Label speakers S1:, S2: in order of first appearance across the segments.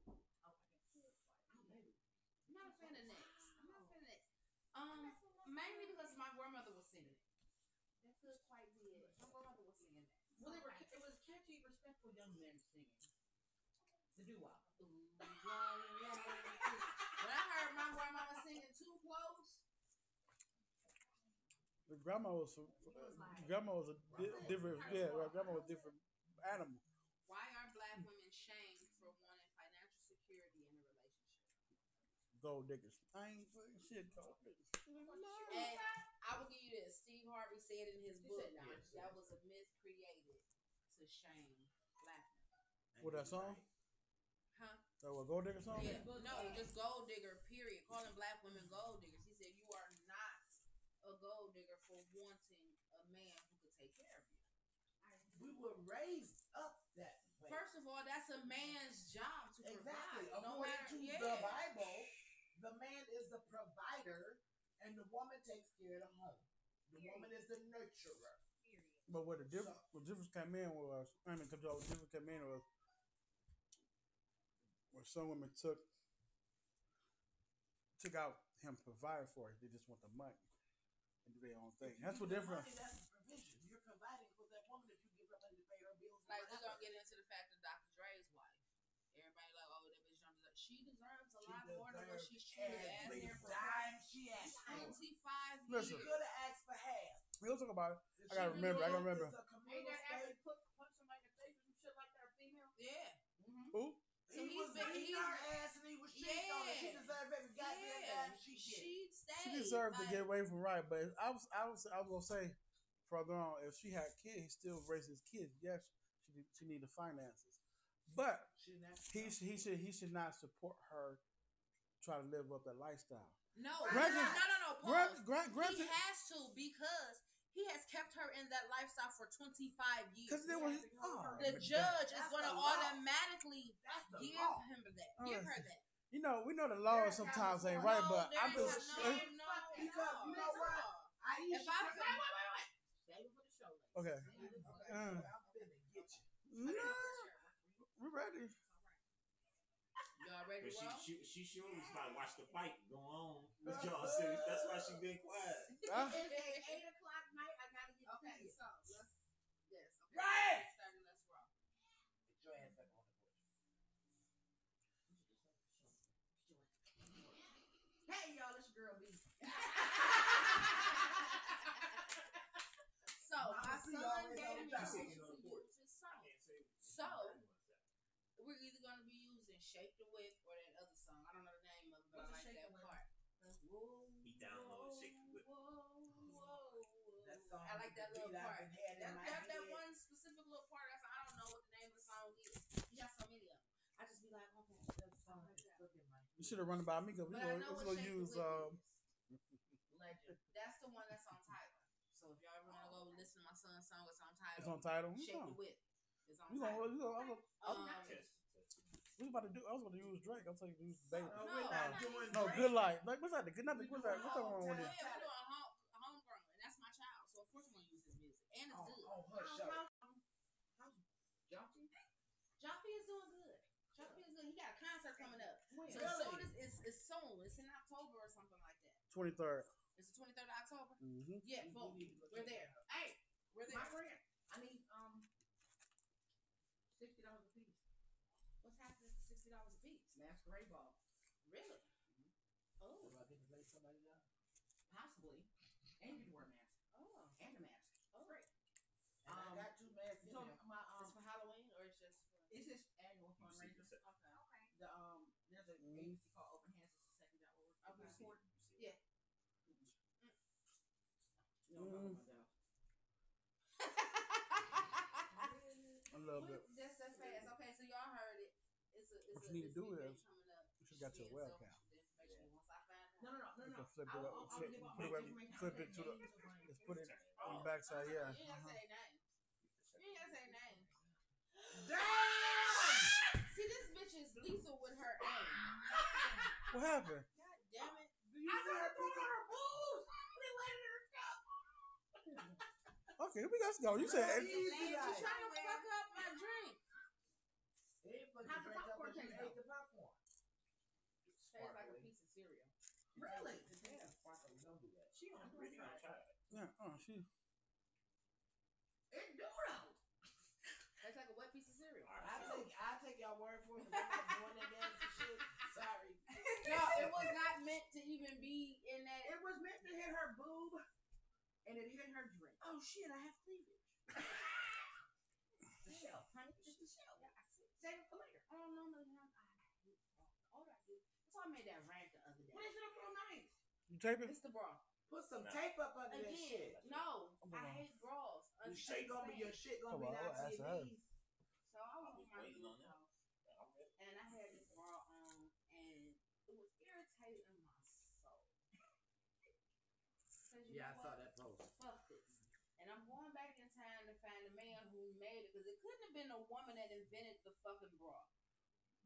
S1: Um,
S2: couple young men singing the doo wop.
S1: Ooh, la, la, la, la. When I heard my grandmama singing Too Close,
S3: The grandma was, from,
S1: was like-
S3: grandma was a di- different. Yeah, right, grandma was different animal.
S1: why are black women shamed for wanting financial security in a relationship?
S3: Gold diggers. I ain't fucking shit. Gold diggers.
S1: And I will give you this. Steve Harvey said in his
S2: You
S1: book
S2: said yes,
S1: that
S2: yes.
S1: was a myth created to shame black men.
S3: What that song?
S1: Huh?
S3: That was gold digger song.
S1: Yeah, but no, just gold digger, period. Calling black women gold diggers. He said, You are not a gold digger for wanting a man who could take care of you.
S2: We were raised up that way.
S1: First of all, that's a man's job to provide.
S2: exactly.
S1: No
S2: According
S1: matter,
S2: to
S1: yeah.
S2: the Bible, the man is the provider and the woman takes care of the home. The woman is the nurturer.
S3: But what the difference, what difference came in was, I mean, control. What difference came in was, when some women took took out him providing for it, they just want the money and do their own thing. That's what
S2: You
S3: different.
S2: provided, That's the provision. You're providing for that woman if you give her money to pay her bills. and
S1: Like we're gonna
S2: whatever.
S1: get into the fact of Dr. Dre's wife. Everybody like, oh, that bitch don't deserve. She deserves a
S2: She
S1: lot more than what
S2: deserves
S1: she should have asked
S2: Every
S1: there for.
S2: dime she asked for.
S1: Twenty-five
S3: Listen.
S2: She
S1: years.
S2: could have asked for half.
S3: We'll talk about it.
S2: If
S3: I
S2: she
S3: gotta remember, I gotta
S2: really
S3: remember.
S2: is a communal
S4: Ain't that
S2: state,
S4: after put punch somebody in the face or some shit like that, a female?
S1: Yeah.
S3: Ooh,
S1: So
S2: he
S1: he's
S2: was
S1: been-
S2: beating
S1: he's-
S2: her ass and he was shitting on her. She
S1: Yeah.
S2: deserved every goddamn
S1: yeah.
S2: dime she get.
S1: She
S3: she
S1: stayed.
S3: deserved
S1: like,
S3: to get away from right, but I was, I was, I was gonna say further on, if she had kids, he still raised his kids. Yes, she did- she needed finances, but
S2: She not-
S3: he should- he should he should not support her try to live up that lifestyle.
S1: No,
S2: Why
S1: no,
S3: not?
S1: no, no, no. Pause.
S3: Grant, grant, grant,
S1: he has to because he has kept her in that lifestyle for 25
S3: because
S1: years.
S3: there was oh,
S1: The
S3: but that-
S1: judge is
S2: That's
S1: going to
S2: the law.
S1: automatically
S2: That's the
S1: give
S2: law.
S1: him that.
S3: Oh,
S1: give
S3: that's-
S1: her that.
S3: You know, we know the law
S2: There's
S3: sometimes ain't
S2: times
S3: right,
S1: no,
S3: but
S1: there
S3: I'm
S1: ain't
S3: just eh,
S1: no, no,
S2: Because
S1: no,
S2: you know
S1: no.
S2: what? Aisha
S1: If I-
S2: Curry-
S1: wait,
S4: Save it for the show. lady.
S3: okay.
S4: Save it for-
S3: Uh.
S2: Okay, I'm finna get you.
S3: No, we ready.
S1: Y'all ready
S5: But
S1: to roll?
S5: she, she, she sure was like, watch the fight go on. But y'all serious. That's why she been quiet.
S3: Ah.
S4: If it's eight o'clock night, I gotta get
S1: Okay,
S4: okay.
S1: so let's yes. Okay.
S2: Right.
S1: Starting, let's roll.
S2: Get your ass back on the porch.
S4: Hey y'all, it's your girl B.
S1: So my
S2: Mama, see y'all
S1: son
S2: later.
S1: gave me
S2: She
S1: a
S2: said
S5: you
S1: to
S5: don't work.
S1: use his song.
S5: So.
S1: We're either gonna be using Shake the Whip or that other song. I don't know the name of it, but
S4: What's
S1: I
S4: the Shake
S1: like
S4: the
S1: that
S4: Whip?
S1: part.
S5: He downloaded Shake the Whip.
S1: Whoa, whoa, whoa.
S2: That song
S1: I like that
S2: the
S1: little
S2: beat I've
S1: part.
S2: been had in
S1: That,
S2: my
S1: that, that
S2: head.
S1: one specific little part. That's I don't know what the name of the song is. He got so many of them. I just be like, okay,
S2: That song is stuck in my head.
S3: You should have run by me because we
S1: but I
S3: going
S1: know
S3: we
S1: what
S3: gonna
S1: Shake
S3: use
S1: the Whip
S3: um
S1: is.
S4: Legend.
S1: That's the one that's on Tyler. So if y'all ever wanna go listen to my son's song, it's on
S3: it's
S1: Tyler.
S3: on title. We
S1: Shake the
S3: gonna,
S1: Whip. It's on
S3: we gonna,
S1: Tyler.
S3: we gonna, I was-
S1: Um,
S3: we was about to do. I was gonna use Drake. I'm telling you, use the baby.
S2: No,
S1: No,
S2: we're
S1: no,
S2: not doing
S3: No,
S2: Drake.
S3: good life. Like what's that? The good
S2: We
S3: nothing. What's that?
S2: do
S3: What's that
S2: all
S3: one with
S2: time.
S3: it?
S1: Yeah, we're doing home, homegrown, and that's my child. So of course I'm gonna use his music, and it's
S3: Oh,
S2: On,
S1: good.
S2: on her show.
S4: Jumpy?
S1: Joffy is doing good. Joffy is good. He got a concert coming up.
S2: When?
S1: So
S2: Really?
S1: as soon as it's, it's soon, it's in October or something like that.
S3: Twenty third.
S1: It's the 23rd of October.
S3: Mm-hmm.
S1: Yeah, boom. We're there. Hey, we're
S4: My
S1: there.
S4: friend. I need um sixty dollars a piece.
S1: What's happening for sixty dollars a piece?
S4: Masquerade ball.
S1: Really?
S2: Do
S1: Oh,
S2: I get to lay somebody down?
S4: Possibly. And you to wear a mask.
S1: oh,
S4: And a mask.
S1: oh.
S4: Great.
S2: And I
S4: Um,
S2: got two masks in
S4: So
S2: there.
S4: my
S1: It's
S4: um
S1: for Halloween or it's just for?
S4: it's this annual
S5: You see
S4: fundraiser.
S5: the set.
S1: Okay.
S4: The um there's an
S2: Mm.
S3: Mhm.
S4: agency called Open Hands, it's the second job we're
S1: Okay.
S4: working for.
S1: Yeah.
S4: You don't know about that.
S3: I love it.
S1: That's that fast. Okay, so y'all heard it. It's a, it's
S3: What
S1: a,
S3: you need to
S1: it's
S3: do
S1: an event
S3: is-
S1: coming up.
S3: You should got your
S1: Yeah,
S3: well
S1: so the
S3: count.
S1: information, Once I find out.
S4: No, no, no,
S3: You
S4: no,
S3: can
S4: no.
S3: flip it
S4: I'll- I'll-
S3: up,
S4: I'll
S3: flip-
S4: give out my
S3: flip it-
S4: information.
S3: flip
S4: I'll
S3: it to
S4: send names
S3: the-
S4: of mine.
S3: Let's put it on the
S1: Oh,
S3: backside.
S1: uh-uh,
S3: Yeah. Uh-huh.
S1: You ain't gotta say nothing. You ain't gotta say nothing.
S2: Damn!
S1: See, this bitch is lethal with her aim.
S3: What happened?
S1: God damn it.
S2: Do you see her people?
S1: her boobs. They landed her cup.
S3: Okay, we got to go. You said
S2: Really? Easy
S1: She's
S2: life.
S1: trying to fuck up my drink.
S2: They fucking
S4: How's the
S2: drank up
S4: popcorn
S2: what you
S4: taste
S2: ate the popcorn.
S1: Tastes like a piece of cereal.
S4: Really?
S2: Yeah. Sparkling, don't do that.
S4: She on the
S5: Really gonna try it.
S3: yeah. Oh, she.
S4: It do though.
S1: Tastes like a wet piece of cereal.
S4: and it hit her drink. Oh shit! I have cleavage. the shell, honey. Just the shell. Yeah, I see. Save it for later.
S1: Oh no, no, no. I hate bra. All I do. That's why I made that rant the other
S4: What
S1: day.
S4: is it up so nice?
S3: You taping?
S1: It's the bra.
S6: Put some
S5: Nah.
S6: tape up under that shit.
S1: Again, no,
S3: Oh,
S1: I
S3: my God.
S1: hate bras.
S6: Your shit gonna be your shit gonna
S3: Oh,
S6: be
S3: well,
S6: down
S3: I'll
S6: to
S3: ask
S6: your
S3: her.
S6: knees.
S1: So I was in
S5: was
S1: my
S5: waiting on
S1: new
S5: that.
S1: house, and I had this bra on, and it was irritating my soul. 'Cause you know what?
S6: that post.
S1: fuck this. And I'm going back in time to find the man who made it because it couldn't have been a woman that invented the fucking bra.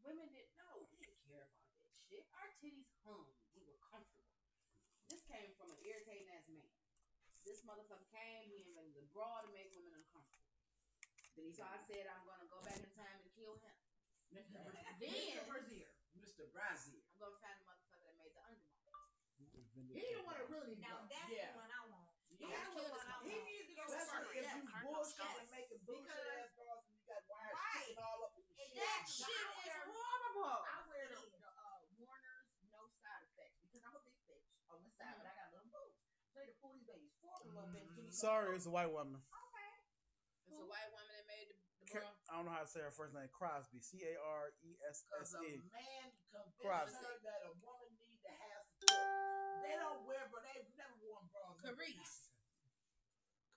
S1: Women did no, we didn't care about that shit. Our titties hung. We were comfortable. This came from an irritating ass man. This motherfucker came, he invented the bra to make women uncomfortable.
S4: Did he
S1: So I said I'm gonna go back in time and kill him.
S4: Mr.
S1: Then-
S4: Brazier.
S6: Mr. Brazier.
S1: I'm gonna find the motherfucker that made the underwear.
S6: He the one that really
S7: Now
S6: broke.
S7: that's
S6: yeah.
S7: the one I want.
S6: Yeah.
S7: That's the
S1: Kill this
S7: one I
S1: one.
S6: He
S7: want.
S6: needs to go first.
S7: That's what-
S6: If
S7: yeah,
S6: you
S7: Cardinal
S6: bullshit
S7: Scots.
S6: and making bullshit
S7: Because-
S6: ass bras and you got wires
S7: Right.
S6: sticking all up in your shit.
S1: That
S7: Exactly.
S1: shit
S7: I
S1: is
S7: wear-
S1: horrible.
S4: I wear the, the uh, Warner's no side effects because I'm a big bitch on the side, but I got little boobs. So they to pull these babies forward a little bit. and give me some
S3: Mm-hmm. Sorry,
S4: boobs.
S3: it's a white woman.
S4: Okay.
S1: It's a white woman that made the, the
S3: Ca-
S1: bra.
S3: I don't know how to say her first name. Crosby. C A R E S
S6: Because
S3: S
S6: a
S3: E.
S6: man convinced
S3: Crosby.
S6: her that a woman need to have support. They don't wear bra. They've never worn bras.
S1: Carice.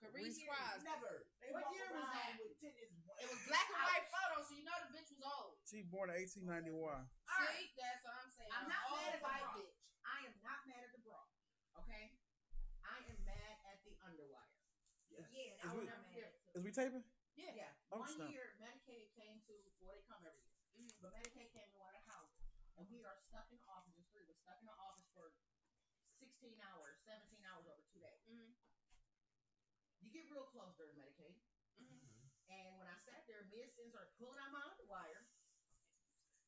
S3: Reese-
S1: Carice Crosby.
S6: Never. They
S4: What
S6: walk
S4: year
S6: around
S4: was that?
S6: with titties.
S1: It was black and white photos, so you know the bitch was old.
S3: She born in
S4: All
S3: 1891.
S4: right.
S1: See, that's what I'm saying.
S4: I'm
S1: An
S4: not
S1: old
S4: mad at the
S1: white
S4: bra.
S1: bitch.
S4: I am not mad at the bra. Okay. I am mad at the underwire.
S7: Yeah,
S3: Is
S7: that
S3: we-
S7: one I'm mad at.
S3: Is we taping?
S1: Yeah.
S4: Yeah.
S3: I'm
S4: One
S3: stuck.
S4: year, Medicaid came to, well, they come every year,
S1: Mhm.
S4: but Medicaid came to one of the houses, and we are stuck in the office. There's three of us stuck in the office for 16 hours, 17 hours over two days.
S1: Mhm.
S4: You get real close during Medicaid,
S1: Mm-hmm.
S4: and when I sat there, me and Sin started pulling out my underwire.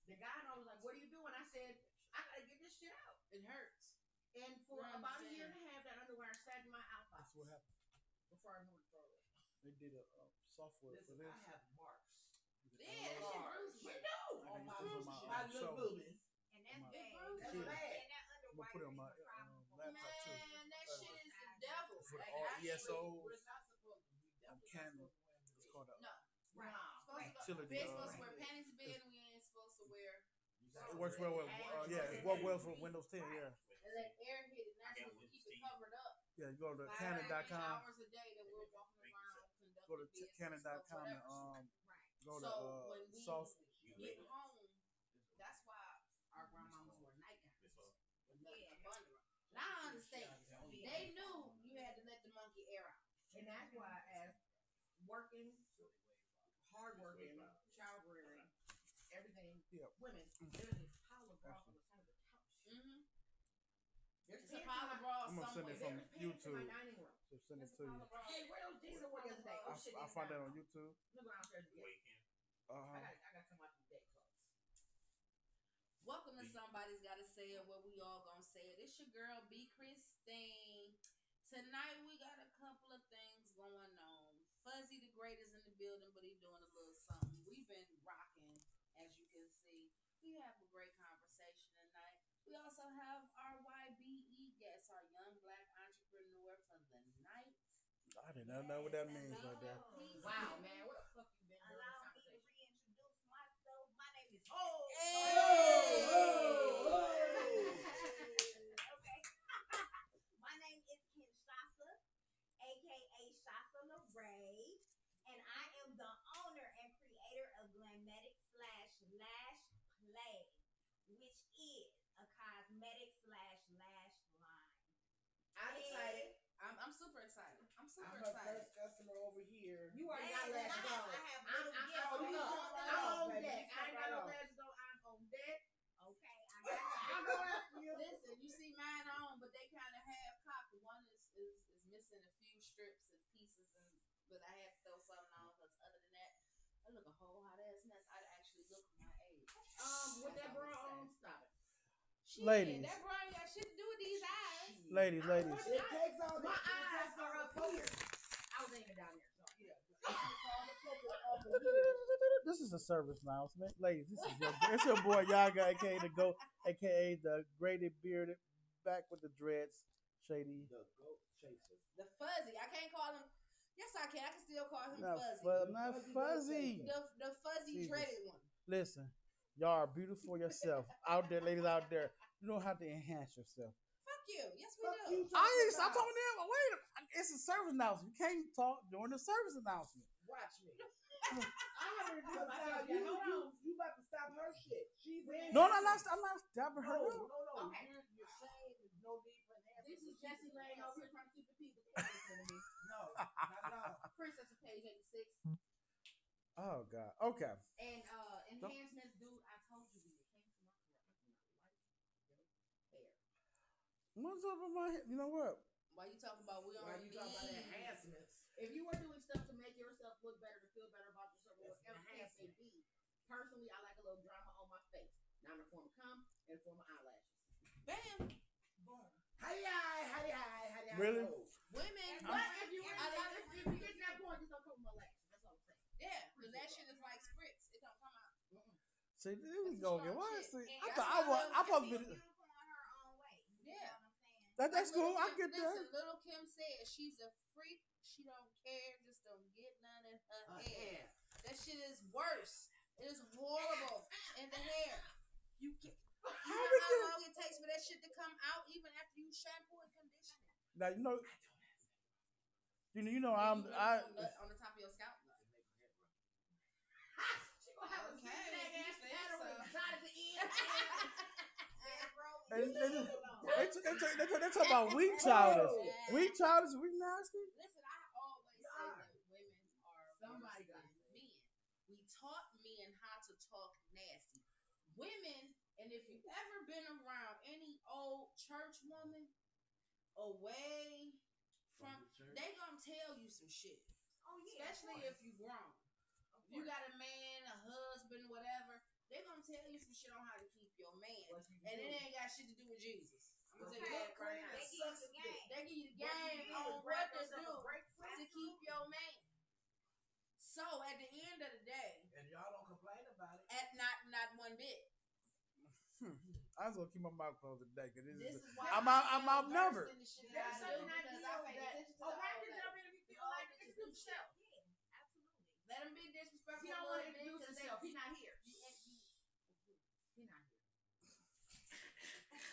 S4: The guy and I was like, "What are you doing?" I said, "I gotta get this shit out."
S1: It hurts.
S4: And for
S1: Right,
S4: about a
S1: Sin.
S4: year and a half, that underwire sat in my outbox
S3: That's what happened.
S4: before I moved forward.
S3: They did a uh, software for
S6: Listen,
S3: this.
S6: I have marks.
S1: Yeah, that shit bruised me.
S4: You know,
S3: I
S6: on
S3: used
S6: my,
S3: to use
S6: my, my
S3: my, uh,
S6: little
S3: shoulder.
S6: boobies.
S7: And that's
S3: My-
S7: bad.
S6: That's
S3: Yeah.
S6: bad.
S7: And that
S3: gonna put it on my,
S7: underwire is a
S3: uh,
S7: problem.
S3: um,
S1: Man,
S3: laptop. Laptop too.
S1: that shit
S3: That's
S7: right.
S1: is the devil.
S3: For
S1: Like,
S3: all E
S1: I
S6: Actually,
S1: should-
S3: ESO.
S6: We're not supposed to. We
S3: I'm
S6: definitely
S3: Canon.
S6: not
S3: It's
S6: supposed to.
S3: called uh, a,
S1: No.
S7: Right.
S4: Nah.
S1: Supposed to go,
S3: Utility,
S1: bitch
S3: uh,
S1: supposed to wear panties to bed. We ain't supposed to wear.
S3: It works well. with uh, yeah, it worked well for Windows 10. Yeah,
S1: And let air hit it. That's
S5: I got
S1: what keep it
S5: Windows 10.
S1: covered up.
S3: yeah. You go to
S1: Five
S3: Canon.com.
S1: hours a day that we're walking around conducting
S3: Go to t-
S1: business,
S3: Canon.com and
S1: whatever.
S3: um,
S7: Right.
S3: go to
S1: so
S3: uh,
S1: when we
S3: soft.
S1: get home, that's why our grandmamas wore nightgowns.
S7: Yeah.
S1: Yeah. Now I understand. They knew you had to let the monkey air out.
S4: And that's why as working, hard working, child rearing, everything,
S3: Yeah. Mm-hmm.
S4: women, there's a pile of bras on the side of the couch.
S1: Mm-hmm.
S4: There's
S1: It's a
S4: pants in
S1: pile
S4: my-
S1: of bras
S3: I'm gonna send
S1: somewhere.
S3: it
S4: there's pants in my
S3: from YouTube.
S4: dining room.
S3: So send
S1: It's
S3: it
S1: a
S3: to you.
S1: pile of bras.
S4: Hey, where those jeans I wore the other day? Oh
S3: I,
S1: I'll-
S4: shit,
S3: I
S4: they
S3: find that
S4: got-
S3: on YouTube.
S4: Let me go downstairs and get it. I
S3: Uh,
S4: gotta, I gotta come out these day clothes.
S1: Welcome to Somebody's Gotta Say It, where we all gonna say it. It's your girl, B. Christine. Tonight we got a couple of things going on. Fuzzy the Great is in the building, but he doing a little something. We've been rocking, as you can see. We have a great conversation tonight. We also have our YBE guest, our young black entrepreneur for the night.
S3: I did not know what that means right there.
S7: Please
S4: Wow, man, what the fuck you been doing this
S7: Allow me to
S4: conversation?
S7: reintroduce myself. My name is.
S3: Oh!
S7: Okay. My name is Kinshasa, aka Shasa LeRae, and I am the owner and creator of Glamedic slash Lash Play, which is a cosmetic slash lash line.
S4: I'm excited.
S1: I'm, I'm super excited.
S6: I'm
S1: I'm super
S6: her
S1: excited.
S6: first customer over here.
S4: You are not
S7: Yes, and I
S4: last
S7: have-
S4: go.
S7: I have
S4: I'm,
S6: you. Right off,
S4: I'm, I'm, I'm
S3: oh,
S7: little gifts for all of
S4: on
S6: baby.
S4: deck.
S6: You
S4: I ain't
S6: right
S4: got no
S6: off.
S4: last go. I'm on deck.
S7: you. Okay, I got
S6: I know that's you.
S1: Listen, you see mine on, but they kind of half cocked. One is, is is missing a few strips and pieces, and but I had to throw something on because other than that, I look a whole hot ass mess. I actually look my age.
S4: Um, with that bra on, stop it.
S1: Shit,
S3: Ladies.
S1: that bra ain't got shit to do with these eyes.
S3: Ladies, ladies.
S6: It takes all
S4: My
S6: that- it
S4: eyes
S6: takes all
S4: are
S6: the
S4: up
S6: focus.
S4: here. I was aiming down there. So.
S6: Yeah, it takes all the focus off of you.
S3: This is a service announcement, ladies. This is your, it's your boy Yaga, aka the Goat, aka the graded bearded, back with the dreads, Shady.
S6: The goat chaser.
S1: The fuzzy. I can't call him. Yes, I can. I can still call him
S3: Not,
S1: fuzzy.
S3: fu- not fuzzy.
S1: the the fuzzy
S3: Jesus.
S1: dreaded one.
S3: Listen, y'all are beautiful yourself. out there, ladies out there, you don't have to enhance yourself.
S1: Fuck you. Yes, we
S6: Fuck
S1: do.
S6: you,
S3: I ain't stop
S6: Joseph
S3: talking to him. but Wait, a- it's a service announcement. You can't talk during the service announcement.
S6: Brown. Watch me.
S4: I haven't
S6: Because
S4: revealed
S6: now
S4: myself
S6: you,
S4: yet. Hold
S6: you,
S4: on.
S6: you about to stop her shit. She's in.
S3: No, no, I'm not, I'm not stopping her.
S6: No,
S1: Oh.
S3: up.
S6: no, no.
S4: Okay.
S6: You're, you're saying there's no need for an answer.
S4: This is Jesse Lane over here trying to keep the people
S6: No, not at all.
S4: Princess of page 86.
S3: Oh God. Okay.
S4: And uh, enhancements, dude, I told you we came to my crap.
S3: What's up with my? head? You know what?
S1: Why you talking about we
S6: Why
S1: already
S6: you talking about
S1: did?
S6: enhancements?
S4: If you are doing stuff to make yourself look better, to feel better about yourself, or
S6: That's
S4: whatever case may
S6: enhancement.
S4: be, personally, I like a little drama on my face. Not in the form of cum, in the form of eyelashes.
S1: Bam.
S4: Boom.
S6: Howdy, hi, howdy, hi, howdy, hi. Oh,
S3: Really?
S6: ho.
S1: Women.
S4: But if you,
S1: I like
S4: if, if you get to that point, just don't cover my lashes. That's all I'm saying.
S1: Yeah, because that shit is like spritz. It don't come out.
S3: See, there
S1: That's a
S3: we go
S1: strong
S3: again. What?
S1: shit. And
S3: See, I
S1: that's
S3: thought
S1: why
S3: I
S1: I
S3: was.
S1: love
S3: I supposed to be.
S7: She's beautiful in her own way. You
S1: Yeah.
S7: know what I'm saying?
S3: That, that's
S1: Like,
S3: cool. I
S1: Lil'
S3: get
S1: Kim-
S3: that.
S1: Listen, little Kim said she's a freak. She don't care. Just don't get none in her
S6: Uh,
S2: Oh,
S1: head.
S6: yeah.
S1: That shit is worse. It is horrible. And the hair. You can you
S3: How
S1: know
S3: did
S1: how
S3: you?
S1: long it takes for that shit to come out even after you shampoo and condition it.
S3: Now you know. You know. You know.
S1: You
S3: I'm.
S1: put it
S3: I.
S1: on the- on the top of your scalp.
S4: She gonna have a
S1: Okay,
S4: zigzag
S1: you
S4: ass
S1: said
S4: pattern with
S1: so.
S4: exotic ears.
S7: Yeah, bro.
S3: And they
S7: You know
S3: just-
S7: what I'm
S3: They,
S7: saying?
S3: t- they, t- they, t- they talk about we childish. We childish. We nasty.
S1: Listen, I always say
S6: Yeah.
S1: that women are
S4: Somebody
S1: somebody
S4: got
S1: than men. We taught men how to talk nasty. Women, and if you've ever been around any old church woman, away from, they gonna tell you some shit.
S7: Oh, yeah.
S1: Especially if you grown. You got a man, a husband, whatever. They gonna tell you some shit on how to keep your man, and it ain't got shit to do with Jesus. I'm gonna tell you that right now.
S7: They give you the game.
S1: They give you the
S4: What you
S1: game
S4: do
S1: on
S4: is
S1: what
S4: grab
S1: to
S4: yourself
S1: do
S4: a grapefruit.
S1: to keep your man. So at the end of the day,
S6: And y'all don't complain about it.
S1: at not not one bit.
S3: Hmm. I was gonna keep my mouth closed today because this,
S1: This
S3: is.
S1: is why
S3: I'm out- I'm
S1: well
S3: outnumbered.
S1: versed in the shit that
S4: There's
S1: I do
S4: something I
S1: because
S4: know
S1: I pay
S4: that.
S1: attention to
S4: Oh, why
S1: all
S4: did
S1: that.
S4: y'all make me feel like this is himself?
S7: Yeah, absolutely.
S1: Let him be disrespectful.
S4: He don't want to
S1: a little
S4: introduce
S1: bit 'cause
S4: himself.
S1: they-
S4: He not here.
S1: you- you-
S4: He not here.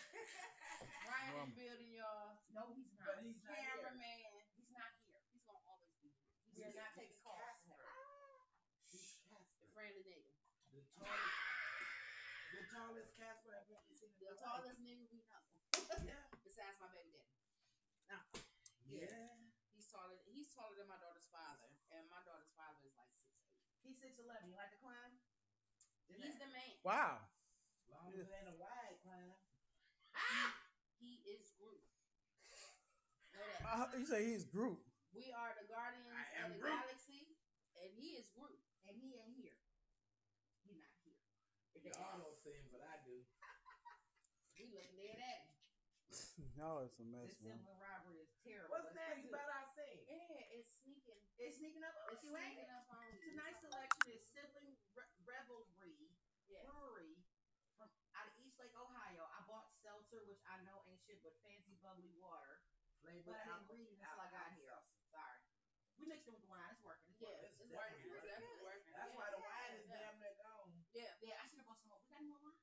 S1: Ryan
S3: Mama.
S1: in the building, y'all.
S4: No, he's not.
S6: But he's not here.
S1: Cameraman.
S4: He's not here.
S1: He's gonna always be.
S4: We are not taking calls.
S6: Casper. He's Casper.
S1: Friend of nigga.
S6: The tallest, the tallest Casper I've ever seen. in my
S1: The
S6: life.
S1: tallest nigga we know.
S6: Yeah.
S1: Besides my baby daddy.
S6: Yeah.
S1: He's taller. He's taller than my daughter's father, and my daughter's father is like six eight.
S4: He's six eleven. You like to climb?
S1: He's the man.
S3: Wow.
S6: Long as it ain't a wide climb.
S1: He is Groot. Know that.
S3: I, Uh, you say he's group.
S1: We are the guardians
S5: I
S1: of
S5: am
S1: the
S5: Groot.
S1: galaxy, and he is Groot.
S4: and he ain't here. He not here.
S6: Y'all don't see him, but I do.
S1: We looking dead at him.
S3: Y'all is a mess,
S4: This
S3: man.
S4: sibling robbery is terrible.
S6: What's
S4: It's
S6: next?
S4: pretty
S6: But
S4: good.
S6: I seen.
S1: Yeah, it's sneaking.
S4: It's sneaking up on
S1: It's
S4: you, ain't
S1: sneaking
S4: it?
S1: up on you.
S4: Tonight's selection is sibling re- revelry
S1: Yeah.
S4: brewery from out of Eastlake, Ohio. I bought seltzer, which I know ain't shit, but fancy bubbly water.
S6: Flavor
S4: But I
S6: out.
S4: didn't read it until I got here. Sorry. We mixed it with the wine. It's working. It's
S1: Yeah,
S4: working.
S1: it's working. It's definitely working.
S6: That's
S1: yeah.
S6: why the wine is damn near gone.
S1: Yeah.
S4: Yeah, I should have bought some more. We got any more wine?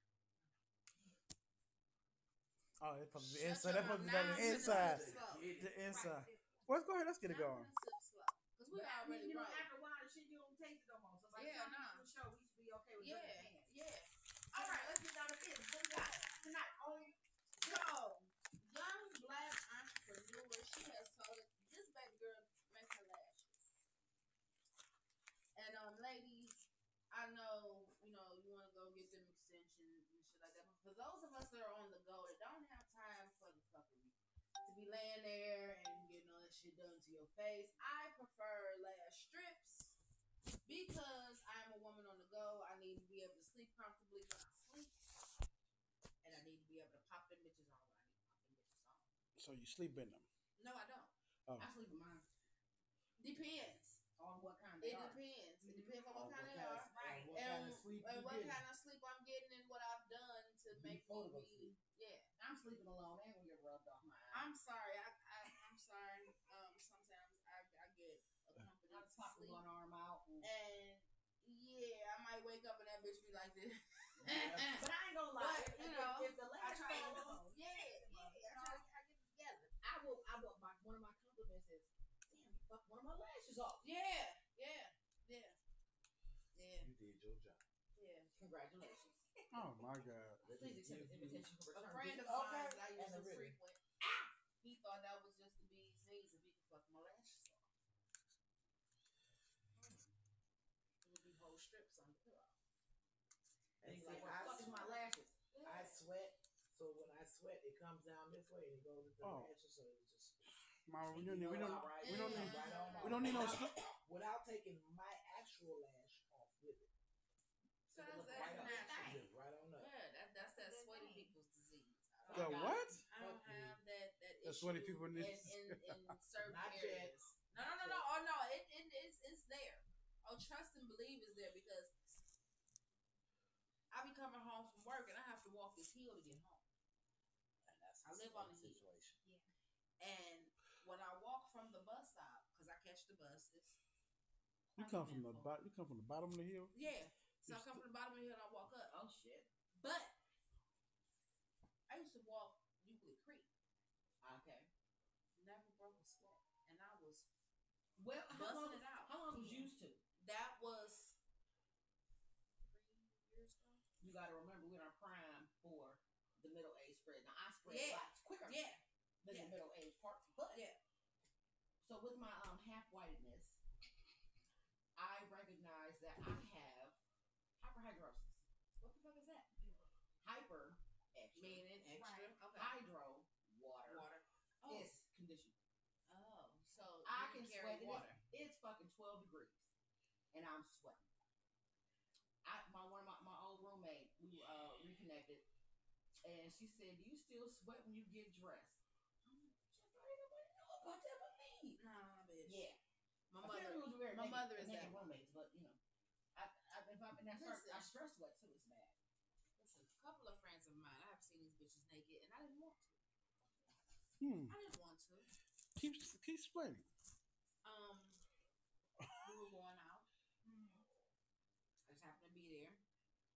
S3: Oh, it's supposed to be
S1: Shut your
S3: inside. That's supposed to be
S1: mouth.
S3: down
S1: Now
S3: the
S1: I'm
S3: inside.
S1: gonna sip slow.
S3: The inside. Well, let's go ahead. Let's get it
S1: Now I'm gonna
S3: going.
S1: sip slow, 'cause we
S4: But I mean,
S1: already
S4: you know,
S1: right.
S4: after a while, the shit you don't taste it no more. So it's like,
S1: Yeah,
S4: yeah,
S1: nah.
S4: nah. the show, we used to be okay with
S1: Yeah.
S4: drinking cans.
S1: Yeah.
S4: All right, let's get down to business. What we got tonight? Oh, On
S1: So, young black entrepreneur, she has told us this baby girl make her lashes. And um, ladies, I know you know you want to go get them extensions and shit like that. But for those of us that are on the go that don't have time for the fucking to be laying there and getting all that shit done to your face, I prefer lash strips because I'm a woman on the go. I need to be able to sleep comfortably when I sleep, and I need to be able to pop them bitches on when I need to pop them bitches on.
S3: So you sleep in them.
S1: No, I don't.
S3: Oh.
S4: I sleep with mine
S1: Depends.
S4: on what kind
S1: It
S4: they are.
S1: depends. It
S4: Mhm.
S1: depends on
S6: Oh,
S1: what kind they are.
S7: Right.
S6: What kind of
S1: And-
S6: sleep
S1: And
S6: you
S1: what
S6: getting?
S1: kind of sleep I'm getting and what I've done to make
S6: Before
S1: me
S6: you
S1: be. Yeah.
S4: I'm sleeping alone. Ain't gonna get rubbed off my eyes.
S1: I'm I'm sorry. I, I I'm sorry. Um, sometimes I, I get
S6: Uh,
S4: My
S1: accompanied to
S4: clock with
S1: sleep,
S4: one arm out. and-
S1: and yeah, I might wake up and that bitch be like this.
S4: Yeah. But I ain't gonna lie.
S1: But,
S4: if-
S1: you
S4: if-
S1: know,
S4: if the
S1: I
S4: last
S1: try to
S4: one-
S1: yeah, yeah.
S4: I try to I get it together. I will. I will. My one of my compliments is, damn, you fucked one of my lashes off.
S1: Yeah, yeah, yeah, yeah,
S2: You did your job.
S1: yeah.
S4: Congratulations.
S3: Oh my God.
S2: Let
S4: Please
S2: me
S4: accept this
S2: give you-
S4: invitation for
S1: A
S4: return.
S1: friend of
S4: business.
S1: mine that I
S4: and a
S1: used to
S4: ribbon.
S1: frequent, ah, he thought that was just the bee's knees if he could fuck my lashes off. Hmm. It would be whole strips on the pillow.
S4: And
S2: And
S4: he's
S2: see,
S4: like,
S2: I,
S4: well, fuck is my lashes.
S2: I sweat, so when I sweat, it comes down this way and it goes into
S3: Oh.
S2: the lashes, so it just.
S3: My
S2: and you
S3: reunion. We
S2: know
S3: don't.
S2: I ride
S1: we
S2: it
S1: don't
S2: like
S1: need-
S2: right on my-
S3: We don't need no.
S2: without-
S3: Script.
S2: Without taking my actual lash off with it.
S1: So that's,
S2: Look
S1: that's
S2: right up.
S1: natural.
S2: Just right on up.
S1: Yeah, that, that's that
S7: That's
S1: sweaty
S7: fine.
S1: people's disease. I
S3: The
S1: don't,
S3: what?
S1: I don't have that that
S3: The
S1: issue
S3: sweaty people
S1: in,
S3: need-
S1: in, in certain
S2: Not yet.
S1: areas. No, no, no, no. Oh no, it, it it's it's there. Oh, trust and believe is there because I be coming home from work and I have to walk this hill to get home. I live on the hill,
S2: Situation.
S1: and when I walk from the bus stop, because I catch the bus, it's
S3: You
S1: quite
S3: come from the
S1: eventful.
S3: bottom. You come from the bottom of the hill.
S1: Yeah. So I come from the bottom of the hill and I walk up.
S4: Oh shit.
S1: But I used to walk Euclid Creek.
S4: Okay.
S1: Never broke a sweat. And I was
S4: Well, how long?
S1: busting it out.
S4: How long was you used to?
S1: That was three years ago.
S4: You got to remember, we're in our prime for the middle age spread. Now I spread
S1: Yeah.
S4: a lot quicker
S1: Yeah.
S4: than
S1: yeah.
S4: the middle age part, but
S1: Yeah.
S4: So with my um half whiteness, I recognize that I have hyperhidrosis.
S1: What the fuck is that?
S4: Hyper extra
S1: Meaning extra. Okay.
S4: hydro water,
S1: water. Oh.
S4: is condition.
S1: oh. So
S4: I
S1: you
S4: can
S1: carry
S4: sweat in it.
S1: water.
S4: It's fucking twelve degrees, and I'm sweating. I my one of my, my old roommate we uh reconnected, and she said, "Do you still sweat when you get dressed?" I'm like, "Just don't nobody know about that but me."
S1: Nah, bitch.
S4: Yeah.
S1: My
S4: My mother,
S1: mother.
S4: was very
S1: my
S4: naked-
S1: mother is
S4: naked
S1: that way.
S4: roommates, but you know, I, I, if I, and I, start, I
S1: Listen.
S4: stress what too, it's bad.
S1: Listen, a couple of friends of mine, I've seen these bitches naked, and I didn't want to.
S3: Hmm.
S1: I didn't want to.
S3: Keep keep explaining.
S1: Um, we were going out. I just happened to be there.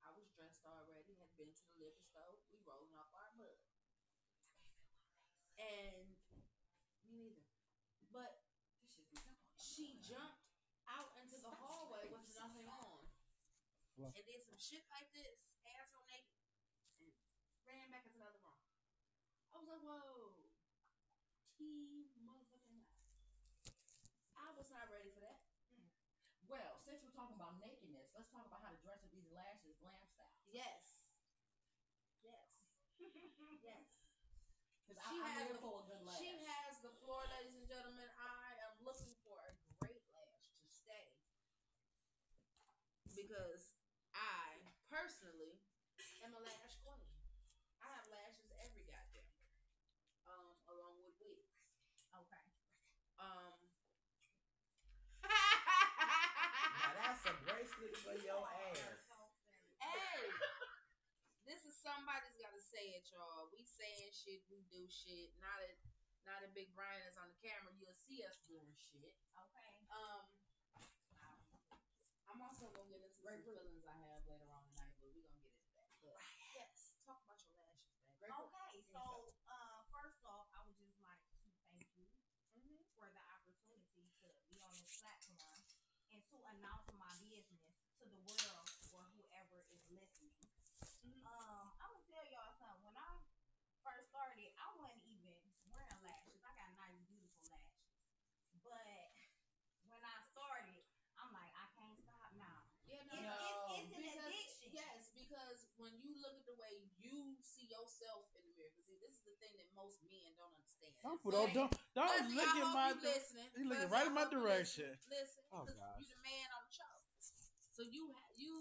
S1: I was dressed already, had been to the liquor store. We rolling up our mud. And me neither. But
S4: This shit be simple.
S1: she jumped out into the hallway with nothing on.
S3: Wow.
S1: And did some shit like this, asshole naked, and ran back into the other room. I was like, whoa. T motherfucking life. I was not ready for that.
S4: Well, since we're talking about nakedness, let's talk about how to dress with these lashes glam style.
S1: Yes. Yes. yes.
S4: Because
S1: She
S4: I'm
S1: has
S4: here
S1: the-
S4: for a good lash.
S1: She has the floor, ladies and gentlemen. I am looking for a great lash to stay because I personally am a lash queen. I have lashes every goddamn where, um, along with wigs.
S7: Okay.
S1: Um,
S2: Now that's a bracelet for your ass.
S1: hey, this is somebody's got to say it, y'all. We saying shit, we do shit. Not that, not that Big Brian is on the camera. You'll see us doing shit.
S7: Okay.
S1: Um, I'm also gonna get into some feelings I have later on tonight, but we're gonna get into that. But yes, talk about your lashes, baby.
S7: Okay. So, uh, first off, I would just like to thank you
S1: Mhm.
S7: for the opportunity to be on this platform and to announce my business to the world or whoever is listening.
S1: Mhm.
S7: Um, I'm gonna tell y'all something. When I first started, I wasn't even wearing lashes. I got nice, beautiful lashes, but when I started, I'm like, I can't stop now.
S1: Yeah, no,
S7: It's,
S1: no.
S7: it's, it's an
S1: Because-
S7: addiction.
S1: Yes, because when you look at the way you see yourself in the mirror, because see, this is the thing that most men don't understand.
S3: Don't put all don't
S1: Fuzzy,
S3: don't look
S1: I
S3: at
S1: hope
S3: my.
S1: you listening.
S3: he looking
S1: Fuzzy,
S3: right
S1: I
S3: in my
S1: hope you
S3: direction.
S1: Listen, listen
S3: Oh,
S1: 'cause
S3: gosh.
S1: you the man on the show, so you ha- you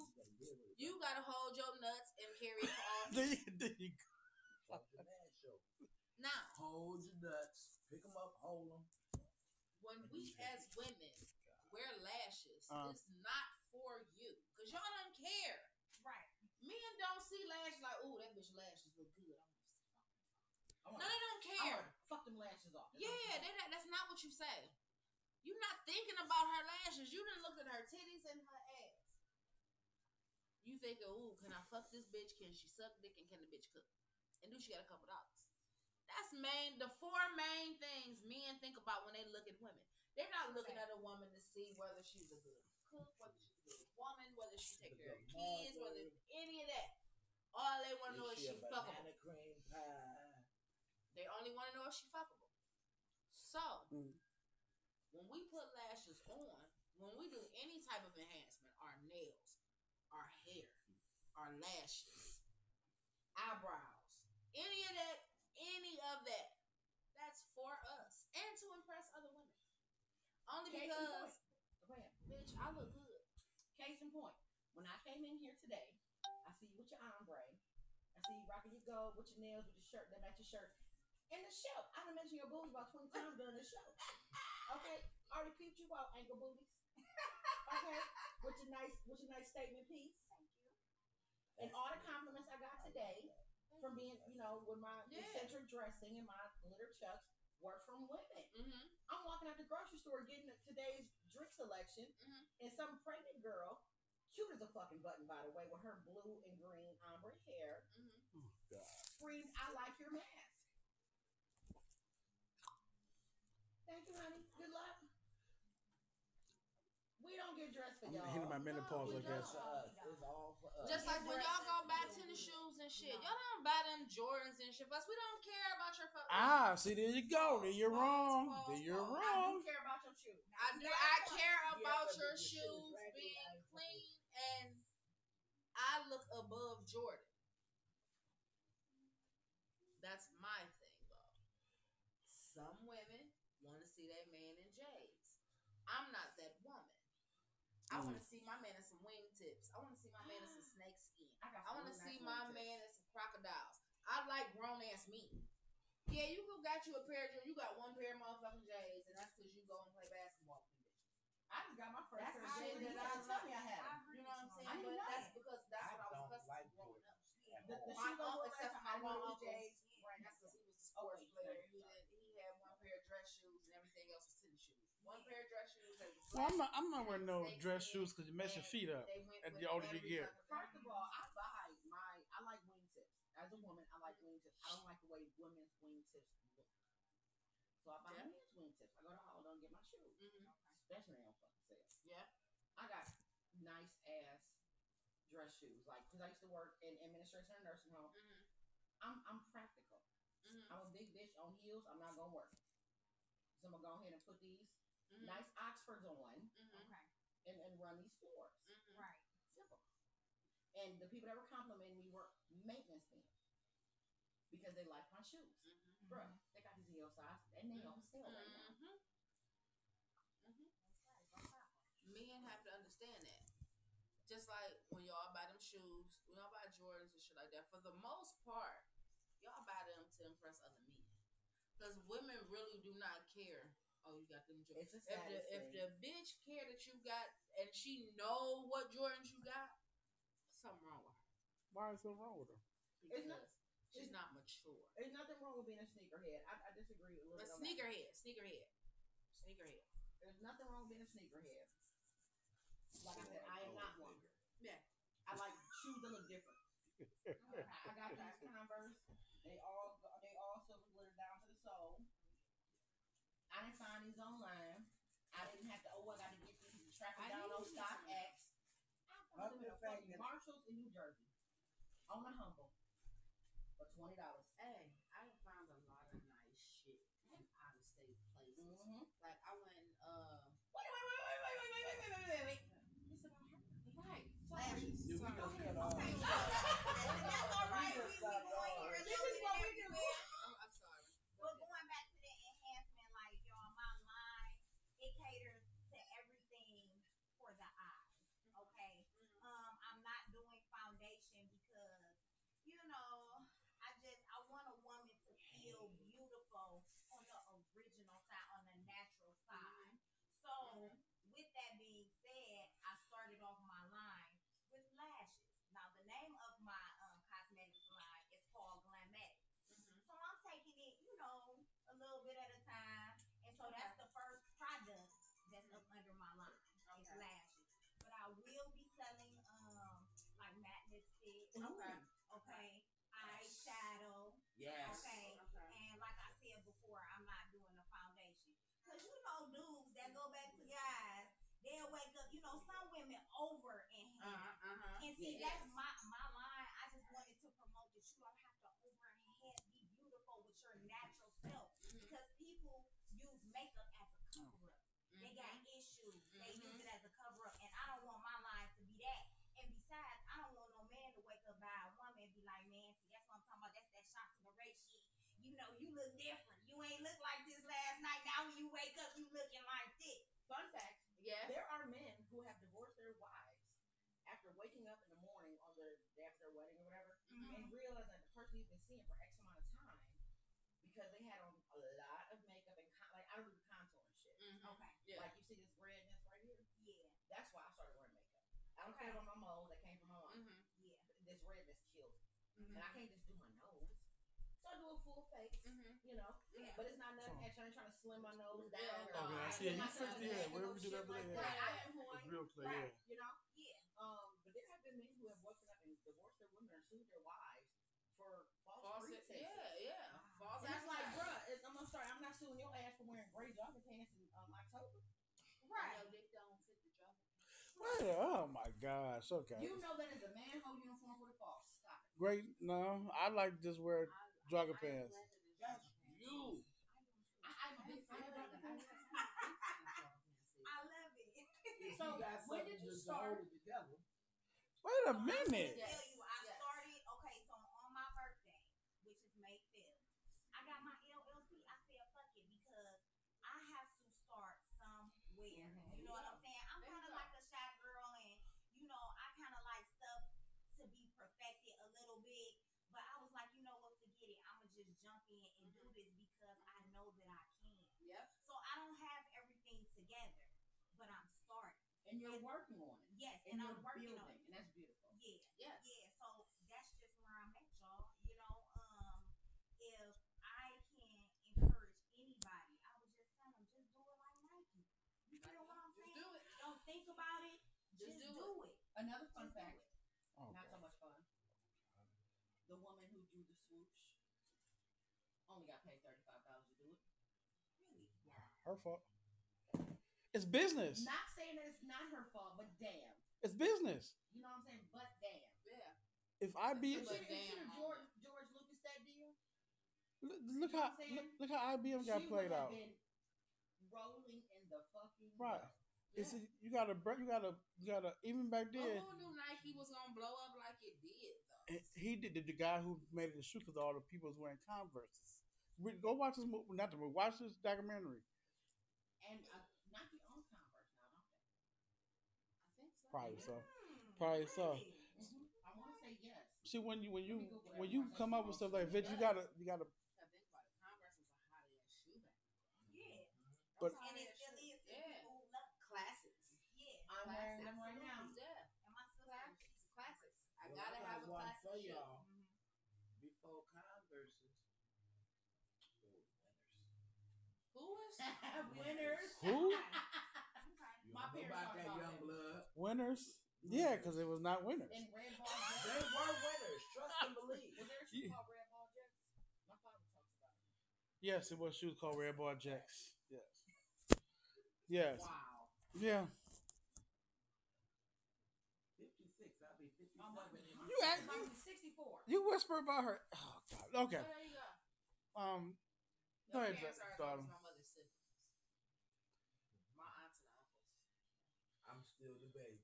S1: you gotta hold your nuts and carry it for all.
S3: There you- there you go.
S2: Hold your lash up.
S1: now,
S2: Hold your nuts. Pick them up. Hold them.
S1: when we as women wear lashes,
S3: Uh.
S1: it's not for you because y'all don't care.
S7: Right.
S1: Men don't see lashes like, oh, that bitch lashes look good.
S4: I
S1: I'm gonna see."
S4: want-
S1: No, they don't
S4: I
S1: care.
S4: want fuck them lashes off. That's
S1: Yeah,
S4: what I'm saying.
S1: that, that, that's not what you say. You're not thinking about her lashes. You didn't look at her titties and her ass. You thinking, ooh, can I fuck this bitch? Can she suck dick? And can the bitch cook? And do she got a couple dollars? That's main. The four main things men think about when they look at women. They're not looking at a woman to see whether she's a good cook, whether she's a good woman, whether she take care of kids, whether any of that. All they want to know is she fuckable.
S2: banana cream pie.
S1: They only want to know if she fuckable. So
S3: Mm.
S1: when we put lashes on, when we do any type of enhancement, our nails, our hair, our lashes, eyebrows, any of that, any of that, that's for us and to impress other women. Only
S4: Case in
S1: because,
S4: Go ahead.
S1: bitch, I look good.
S4: Case in point, when I came in here today, I see you with your ombre. I see you rocking your gold with your nails, with your shirt that match your shirt. And the show, I done mentioned your boobs about 20 times during the show. Okay, already peeped you out, ankle boobies. Okay, with your nice, with your nice statement piece.
S7: Thank you.
S4: And all the compliments I got today from being, you know, with my
S1: Yeah.
S4: eccentric dressing and my glitter chucks were from women.
S1: Mm-hmm.
S4: I'm walking out the grocery store getting today's drink selection,
S1: Mhm.
S4: and some pregnant girl, cute as a fucking button, by the way, with her blue and green ombre hair,
S1: Mm-hmm.
S3: Oh,
S4: screamed, "I like your mask." Thank you, honey. Good luck. We don't get dressed for
S3: I'm
S4: y'all.
S3: hitting my menopause
S1: we
S3: like that.
S2: It's us. It's all for us.
S1: Just
S7: Yeah,
S1: like when y'all go
S7: dresses,
S1: buy
S7: no
S1: tennis
S7: good.
S1: shoes and shit,
S7: No.
S1: y'all don't buy them Jordans and shit. For us, we don't care about your fucking.
S3: Ah, see, there you go. Then you're wrong. Then you're
S4: I do
S3: wrong.
S4: care about your shoes.
S1: I do. I care
S2: Yeah,
S1: about
S2: but
S1: your
S2: your shoes
S1: shoes
S2: raggedy,
S1: being
S2: I-
S1: clean, and I look above Jordan. That's my thing, though. Some women want to see their man in J's. I'm not that woman. I want to see my man in some wingtips. I want to see my man in some snake skin.
S4: I, got
S1: I want to see my man in some crocodiles. I like grown ass meat. Yeah, you go got you a pair of you got one pair of motherfucking J's, and that's because you go and play basketball with them bitches.
S4: I just got my first
S1: That's
S4: pair of
S1: the shit
S4: jeans.
S1: that
S4: You
S1: I
S4: didn't tell me I had 'em.
S1: You know what I'm saying?
S4: I didn't
S1: but
S4: know
S1: that's
S4: that.
S1: because that's
S2: I
S1: what I was
S2: don't
S1: accustomed
S2: like
S1: to growing up.
S4: The, the
S1: My
S4: shoes don't
S1: uncle,
S4: look like
S1: except for
S4: I
S1: my
S4: knew
S1: one
S4: it was
S1: uncle,
S4: J's.
S1: right? That's because he was a
S4: Okay.
S1: sports player. He had, he had one pair of dress shoes, and everything else was tennis shoes. One pair of dress shoes. They was
S3: Well, I'm
S1: black.
S3: not. I'm not wearing no dress shoes because you mess your feet up.
S1: They went
S3: at
S1: with
S3: the older you
S1: every
S3: get.
S1: fucking
S4: First
S1: thing.
S4: of all, I buy my I like wingtips. As a woman, I like wingtips. I don't like the way women's wingtips look. So I buy
S1: Yeah.
S4: men's wingtips. I go to Hall and get my shoes.
S1: Mhm.
S4: Especially on fucking sale.
S1: Yeah.
S4: I got nice ass dress shoes. Like, because I used to work in administration in a nursing home.
S1: Mhm.
S4: I'm I'm practical.
S1: Mhm.
S4: I'm a big bitch on heels. I'm not gonna work. So I'm gonna go ahead and put these
S1: Mhm.
S4: nice Oxfords on
S1: Mhm.
S7: Okay.
S4: and, and run these floors.
S1: Mhm.
S7: Right.
S4: Simple. And the people that were complimenting me were maintenance men because they like my shoes.
S1: Mhm.
S4: Bruh, they got these heel size and they on sale right now.
S1: Mhm. men have to understand that. Just like when y'all buy them shoes, when y'all buy Jordans and shit like that, for the most part, y'all buy them to impress other men. Because women really do not care. Oh, you got them Jordans.
S4: It's a
S1: If the,
S4: status
S1: if
S4: thing.
S1: the bitch care that you got and she know what Jordans you got, something wrong with her.
S3: Why is so wrong with them?
S1: Because
S4: It's not-
S1: she's
S4: it's-
S1: not mature.
S4: There's nothing wrong with being a sneakerhead. I, I disagree with a
S1: A
S4: little bit on that.
S1: sneakerhead, sneakerhead, sneakerhead.
S4: There's nothing wrong with being a sneakerhead. Like I said, I am not one.
S1: Yeah.
S4: I like shoes that look different. I got these Converse. They all go- they all silver glitter down to the sole. I didn't find these online. I didn't have to. Oh, I got to get these track
S1: I
S4: them down
S1: need
S4: on
S1: these.
S4: StockX. I found
S2: Other
S4: them in a
S2: than the fact
S4: fucking
S2: that-
S4: Marshalls in New Jersey on the humble for twenty dollars.
S1: Hey, I done found a lot of nice shit in out of state places.
S4: Mm-hmm.
S1: Like I went, uh,
S4: Wait, wait, wait, wait, wait, wait, wait, wait, wait, wait, wait. It's about her. Sorry. Okay,
S1: right. Sorry.
S2: You just cut off.
S4: okay.
S7: That's all right. We, we going here a little bit everywhere.
S1: I'm, I'm sorry.
S7: But going back to the enhancement, like y'all, my line it caters to everything for the eye. Okay, um, I'm not doing foundation because you um, um,
S4: Uh-huh.
S7: that's
S1: Yes.
S7: my my line. I just wanted to promote that you don't have to overhead be beautiful with your natural self
S1: Mhm.
S7: because people use makeup as a cover up. They got
S1: Mhm.
S7: issues. They use
S1: Mhm.
S7: it as a cover up, and I don't want my line to be that. And besides, I don't want no man to wake up by a woman and be like, "Man, see, that's what I'm talking about. That's that shot to the race shit. You know, you look different. You ain't look like this last night. Now when you wake up, you looking like this."
S4: Fun fact:
S1: Yeah.
S4: There are men who have divorced their wives after waking up in the morning on their day after their wedding or whatever, and realizing that the person he's been seeing for X amount of time because they had on a lot of makeup and con- like I don't do contour and shit.
S1: Mhm.
S7: Okay,
S1: Yeah.
S4: Oh, Like you see this redness right here.
S7: yeah,
S4: That's why I started wearing makeup. I don't care about my moles that came from my mom.
S1: Mhm.
S7: yeah.
S4: This redness kills me,
S1: Mhm.
S4: and I can't just do my nose. So I do a full face,
S1: Mhm.
S4: you know.
S1: Yeah.
S4: But it's not nothing extra. I ain't trying to slim my nose down.
S1: Yeah,
S4: or
S1: no, Okay, I
S4: I
S1: see it.
S4: get
S1: You
S4: myself
S1: first-
S4: in
S1: yeah,
S4: acting no
S3: wherever you do
S4: shit
S3: that, do
S4: like
S3: that,
S4: that.
S1: yeah.
S4: I am who I
S3: It's
S4: am.
S3: real clear.
S4: Right.
S3: Yeah.
S4: You know?
S7: Yeah.
S4: Um, but there have been men who have woken up and divorced their women or sued their wives for false,
S1: False.
S4: pretenses.
S1: Yeah, yeah. False.
S4: Ah. And it's like,
S1: advertising.
S4: bruh, it's, I'm, I'm sorry, I'm not suing your ass for wearing gray jogger pants in um, October.
S1: Right. Your dick don't fit the job.
S3: Well, oh my gosh. Okay.
S4: You know that is a manhole uniform for the fall. Stop it.
S3: Great. No, I like to just wear jogger
S1: I ain't
S3: pants.
S1: glad that it's
S6: That's
S1: jogger pants.
S6: you.
S4: I, I'm a big fan of jogger pants.
S7: I love it.
S4: So, when did you start?
S6: Together,
S3: Wait a minute.
S1: Yes,
S7: tell you, I
S1: yes.
S7: started. Okay, so on my birthday, which is May fifth, I got my LLC. I said, "Fuck it," because I have to start somewhere.
S4: Mhm.
S7: You know what I'm saying? I'm
S1: There
S7: kind of
S1: you go.
S7: like a shy girl, and you know, I kind of like stuff to be perfected a little bit. But I was like, you know what? Forget it. I'ma just jump in and do this because I know that I can.
S1: Yep.
S7: So I don't have everything together, but I'm starting.
S4: And you're working on it.
S7: Yes,
S4: And,
S7: and,
S4: you're
S7: I'm working
S4: building,
S7: on it.
S4: and that's beautiful.
S7: Yeah.
S1: Yes.
S7: Yeah, so that's just where I'm at, y'all. You know, um, if I can encourage anybody, I would just tell them, just do it like Nike. You know what I'm
S1: Just
S7: saying?
S1: do it.
S7: Don't think about it. Just, do, it.
S4: Another fun
S7: Just do
S4: fact,
S7: it.
S3: Oh,
S4: not so much fun. The woman who drew the swoosh only got paid thirty-five dollars to do it.
S7: Really.
S3: her fault. It's business.
S4: Not saying that it's not her fault, but damn,
S3: It's business.
S4: you know what I'm saying? But damn.
S1: Yeah.
S3: If I be
S4: If
S1: But
S4: she, if she
S1: damn,
S4: have George, George Lucas that deal,
S3: look, look how look, look how IBM got
S4: she
S3: played
S4: would have
S3: out.
S4: been rolling in the fucking
S3: Right.
S4: mud.
S3: It's you gotta br- you gotta you gotta even back
S1: But
S3: then
S1: who knew Nike was gonna blow up like it did though?
S3: he- he did the, the guy who made the shoe because all the people was wearing Converse. We, go watch this movie, not the movie. Watch this documentary.
S4: And uh, Nike own Converse now, don't they?
S1: I think so.
S3: Probably so.
S7: Hmm,
S3: Probably so.
S7: really?
S3: Mm-hmm.
S4: I want to say yes.
S3: See when you when
S4: Let me
S3: you
S4: Google
S3: when
S4: that.
S3: you come up with stuff like Vince, you gotta you gotta
S1: I think about it. Converse was a hot ass shoe back.
S7: Yeah.
S3: But-
S7: and it still is. to
S1: Yeah.
S7: People who love
S1: Classics.
S7: Yeah.
S4: I'm wearing them right now.
S1: Yeah.
S7: And my sister,
S1: Classics.
S7: she's
S1: Classics. I
S2: Well,
S1: gotta
S2: I got
S1: have a
S2: one
S1: classic
S2: for
S1: shoe.
S2: y'all.
S7: Mhm.
S2: Before Converses, were winners.
S1: Who
S4: Winners.
S1: was?
S3: Who?
S7: Okay.
S2: You
S4: My
S2: don't know
S4: parents talk
S2: about that
S4: about
S2: young
S4: that.
S2: blood.
S3: winners. Yeah, because it was not winners.
S4: And red ball jackets.
S2: They were winners. Trust and believe.
S4: Was there a shoe
S3: Yeah.
S4: called red ball jackets? My father talks about it.
S3: Yes, it was shoes called Red Ball Jacks. Yes. Yes.
S4: Wow.
S3: Yeah.
S2: Fifty-six. I'll be
S4: My mother my
S2: fifty-seven. in
S3: You
S4: sister
S3: act-
S4: might be 64.
S3: You whisper about her. Oh God. Okay.
S1: There you go.
S3: Um. Go
S1: Your
S3: ahead,
S1: parents
S3: Dr-
S1: are as old
S3: Dr.
S1: as my mother's siblings. My aunts and uncles.
S2: I'm still the baby.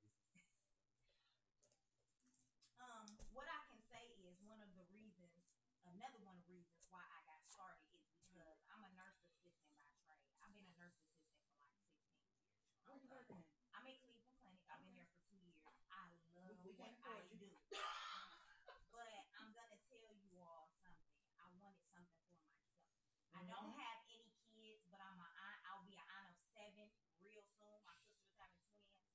S7: um, what I can say is one of the reasons, another one of the reasons why I got started is because I'm a nurse assistant by trade. I've been a nurse assistant for like 16
S4: Where you
S7: years.
S4: working at?
S7: I'm at Cleveland Clinic. I've been here for two years. I love
S4: We- we
S7: what
S4: can't
S7: I
S4: afford you.
S7: do. but I'm gonna tell you all something. I wanted something for myself. I
S4: Mm-hmm.
S7: don't have any kids, but I'm a aunt. I'll be an aunt of seven real soon. My sister's having twins.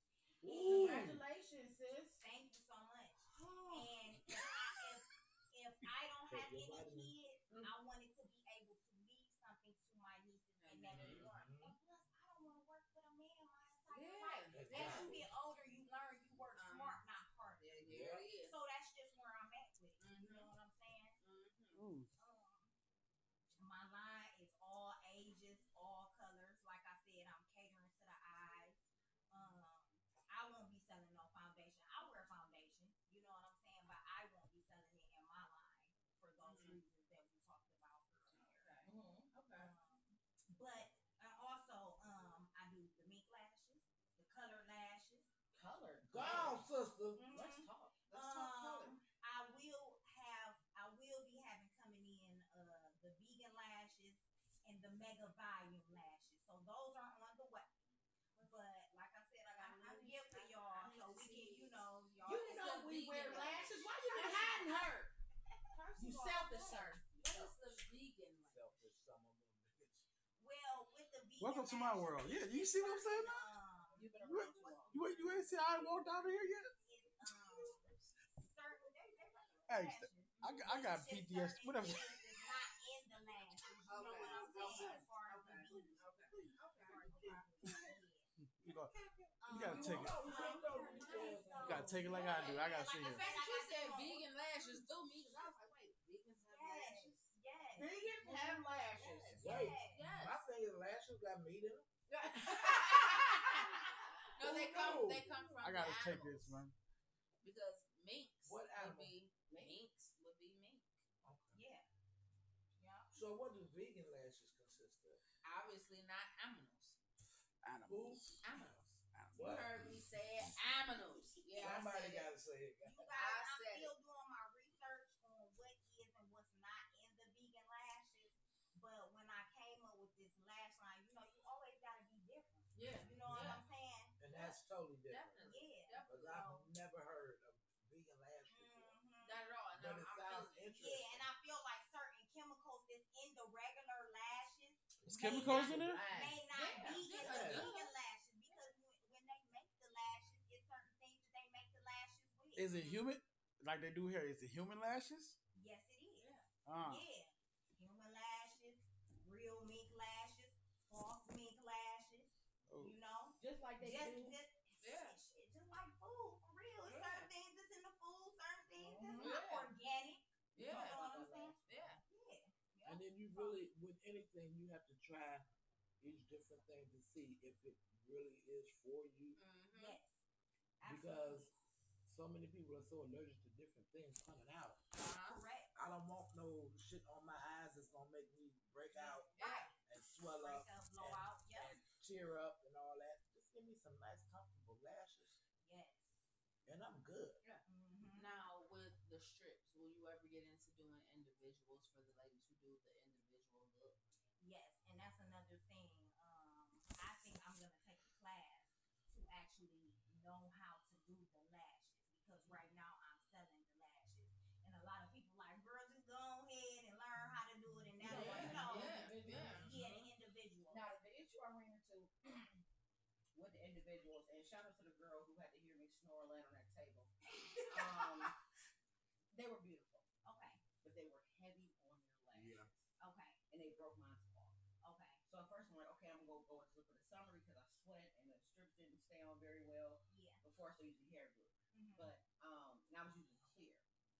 S2: Ooh.
S4: Congratulations, sis.
S7: Thank you so much. And if, if, if I don't
S2: Take
S7: have
S2: your
S7: any
S2: vitamins.
S7: kids, I wanted to be able to leave something to my nieces and nephews.
S2: Mhm.
S7: And plus, I don't want to work with a man my entire
S1: Yeah.
S7: life.
S2: That's
S7: As you
S2: right.
S7: get older, you learn you work
S1: Um,
S7: smart, not hard.
S1: Yeah, there it is.
S7: So that's just where I'm at with it. You know
S1: Mhm.
S7: what I'm saying?
S1: Mhm.
S3: Ooh.
S7: Um, my line is all ages, all colors. Like I said, I'm catering to the eyes. Um, I won't be selling no foundation. I wear foundation. You know what Um,
S4: Mm-hmm. Um,
S7: uh, and the mega volume lashes. So those are on the way. But like I said, I got a little gift for y'all, so we can, you know, y'all.
S4: You didn't know
S7: can-
S4: we wear lashes. Why you been hiding her?
S7: First
S4: You
S7: of all,
S4: selfish,
S7: what-
S4: sir.
S1: What is the vegan like?
S2: Selfish, some of them.
S7: Well, with the vegan
S3: Welcome to my
S7: lashes,
S3: world. Yeah, you
S7: it's
S3: see what I'm saying now?
S7: Um,
S4: You been
S3: What-
S4: around too long.
S3: You ain't, you ain't see how I walked out of here yet?
S7: it's, um, certain, they, they regular
S3: Hey,
S7: lashes.
S3: I got, I got
S7: It's just
S3: PTSD.
S7: certain
S3: Whatever.
S7: things is not in the lashes. You know
S1: Okay,
S7: what
S1: okay,
S7: I'm saying? As far as the
S1: okay,
S7: vegan.
S3: You got-
S7: Um,
S3: gotta take it. you gotta take it like I do. I gotta sit
S1: The
S3: here.
S1: fact that you said vegan lashes threw me because I was like, wait, vegans have
S7: Yes,
S1: lashes?
S7: yes.
S4: Vegans have lashes.
S2: Wait.
S7: yes.
S1: Yes.
S2: My thing is, lashes got meat in them.
S1: No, they
S2: Who
S1: come.
S2: knew?
S1: They come from.
S3: I gotta
S1: the
S3: take
S1: animals.
S3: this, man.
S1: Because minks
S2: What
S1: would
S2: animal?
S1: be minks would be mink.
S7: Yeah. Yeah.
S2: So what do vegan lashes consist of?
S1: Obviously not aminals.
S2: Who?
S1: Aminals. You
S2: What?
S1: heard me say it. Aminals. Yeah, I said
S2: Somebody
S1: it.
S2: gotta say it.
S7: You guys, I'm
S1: said
S7: still doing my research on what is and what's not in the vegan lashes. But when I came up with this lash line, you know, you always gotta be different.
S1: Yeah.
S7: You know what
S1: Yeah.
S7: I'm saying?
S2: And that's totally different.
S1: Definitely.
S7: Yeah.
S2: Because
S1: Definitely.
S2: I've never heard of vegan lashes before.
S7: Mhm.
S1: Not at all. And
S2: But
S1: Uh, I'm,
S2: it
S1: I'm
S2: sounds
S1: feeling it.
S2: interesting.
S7: Yeah, and I feel like certain chemicals that's in the regular lashes
S3: Is chemicals in there?
S7: may not
S1: Yeah,
S7: be in the
S1: yeah.
S7: vegan lashes because when, when they make the lashes, it's certain things that they make the lashes with.
S3: Is it human? Like they do here? Is it human lashes?
S7: Yes, it is.
S3: Uh,
S7: Yeah. Human lashes, real mink lashes, false mink lashes,
S3: oh.
S7: you know?
S4: Just like they
S7: Just,
S4: do.
S7: just,
S1: Yeah.
S7: shit, just like food, for real. It's
S1: Yeah.
S7: Certain things that's in the food, certain things that's
S1: Mhm. Yeah.
S7: not
S1: Mm-hmm.
S7: organic. You
S1: Yeah.
S7: know what I'm saying?
S1: Yeah.
S7: Yeah.
S2: And then you really, with anything, you have to try each different thing to see if it really is for you.
S1: Mm-hmm.
S7: Yes.
S2: Because
S7: Absolutely.
S2: so many people are so allergic to different things coming out.
S1: Uh-huh.
S7: Correct.
S2: I don't want no shit on my eyes that's gonna make me break out
S1: Yeah.
S2: and swell
S3: uh,
S7: Break
S2: up
S7: up, blow out. Yep.
S2: and tear up and all that. Just give me some nice, comfortable lashes,
S7: Yes.
S2: and I'm good.
S7: Mm-hmm.
S1: Now with the strips, will you ever get into doing individuals for the ladies who do the individual look?
S7: Yes, and that's another thing. Um, I think I'm gonna take a class to actually know how to do the lashes because right now I'm selling the lashes, and a lot of people like, girl, just go ahead and learn how to do it, and that's
S4: Yeah, Mm-hmm.
S7: you know, yeah,
S1: Yeah. Yeah.
S7: the individual.
S4: Now, the issue I ran into with the individuals, and shout out to the girl who had to hear me snore laying on that table. Um, they were beautiful,
S7: Okay,
S4: but they were heavy on their lashes,
S7: okay,
S4: and they broke mine off.
S7: okay.
S4: So at first I'm like, okay, I'm gonna go and look for the summer because I sweat and the strips didn't stay on very well.
S7: Yeah.
S4: Before I started using hair glue,
S7: mhm.
S4: but um, and I was using clear.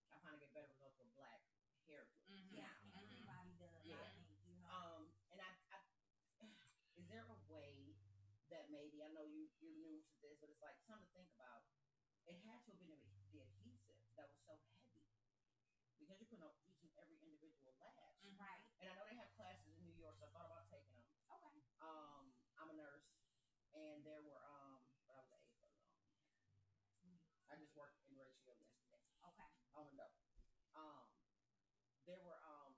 S4: I kind of get better results with black hair glue.
S1: Mm-hmm.
S7: Yeah,
S1: Mhm.
S7: everybody does. I
S4: Yeah.
S7: think you know.
S4: Um, and I, I, is there a way that maybe I know you you're new to this, but it's like something to think about. It had to have been the the adhesive that was so heavy because you're putting on each and every individual lash.
S7: Right.
S4: And I know they have classes in New York, so I thought about taking them.
S7: Okay.
S4: Um, I'm a nurse, and there were um, but I was an aide for a long time. I just worked in ratio yesterday.
S7: Okay.
S4: I'm a nurse. Um, there were um,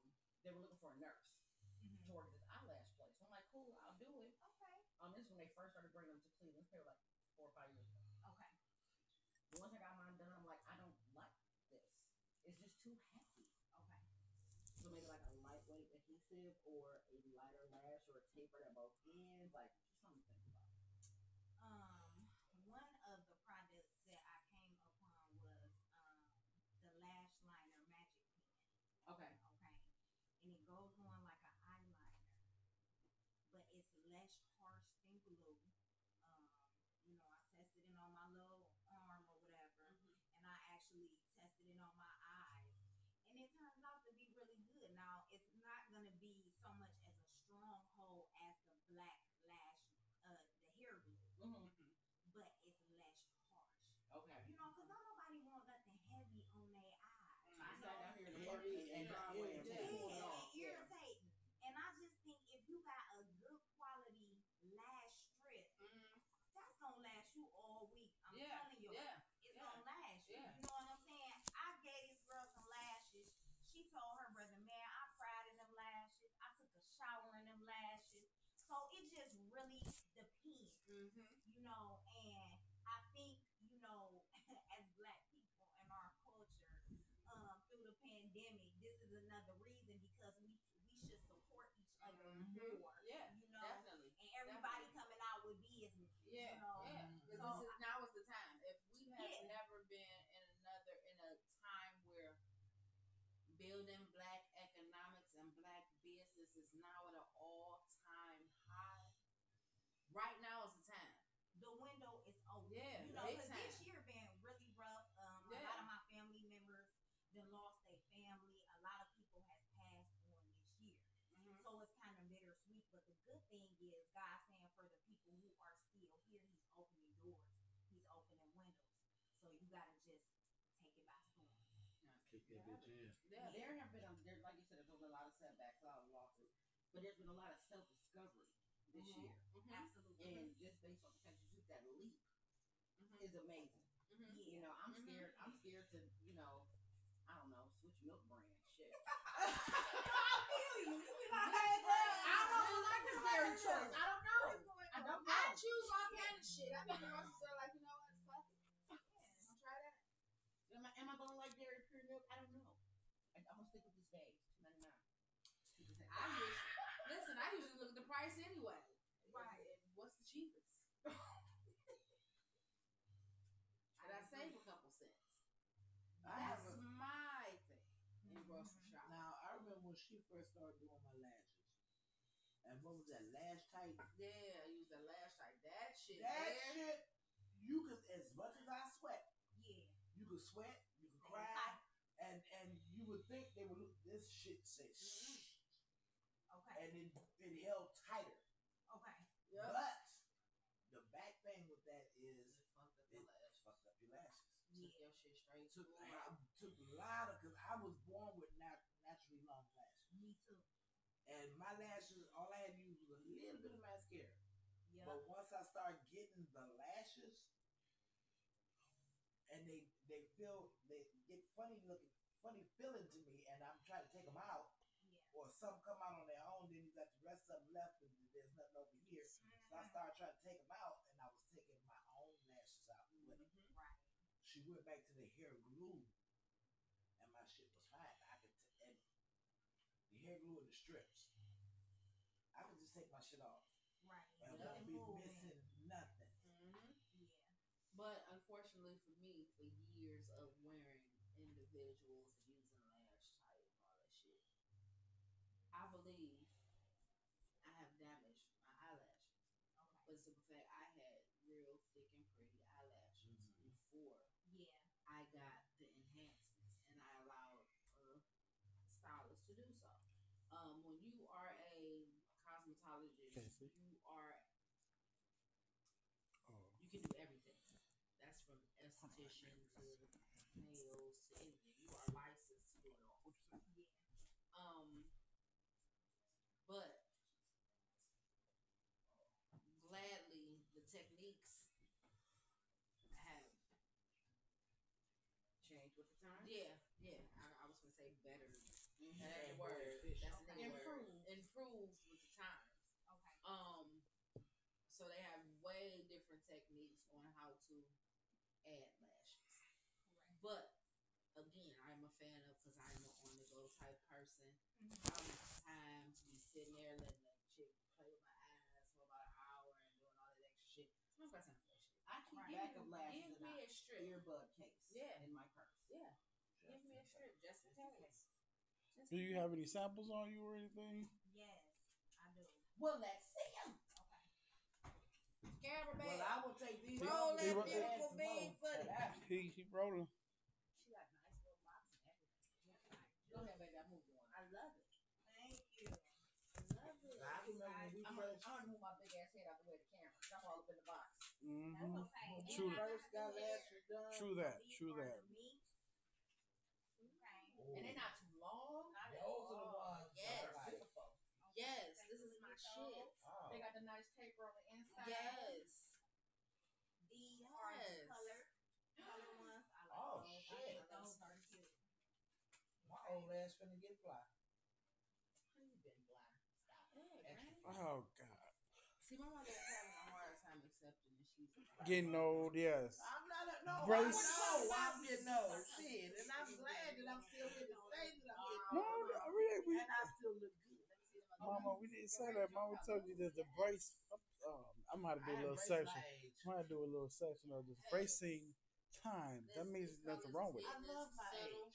S4: they were looking for a nurse to
S7: Mhm.
S4: work at this eyelash place. I'm like, cool, I'll do it.
S7: Okay.
S4: Um, this is when they first started bringing them to Cleveland. They were like four or five years ago.
S7: Okay.
S4: But once I got mine done, I'm like, I don't like this. It's just too heavy.
S7: Okay.
S4: So maybe like a lightweight adhesive or a lighter lash or a taper at both ends, like just something to think about.
S7: um, one of the products that I came upon was um, the lash liner magic pen.
S4: Okay.
S7: Okay, and it goes on like an eyeliner, but it's less harsh than glue. Um, you know, I tested it on my little arm or whatever, and I actually tested it on my eyes, and it turns out to be really good. Now, it's not gonna be so much as a stronghold as the black lash, uh, the hair glue
S4: Mm-hmm.
S7: but it's less harsh.
S4: Okay.
S7: You know, because don't nobody want nothing heavy on their eyes.
S4: I
S7: You
S4: saw
S7: know?
S4: that here in the park
S2: Mm-hmm. Yeah,
S4: and
S2: yeah,
S4: driveway and
S2: yeah.
S7: Yeah,
S4: people pulling off.
S7: it's
S4: Yeah.
S7: irritating. And I just think if you got a good quality lash strip,
S1: Mhm.
S7: that's gonna last you all week. I'm
S1: Yeah.
S7: telling you,
S1: Yeah. yeah.
S7: it's gonna last you.
S1: Yeah.
S7: You know what I'm saying? I gave this girl some lashes. She told her brother, man, I fried in them lashes. I took a shower in them lashes.
S2: Mm-hmm.
S1: Mm-hmm.
S7: um, another reason because we we should support each other
S1: Mhm.
S7: more.
S1: Yeah,
S7: You know,
S1: definitely.
S7: and everybody
S1: definitely.
S7: coming out with business.
S1: Yeah,
S7: You know,
S1: yeah. 'cause
S7: so
S1: this is now is the time. If we have
S7: Yeah.
S1: never been in another in a time where building black economics and black business is now at an all time high. Right now is the time.
S7: the window is open.
S1: Yeah,
S7: you know,
S1: big
S7: 'cause this
S1: time.
S7: year been really rough. Um, a
S1: Yeah.
S7: lot of my family members then lost their family. A lot of people has passed on this year,
S1: Mm-hmm.
S7: so it's kind of bittersweet. But the good thing is, God saying for the people who are still here, He's opening doors. He's opening windows. So you gotta just take it by storm.
S8: Kick that bitch in.
S1: Yeah.
S4: There have been, a, there, like you said, there's been a lot of setbacks, a lot of losses, but there's been a lot of self discovery this
S7: Mhm.
S4: year.
S1: Mhm,
S7: Absolutely.
S4: And just based on the fact you took that leap
S1: mhm,
S4: is amazing.
S1: mhm.
S4: You know, I'm
S1: Mhm.
S4: scared. I'm scared to, you know, I don't know, switch milk brand shit.
S7: I feel you. You be like,
S1: Hey,
S7: hey,
S1: girl,
S4: I don't like this dairy choice. I don't know. I don't
S1: I
S4: know.
S1: choose my kind of shit. I make the rest of like, you know what? Fuck it. Yeah, I'll try that.
S4: Am I, am I gonna like dairy pure milk? I don't know. I, I'm gonna stick with this day. Two ninety nine.
S1: I just, listen, I usually look at the price anyway.
S7: Right.
S1: And What's the cheapest? But I save a couple cents.
S2: I
S1: That's
S2: have a-
S1: my thing in grocery shopping.
S2: Now I remember when she first started doing my lashes, and what was that lash type?
S1: Yeah, I use the lash like Mm-hmm. that shit.
S2: That
S1: there.
S2: shit, you could as much as I sweat,
S7: Yeah.
S2: you could sweat, you could
S7: Right.
S2: cry, and and you would think they would look this shit say, "Shh,"
S7: Okay.
S2: and it it held tighter.
S7: Okay.
S1: Yep.
S2: But the bad thing with that is it fucked up your lashes.
S1: Took your shit straight.
S2: It took
S1: to
S2: I took a lot of because I was born with nat- naturally long lashes,
S7: Me too.
S2: and my lashes all I had to use was a little bit of mascara.
S7: Yeah.
S2: But once I start getting the lashes, and they they feel they get funny looking, funny feeling to me, and I'm trying to take them out,
S7: Yeah.
S2: or some come out on their own. Then you got the rest of them left, and there's nothing over here.
S7: Mm-hmm.
S2: So I started trying to take them out, and I was taking my own lashes out. With it.
S7: Right.
S2: She went back to the hair glue, and my shit was fine. I could t- and the hair glue and the strips. I could just take my shit off
S7: Right.
S2: and
S7: Keep
S2: won't
S7: it
S2: be
S7: moving.
S2: missing nothing.
S1: Mhm.
S7: Yeah.
S1: But unfortunately for me, for years of wearing individuals using lash type and all that shit, I believe I have damaged my eyelashes.
S7: Okay.
S1: But simple fact, I had real thick and pretty eyelashes before
S7: Yeah.
S1: I got the enhancements and I allowed a stylist to do so. Um, when you are a cosmetologist,
S3: Can't see.
S1: you are
S3: Oh.
S1: you can do everything. That's from esthetician to nails to anything. You are licensed to do it all. Um, but gladly, the techniques have
S4: Change with the time.
S1: yeah yeah. I, I was gonna say better.
S4: Mhm.
S1: That's the word. That's the
S4: Okay.
S1: word. Improved with the times.
S7: Okay.
S1: Um, so they have way different techniques on how to add lashes.
S7: Correct.
S1: But again, I'm a fan of because I'm an on the go type person.
S7: Mhm.
S1: I don't have time to be sitting there letting that chick play with my eyes for about an hour and doing all that extra shit. I'm not got time for that shit.
S4: I keep
S7: Right.
S4: back of lashes in
S1: Give me
S4: my
S1: a strip.
S4: earbud case.
S1: Yeah.
S4: In my purse.
S1: Yeah, give me a strip just in case. Just
S3: Do
S1: in
S3: you
S1: case.
S3: have any samples on you or anything?
S7: Yes, I do.
S4: Well, let's see 'em. Well,
S1: Scarab bag.
S4: I will take these.
S3: Roll
S4: off
S3: that
S4: and add
S1: beautiful
S4: some
S1: bean
S4: more.
S1: footage.
S4: Yeah.
S3: He keep rolling.
S1: She got nice little locks and everything. Go ahead, baby. I'm moving on. I love it.
S7: Thank you.
S1: I love it.
S2: I remember when we
S4: I'm gonna,
S2: first,
S4: I'm gonna move my big ass head out the way of the camera. 'cause I'm all up in the box.
S7: That's
S3: Mm-hmm.
S7: okay.
S2: when we
S3: True.
S7: And I
S2: first
S7: got
S2: got
S7: the
S2: lashes done,
S3: True that.
S7: These
S3: True
S7: are
S3: that.
S7: the meat. Okay.
S2: oh,
S4: And they're not too long.
S1: Not at
S2: those are the
S1: all.
S2: ones.
S1: Yes.
S2: that are like,
S1: Yes, this is my shit.
S2: wow.
S4: They got the nice paper on the inside.
S1: Yes.
S7: These are the
S1: Yes.
S7: color, color ones. I like
S2: Oh,
S7: those. I
S2: shit.
S7: think those are cute.
S2: My old ass finna get fly.
S4: You've been blind. Stop it.
S1: Yeah, right?
S3: Oh God.
S1: See, my mother is having a hard time accepting that she's
S3: Getting old. Yes.
S4: I'm not a no.
S3: Brace.
S4: I know I'm getting old. Shit. And I'm glad that I'm still here to say that I'm getting
S3: No,
S4: old.
S3: no, we Mama, we didn't say that. Mama told you that the brace. Um, I'm gonna have to do a little section. I'm gonna have to do a little section of this bracing time. That means nothing wrong with it.
S7: I love my
S1: subtle.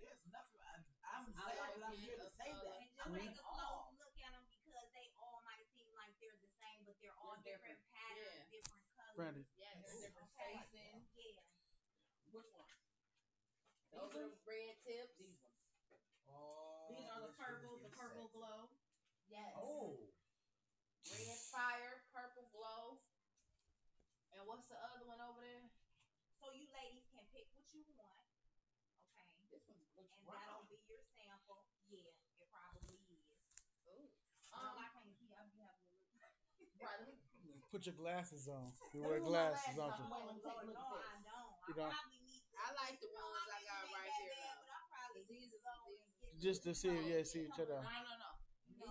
S6: There's nothing. I, I'm
S1: I
S6: sad
S1: like
S6: that I'm here to
S1: it,
S6: say
S1: uh,
S6: that.
S7: And just
S6: I'm
S7: take
S6: in
S7: a
S6: awe.
S7: close look at them because they all might seem like they're the same, but they're all
S1: They're
S7: different,
S1: different.
S7: patterns, different colors.
S3: Brandon,
S1: Yes.
S6: Ooh.
S1: Different
S7: Okay.
S1: facing.
S7: Yeah.
S4: Which one?
S1: Those are the red tips.
S4: These ones.
S6: Oh,
S4: These are the
S6: this shit is
S4: purple, the
S6: getting
S4: purple
S6: sexy.
S4: glow.
S1: Yes.
S6: Oh,
S1: Red fire, purple glow. And what's the other one over there?
S7: So you ladies can pick what you want. Okay.
S4: This one looks
S7: And
S4: brown.
S7: that'll be your sample. Yeah, it probably is.
S1: Ooh. Um,
S7: Um, I can't see. I'm having a look.
S1: right.
S3: put your glasses on.
S4: Who
S3: You wear
S4: am I
S3: glasses, don't
S4: laughing
S3: you?
S4: at? Wait, let me
S7: Oh,
S4: take a
S7: Lord,
S4: look at this.
S3: You
S7: no, I don't. I
S3: don't?
S7: probably need to.
S1: I like the
S7: No,
S1: ones
S7: my
S1: I
S7: vision
S1: got
S7: ain't
S1: right
S7: that
S1: here,
S7: bad,
S1: though.
S7: but I probably
S1: Disease is
S7: need to go
S1: disease.
S7: and get
S3: Just to
S7: this
S3: see,
S7: color
S3: yeah,
S7: and
S3: see each
S7: come
S1: No,
S3: other.
S1: no,
S7: up
S1: no.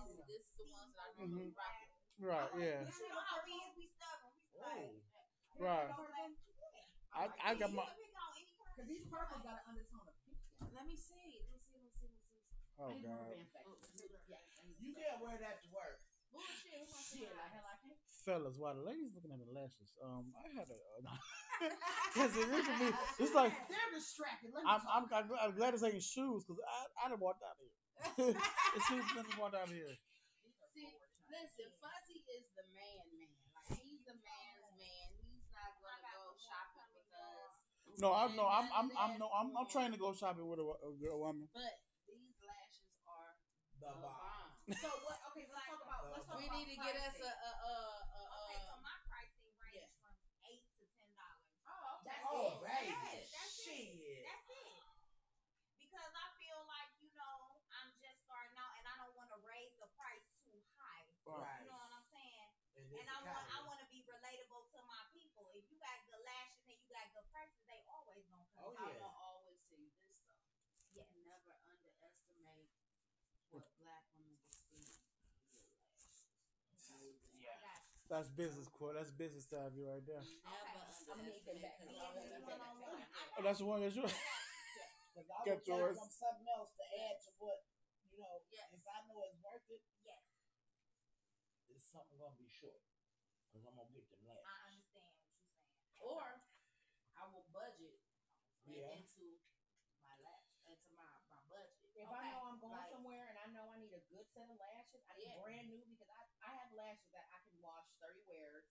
S1: This is this
S7: with these
S1: is the ones that I
S7: colors.
S1: normally rock with.
S3: Right, Mm-hmm. yeah.
S7: You know how we is, we stubborn. We like,
S3: Oh. Right.
S7: you know, like, yeah.
S3: I, I got my.
S7: You can pick on any color
S4: Cause
S7: you
S4: these purples
S7: want.
S4: got an undertone of pink.
S1: Let me see. Let me see. Let me see. Let me see.
S3: Oh
S4: I need more
S3: God,
S4: bands back. Yes, I need
S6: you
S4: some
S6: can't wear that to work.
S1: Bullshit. Who wants to
S4: Shit,
S1: try
S4: like
S1: it?
S4: hell I can't.
S3: fellas, why the ladies looking at the lashes? Um, I had a. Because it is me. It's like
S4: They're distracted. Let me
S3: I'm,
S4: talk.
S3: I'm, I'm glad- I'm glad it's ain't shoes because I I done walked out of here. it seems nothing walked out of here.
S1: See, listen, Fuzzy is the man, man. Like he's the man's man. He's not
S7: I
S1: gonna
S7: got
S1: go
S7: the one
S1: shopping
S7: coming
S1: with us.
S7: up.
S3: No, I'm
S1: And
S3: no, I'm
S1: none
S3: I'm
S1: of
S3: I'm
S1: that
S3: no, I'm I'm
S1: going
S3: trying
S1: on.
S3: to go shopping with a, wo- a girl woman.
S1: But these lashes are
S6: The
S1: the
S6: bomb.
S1: bomb.
S4: So what? Okay, let's talk about. Let's talk
S1: We
S4: about
S1: need to get us
S4: pricing.
S1: a a a a.
S7: Okay, so
S1: a
S7: my pricing range
S1: yeah.
S7: from eight to ten dollars.
S1: oh, okay.
S4: That's
S6: Oh,
S4: it.
S6: baby.
S7: Yes, that's it.
S6: Shit.
S7: That's it. Because I feel like, you know, I'm just starting out and I don't want to raise the price too high.
S6: Right.
S7: You know what I'm saying?
S6: And, this
S7: and I want I
S6: economy.
S7: want to be relatable to my people. If you got good lashes and you got good prices, they always gonna
S6: Oh,
S7: come.
S1: I
S6: yeah.
S1: will always tell you this though. You can never underestimate what black women will see.
S7: I got you.
S3: That's business quote. That's business side view right there.
S1: Never
S4: I'm gonna need them back.
S1: underestimate. 'cause I want
S7: You get me
S1: that
S7: one
S1: back.
S7: on one. I
S3: Oh,
S7: got
S3: that's the one that's yours.
S7: you.
S6: Cause I
S3: Get
S6: would like
S3: yours.
S6: want something else to add to what you know.
S1: Yes.
S6: If I know it's worth it,
S7: Yes,
S6: it's something gonna be short. Cause I'm gonna get them
S7: I
S6: last.
S7: understand what you're saying.
S1: Or I will budget it
S6: Yeah.
S1: into my lash, into my, my budget.
S4: If I
S7: Okay,
S4: know I'm going
S1: like-
S4: somewhere and I know I need a good set of lashes, I need
S1: Yeah.
S4: brand new because I, I have lashes that I can wash 30 wears.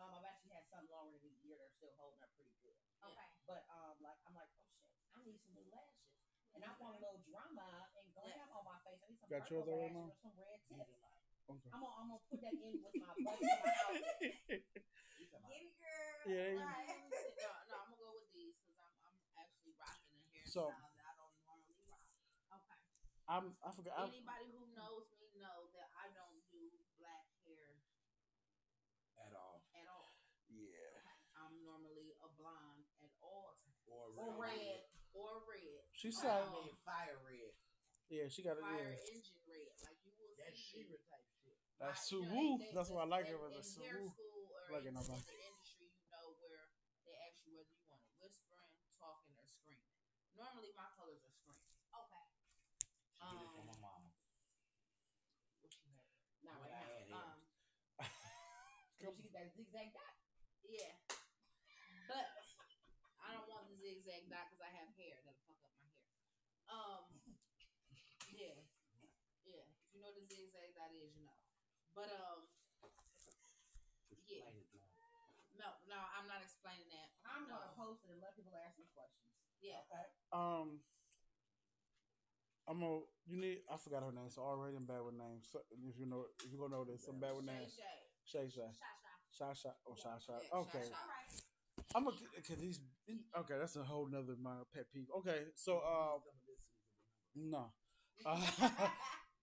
S4: Um, I've actually had some longer than a year that are still holding up pretty good.
S7: Okay.
S4: But um, like I'm like, oh shit, I need some new lashes, and I want a little drama and glam on my face. I need some
S3: Got
S4: purple
S3: yours already,
S4: lashes
S3: Mom?
S4: or some red tips.
S3: Okay.
S4: I'm gonna, I'm gonna put that in with my budget. and my outfit.
S6: You talking about-
S7: Get it, girl.
S3: Yeah,
S1: No,
S3: yeah.
S7: Right.
S1: no, I'm gonna go with these because I'm, I'm actually rocking a hairstyle
S3: So-
S1: that I don't normally rock.
S7: Okay.
S3: I'm I forgot. I'm,
S1: Anybody who knows me know that I don't do black hair
S2: at all.
S1: at all.
S3: yeah.
S1: I'm normally a blonde at all times.
S2: Or,
S1: Or
S2: red.
S1: red, or red,
S3: She
S6: I
S3: said.
S6: mean, fire red.
S3: Yeah, she got it.
S1: fire
S3: Yeah.
S1: engine red. Like you will
S6: That
S1: see.
S6: Shira type shit.
S3: That's
S1: I- you
S3: Sue
S1: know,
S3: Woo.
S1: they- they
S3: That's why I
S1: just-
S3: like her.
S1: in- in
S3: Was a Sue
S1: hair
S3: Woo.
S1: school or
S3: Like
S1: in,
S3: it, I'm
S1: in
S3: like-
S1: the industry, you know where they ask you whether you want to whispering, talking, or screaming. Normally, my colors are screaming.
S7: Okay.
S2: She get it from my mom.
S1: What you have?
S4: Not
S2: What
S4: right
S2: I
S4: now.
S2: had here.
S1: Um,
S4: She get that zigzag dot.
S1: yeah, but I don't want the zigzag dot because I have hair that'll fuck up my hair. Um, yeah, yeah. If you know what the zigzag dot is, you know. But um, yeah.
S2: Explain it to uh, her.
S1: No, no, I'm not explaining that.
S4: I'm
S1: no.
S4: gonna post it and let people ask me questions.
S1: Yeah.
S6: Okay.
S3: um. I'm gonna. You need. I forgot her name. So already I'm bad with names. So if you know, if you gonna know this, I'm bad with
S1: Shay
S3: names.
S1: Shay.
S3: Shay Shay. Sha
S7: Shot, shot.
S3: Sha. Oh, Sha Sha.
S1: Yeah, Sha
S3: Okay.
S1: Sha.
S7: All right.
S3: I'm gonna because these. Okay, that's a whole nother my pet peeve. Okay, so uh, no, uh,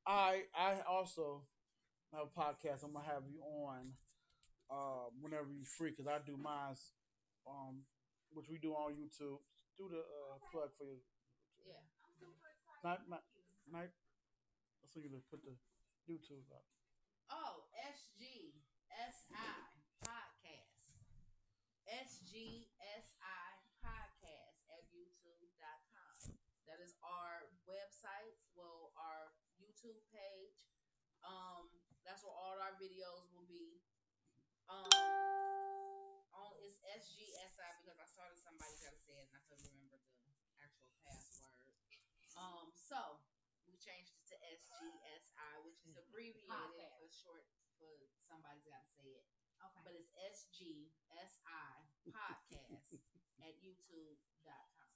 S3: I I also have a podcast. I'm gonna have you on uh whenever you free because I do mine's um which we do on YouTube. Do the uh, plug for your
S1: Yeah.
S7: I'm super excited.
S3: Not- not-
S7: Thank you.
S3: night. So you can put the YouTube up.
S1: Oh, SG SI podcast. SG SI podcast at youtube.com. That is our website, well, our YouTube page. Um, that's where all our videos will be. Um, on it's SGSI because I saw that somebody had said and I couldn't remember the actual password. Um, so we changed it to SGSI, which is abbreviated for short for somebody's got to say it,
S7: Okay.
S1: but it's SGSI podcast at YouTube.com.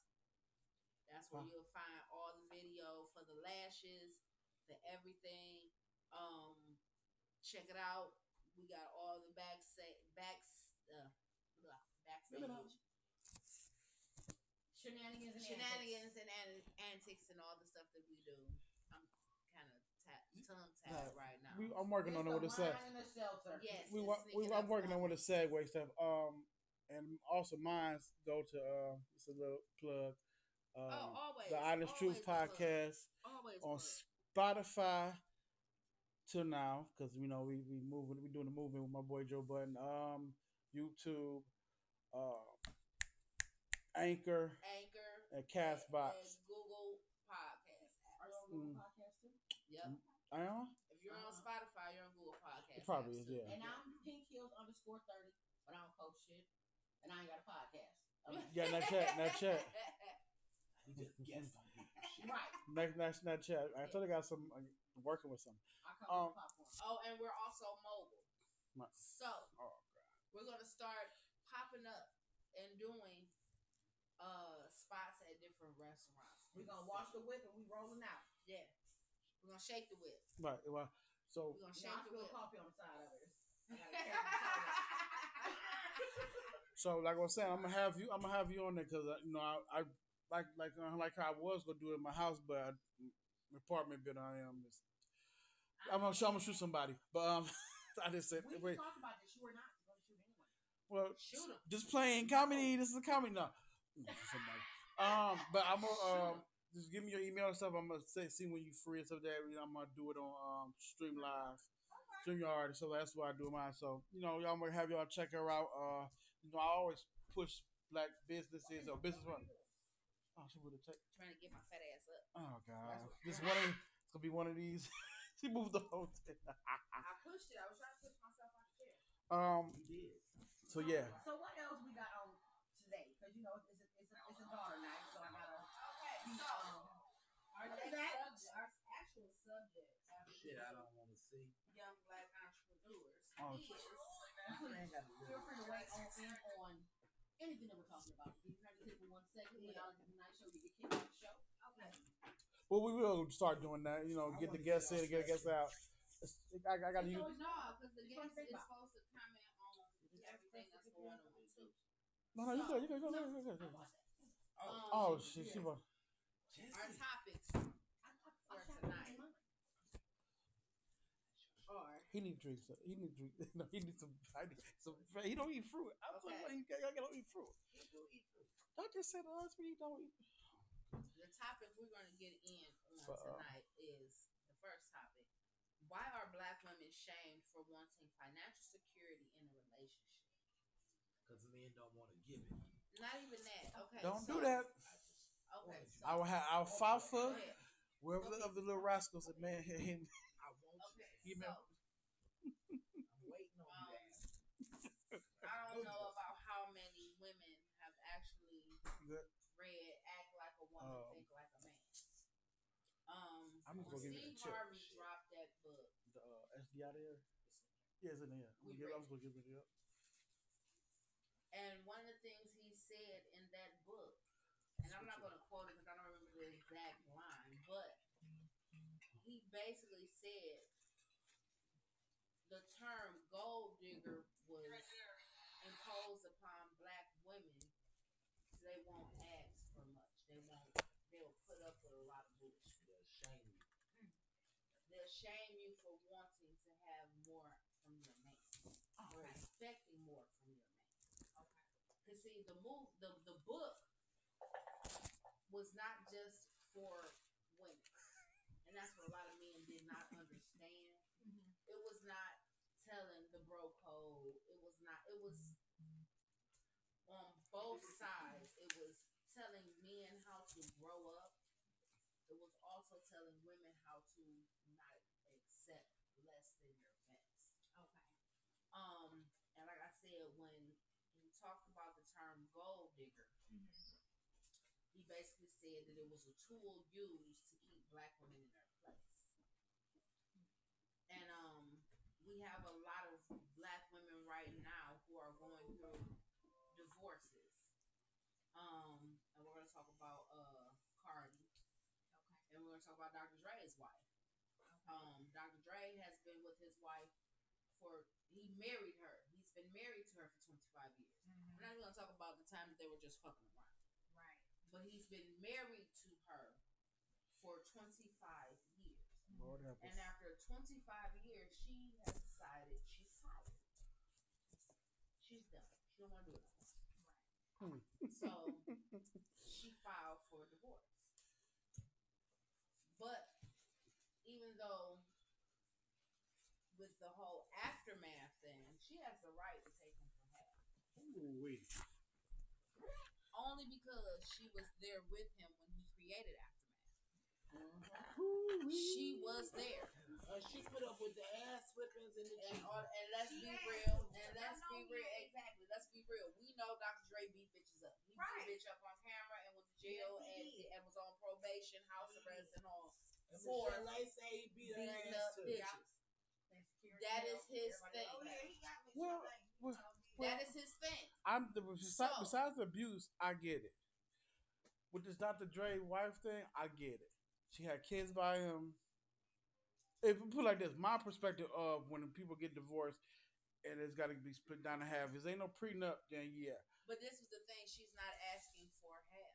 S1: That's where
S3: Wow.
S1: you'll find all the video for the lashes, for everything. Um, check it out. We got all the back sa- backs uh, blah, backstage
S7: Shenanigans and
S1: shenanigans and an- antics and all the stuff that we do. I'm kind of ta- tongue tied right now.
S3: We, I'm working on it
S4: It's
S3: with a
S4: the
S3: seg.
S4: wine and the seltzer.
S1: yes,
S3: We,
S1: and
S3: wa-
S1: sneaking
S3: we
S1: up
S3: I'm working on
S1: on-
S3: with a segue stuff. Um, and also mine's go to um, it's a little plug. Um,
S1: Oh, always
S3: the Honest Truth
S1: always plug,
S3: podcast
S1: always
S3: on
S1: plug.
S3: Spotify till now because you know we we moving we doing the movement with my boy Joe Button. Um, YouTube, uh, Anchor,
S1: Anchor
S3: and
S1: and
S3: Castbox.
S1: Google Podcast.
S4: Are
S1: apps.
S4: y'all doing
S3: Mm.
S4: podcast too?
S1: Yep.
S3: I am.
S1: If you're on Spotify, you're on Google Podcast.
S3: It probably
S1: apps
S3: is,
S1: too.
S3: yeah.
S4: Uh-huh. And I'm Pink Hills underscore thirty, but I don't coach shit, and I ain't got a podcast. Okay.
S3: Yeah, not yet, not yet.
S2: You just guess on people's shit.
S4: right.
S3: Next, next, next chat. I thought I got some uh, working with some.
S4: I cover
S3: Um,
S4: the popcorn.
S1: Oh, and we're also mobile.
S3: My-
S1: So
S3: Oh,
S1: we're gonna start popping up and doing uh spots at different restaurants.
S4: We gonna wash the whip and we rolling out.
S1: Yeah. We're gonna shake the whip.
S3: Right. Well, so
S1: We're gonna
S4: Now, I
S1: shake the
S4: spill
S1: whip.
S4: coffee on the side of it. I gotta carry it.
S3: so like I was saying, I'm gonna have you. I'm gonna have you on there because you know I, I like like uh, like how I was gonna do it in my house, but I, my apartment building I am is. I'm gonna, shoot- I'm gonna shoot somebody, but um, I just said
S4: We
S3: wait.
S4: talked about this. You were not going to shoot anyone.
S3: Well,
S1: Shoot 'em.
S3: just playing comedy. This is a comedy. No, No, shoot somebody. Um, but I'm gonna um, just give me your email and stuff. I'm gonna say, see when you free and stuff. That I'm gonna do it on um, stream live. StreamYard, so that's why I do mine. So, you know, y'all gonna have y'all check her out. Uh, you know, I always push black businesses or business run. Oh, she would have taken.
S1: Trying to get my fat ass up.
S3: Oh God, this one of, it's gonna be one of these. she moved the whole thing.
S1: I pushed it. I was trying to push myself out the chair.
S3: Um,
S2: You did.
S3: so yeah,
S4: So what else we got on today? Because you know it's a, it's a, it's a daughter night, so I gotta.
S1: Okay,
S4: be,
S1: so
S4: Um,
S1: our
S4: Look at
S1: next
S4: that.
S1: subject, our actual subject after
S2: Shit, I don't want to see.
S1: young black entrepreneurs
S3: Oh,
S1: is
S2: I ain't got to
S4: feel
S2: live.
S4: free to wait on in on anything that we're talking about. If you're not here for one second, when y'all have a nice show, you get kicked off the show. Okay.
S3: well, we will start doing that. You know,
S2: I
S3: get the
S2: wanna
S3: guests
S2: see
S3: in,
S2: y'all
S3: and get the guests
S2: special.
S3: out. It's- I, I gotta use.
S1: no, because the
S4: It's on
S1: guest
S4: Facebook.
S1: is supposed to comment on everything that's going on too.
S3: No, no, you good, you good, you good, you good, you good.
S1: Um,
S3: Oh shit, she was.
S1: Our
S2: Jesse.
S1: topics for tonight are
S3: He need drinks. He need drinks. No, he needs some. I need some. He don't eat fruit. I'm
S1: Okay.
S3: talking about he, I don't eat fruit.
S2: You do eat fruit.
S3: I just said the last week don't eat.
S1: the topic we're going to get in on
S3: For, uh,
S1: tonight is the first topic. Why are black women shamed for wanting financial security in a relationship?
S2: Cause men don't want to give it.
S1: Not even that. Okay.
S3: Don't
S1: so-
S3: do that.
S1: Okay. So,
S3: I will have alfalfa.
S1: Go ahead.
S3: Wherever the, of the little rascals that man hit him.
S2: I want
S1: Okay.
S3: You
S2: you.
S1: so,
S3: know-
S2: I'm waiting on
S1: um,
S2: you. guys.
S1: I don't know about how many women have actually
S3: Good.
S1: read "Act Like a Woman,
S3: Um,
S1: Think Like a Man." Um,
S3: I'm gonna go
S1: when
S3: give you
S1: Steve
S3: that check.
S1: Harvey dropped that book,
S3: The uh, SD out there. Yeah, it's in there. I'm gonna give, I was gonna give it up.
S1: and one of the things he said in that book, and I'm not going to quote it because I don't remember the exact line, but he basically said the term "gold digger" was imposed upon black women. They won't ask for much. They won't. They'll put up with a lot of bullshit. Hmm.
S2: They'll shame you.
S1: They'll shame you for wanting to have more from your man, or expecting more from your man. Okay. Cause see, the move, the the book was not just for women, and that's what a lot of men did not understand. It was not telling the bro code. It was not. It was on both sides. It was telling men how to grow up. It was also telling women how to not accept less than your best. Okay. Um, and like I said, when he talked about the term gold digger, he basically said that it was a tool used to keep black women in their place. And um, we have a lot of black women right now who are going through divorces. Um, and we're gonna talk about uh Cardi. Okay. And we're gonna talk about Dr. Dre's wife. Um, Dr. Dre has been with his wife for he married her. He's been married to her for twenty five years. We're not even gonna talk about the time that they were just fucking around
S7: Right.
S1: but he's been married to her for 25 years.
S3: Lord help
S1: And after 25 years, she has decided she's tired. She's done. She don't want to do it. no more. So she filed for divorce. But even though with the whole aftermath thing, she has the right to take him from hell.
S8: Ooh, wait.
S1: Only because she was there with him when he created Aftermath. She was there,
S2: Uh, she put up with the ass whippings and the
S1: Um, and, all, and let's be
S7: Yes.
S1: real, and let's
S7: No,
S1: be
S7: no,
S1: real,
S7: yes.
S1: exactly. Let's be real. We know Dr. Dre beat bitches up. He
S7: Right.
S1: beat a bitch up on camera and went to jail
S7: Yes, he
S1: and,
S7: did.
S1: and was on probation, house arrest, and all.
S2: And
S1: Four.
S2: Michelle Light say he beat her
S1: Beating
S2: ass
S1: up
S2: too.
S1: bitches. That is his thing.
S7: Oh yeah, he got me.
S3: Well,
S7: like, you
S3: well,
S7: know, he-
S1: That is his thing.
S3: I'm the besides,
S1: So-
S3: besides the abuse, I get it. With this Dr. Dre wife thing, I get it. She had kids by him. If we put it like this, my perspective of when people get divorced and it's got to be split down in half, if there ain't no prenup, then yeah.
S1: But this was the thing. She's not asking for half.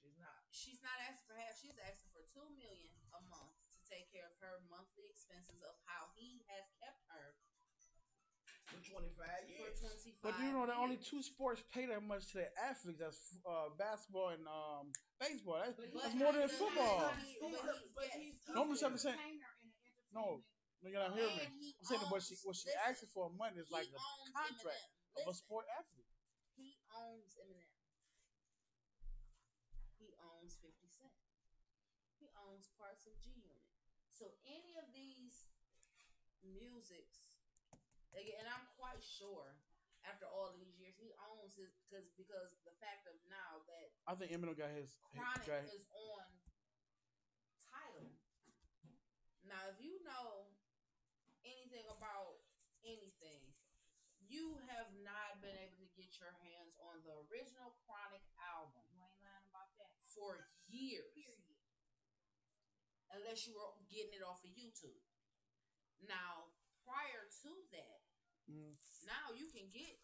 S2: She's not.
S1: She's not asking for half. She's asking for two million a month to take care of her monthly expenses of how he has kept her
S2: For 25
S1: for
S2: years.
S1: twenty five.
S3: But you know, the only
S1: years.
S3: two sports pay that much to their athletes that's uh, basketball and um, baseball. That's,
S2: But
S3: that's
S2: he-
S3: more than
S1: but
S3: football.
S1: he-
S2: But
S1: but he-
S2: but
S1: yes.
S2: he's
S3: No, I'm just
S2: under.
S3: saying, no, nigga, I'm hearing me.
S1: And he
S3: I'm saying that what she
S1: owns-
S3: what she
S1: listen,
S3: asking for money is like
S1: he
S3: a
S1: owns
S3: contract
S1: Eminem.
S3: of a
S1: Listen,
S3: sport athlete.
S1: He owns Eminem. He owns 50 Cent. He owns parts of G Unit. So any of these musics, like, and I'm quite sure after all of these years, he owns his because because the fact of now that
S3: I think Eminem got his
S1: Chronic
S3: got
S1: is on title. Now, if you know anything about anything, you have not been able to get your hands on the original Chronic album
S7: You ain't lying about that.
S1: for years,
S7: Period.
S1: unless you were getting it off of YouTube. Now, prior to that,
S3: Mm.
S1: now you can get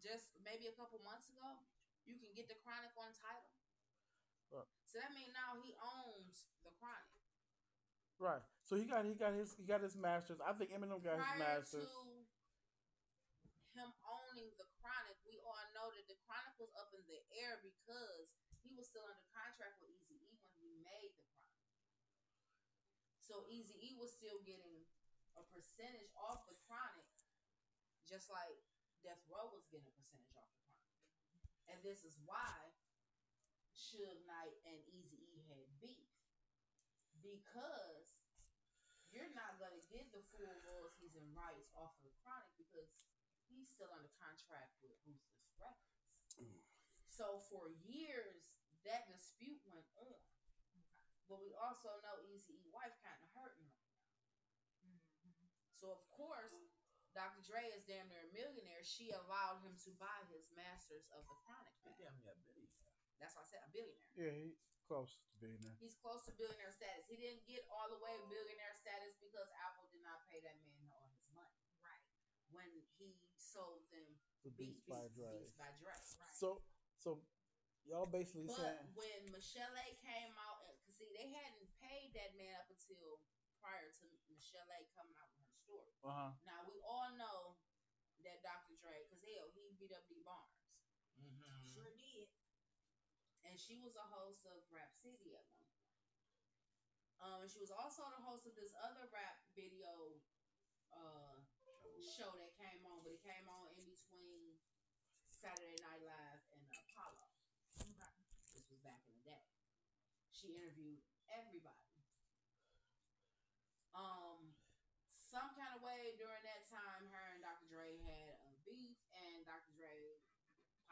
S1: just maybe a couple months ago, you can get the Chronic on title.
S3: Right.
S1: So that means now he owns the Chronic.
S3: right. So he got he got his he got his masters. I think Eminem got his
S1: prior to
S3: masters.
S1: him owning the Chronic, we all know that the Chronic was up in the air because he was still under contract with Easy E when he made the Chronic. So Easy E was still getting a percentage off the Chronic, just like Death Row was getting a percentage off the Chronic. And this is why Suge Knight and Easy E had beef because you're not going to get the full royalties and rights off of the chronic because he's still under contract with Ruthless Records. So for years, that dispute went on. But we also know Easy E wife kind of hurting him. So of course, Dr. Dre is damn near a millionaire. She allowed him to buy his masters of the chronic. back.
S2: Damn near Billy.
S1: That's why I said a billionaire.
S3: Yeah, he close to being there.
S1: He's close to billionaire status. He didn't get all the way billionaire status because Apple did not pay that man all his money
S7: Right.
S1: when he sold them
S3: The Beats by Dre.
S1: Beats by Dre. Right.
S3: So so y'all basically
S1: But
S3: saying
S1: when Michelle A came out, and 'cause see, they hadn't paid that man up until prior to Michelle A coming out with her story.
S3: uh huh.
S1: Now we all know that Dr. Dre, because hell, he beat up D Barnes,
S2: Mm-hmm.
S7: Sure did.
S1: and she was a host of Rap City at one point. Um, and she was also the host of this other rap video uh show that came on, but it came on in between Saturday Night Live and Apollo. This was back in the day. She interviewed everybody. Um, some kind of way, during that time, her and Dr. Dre had a beef, and Dr. Dre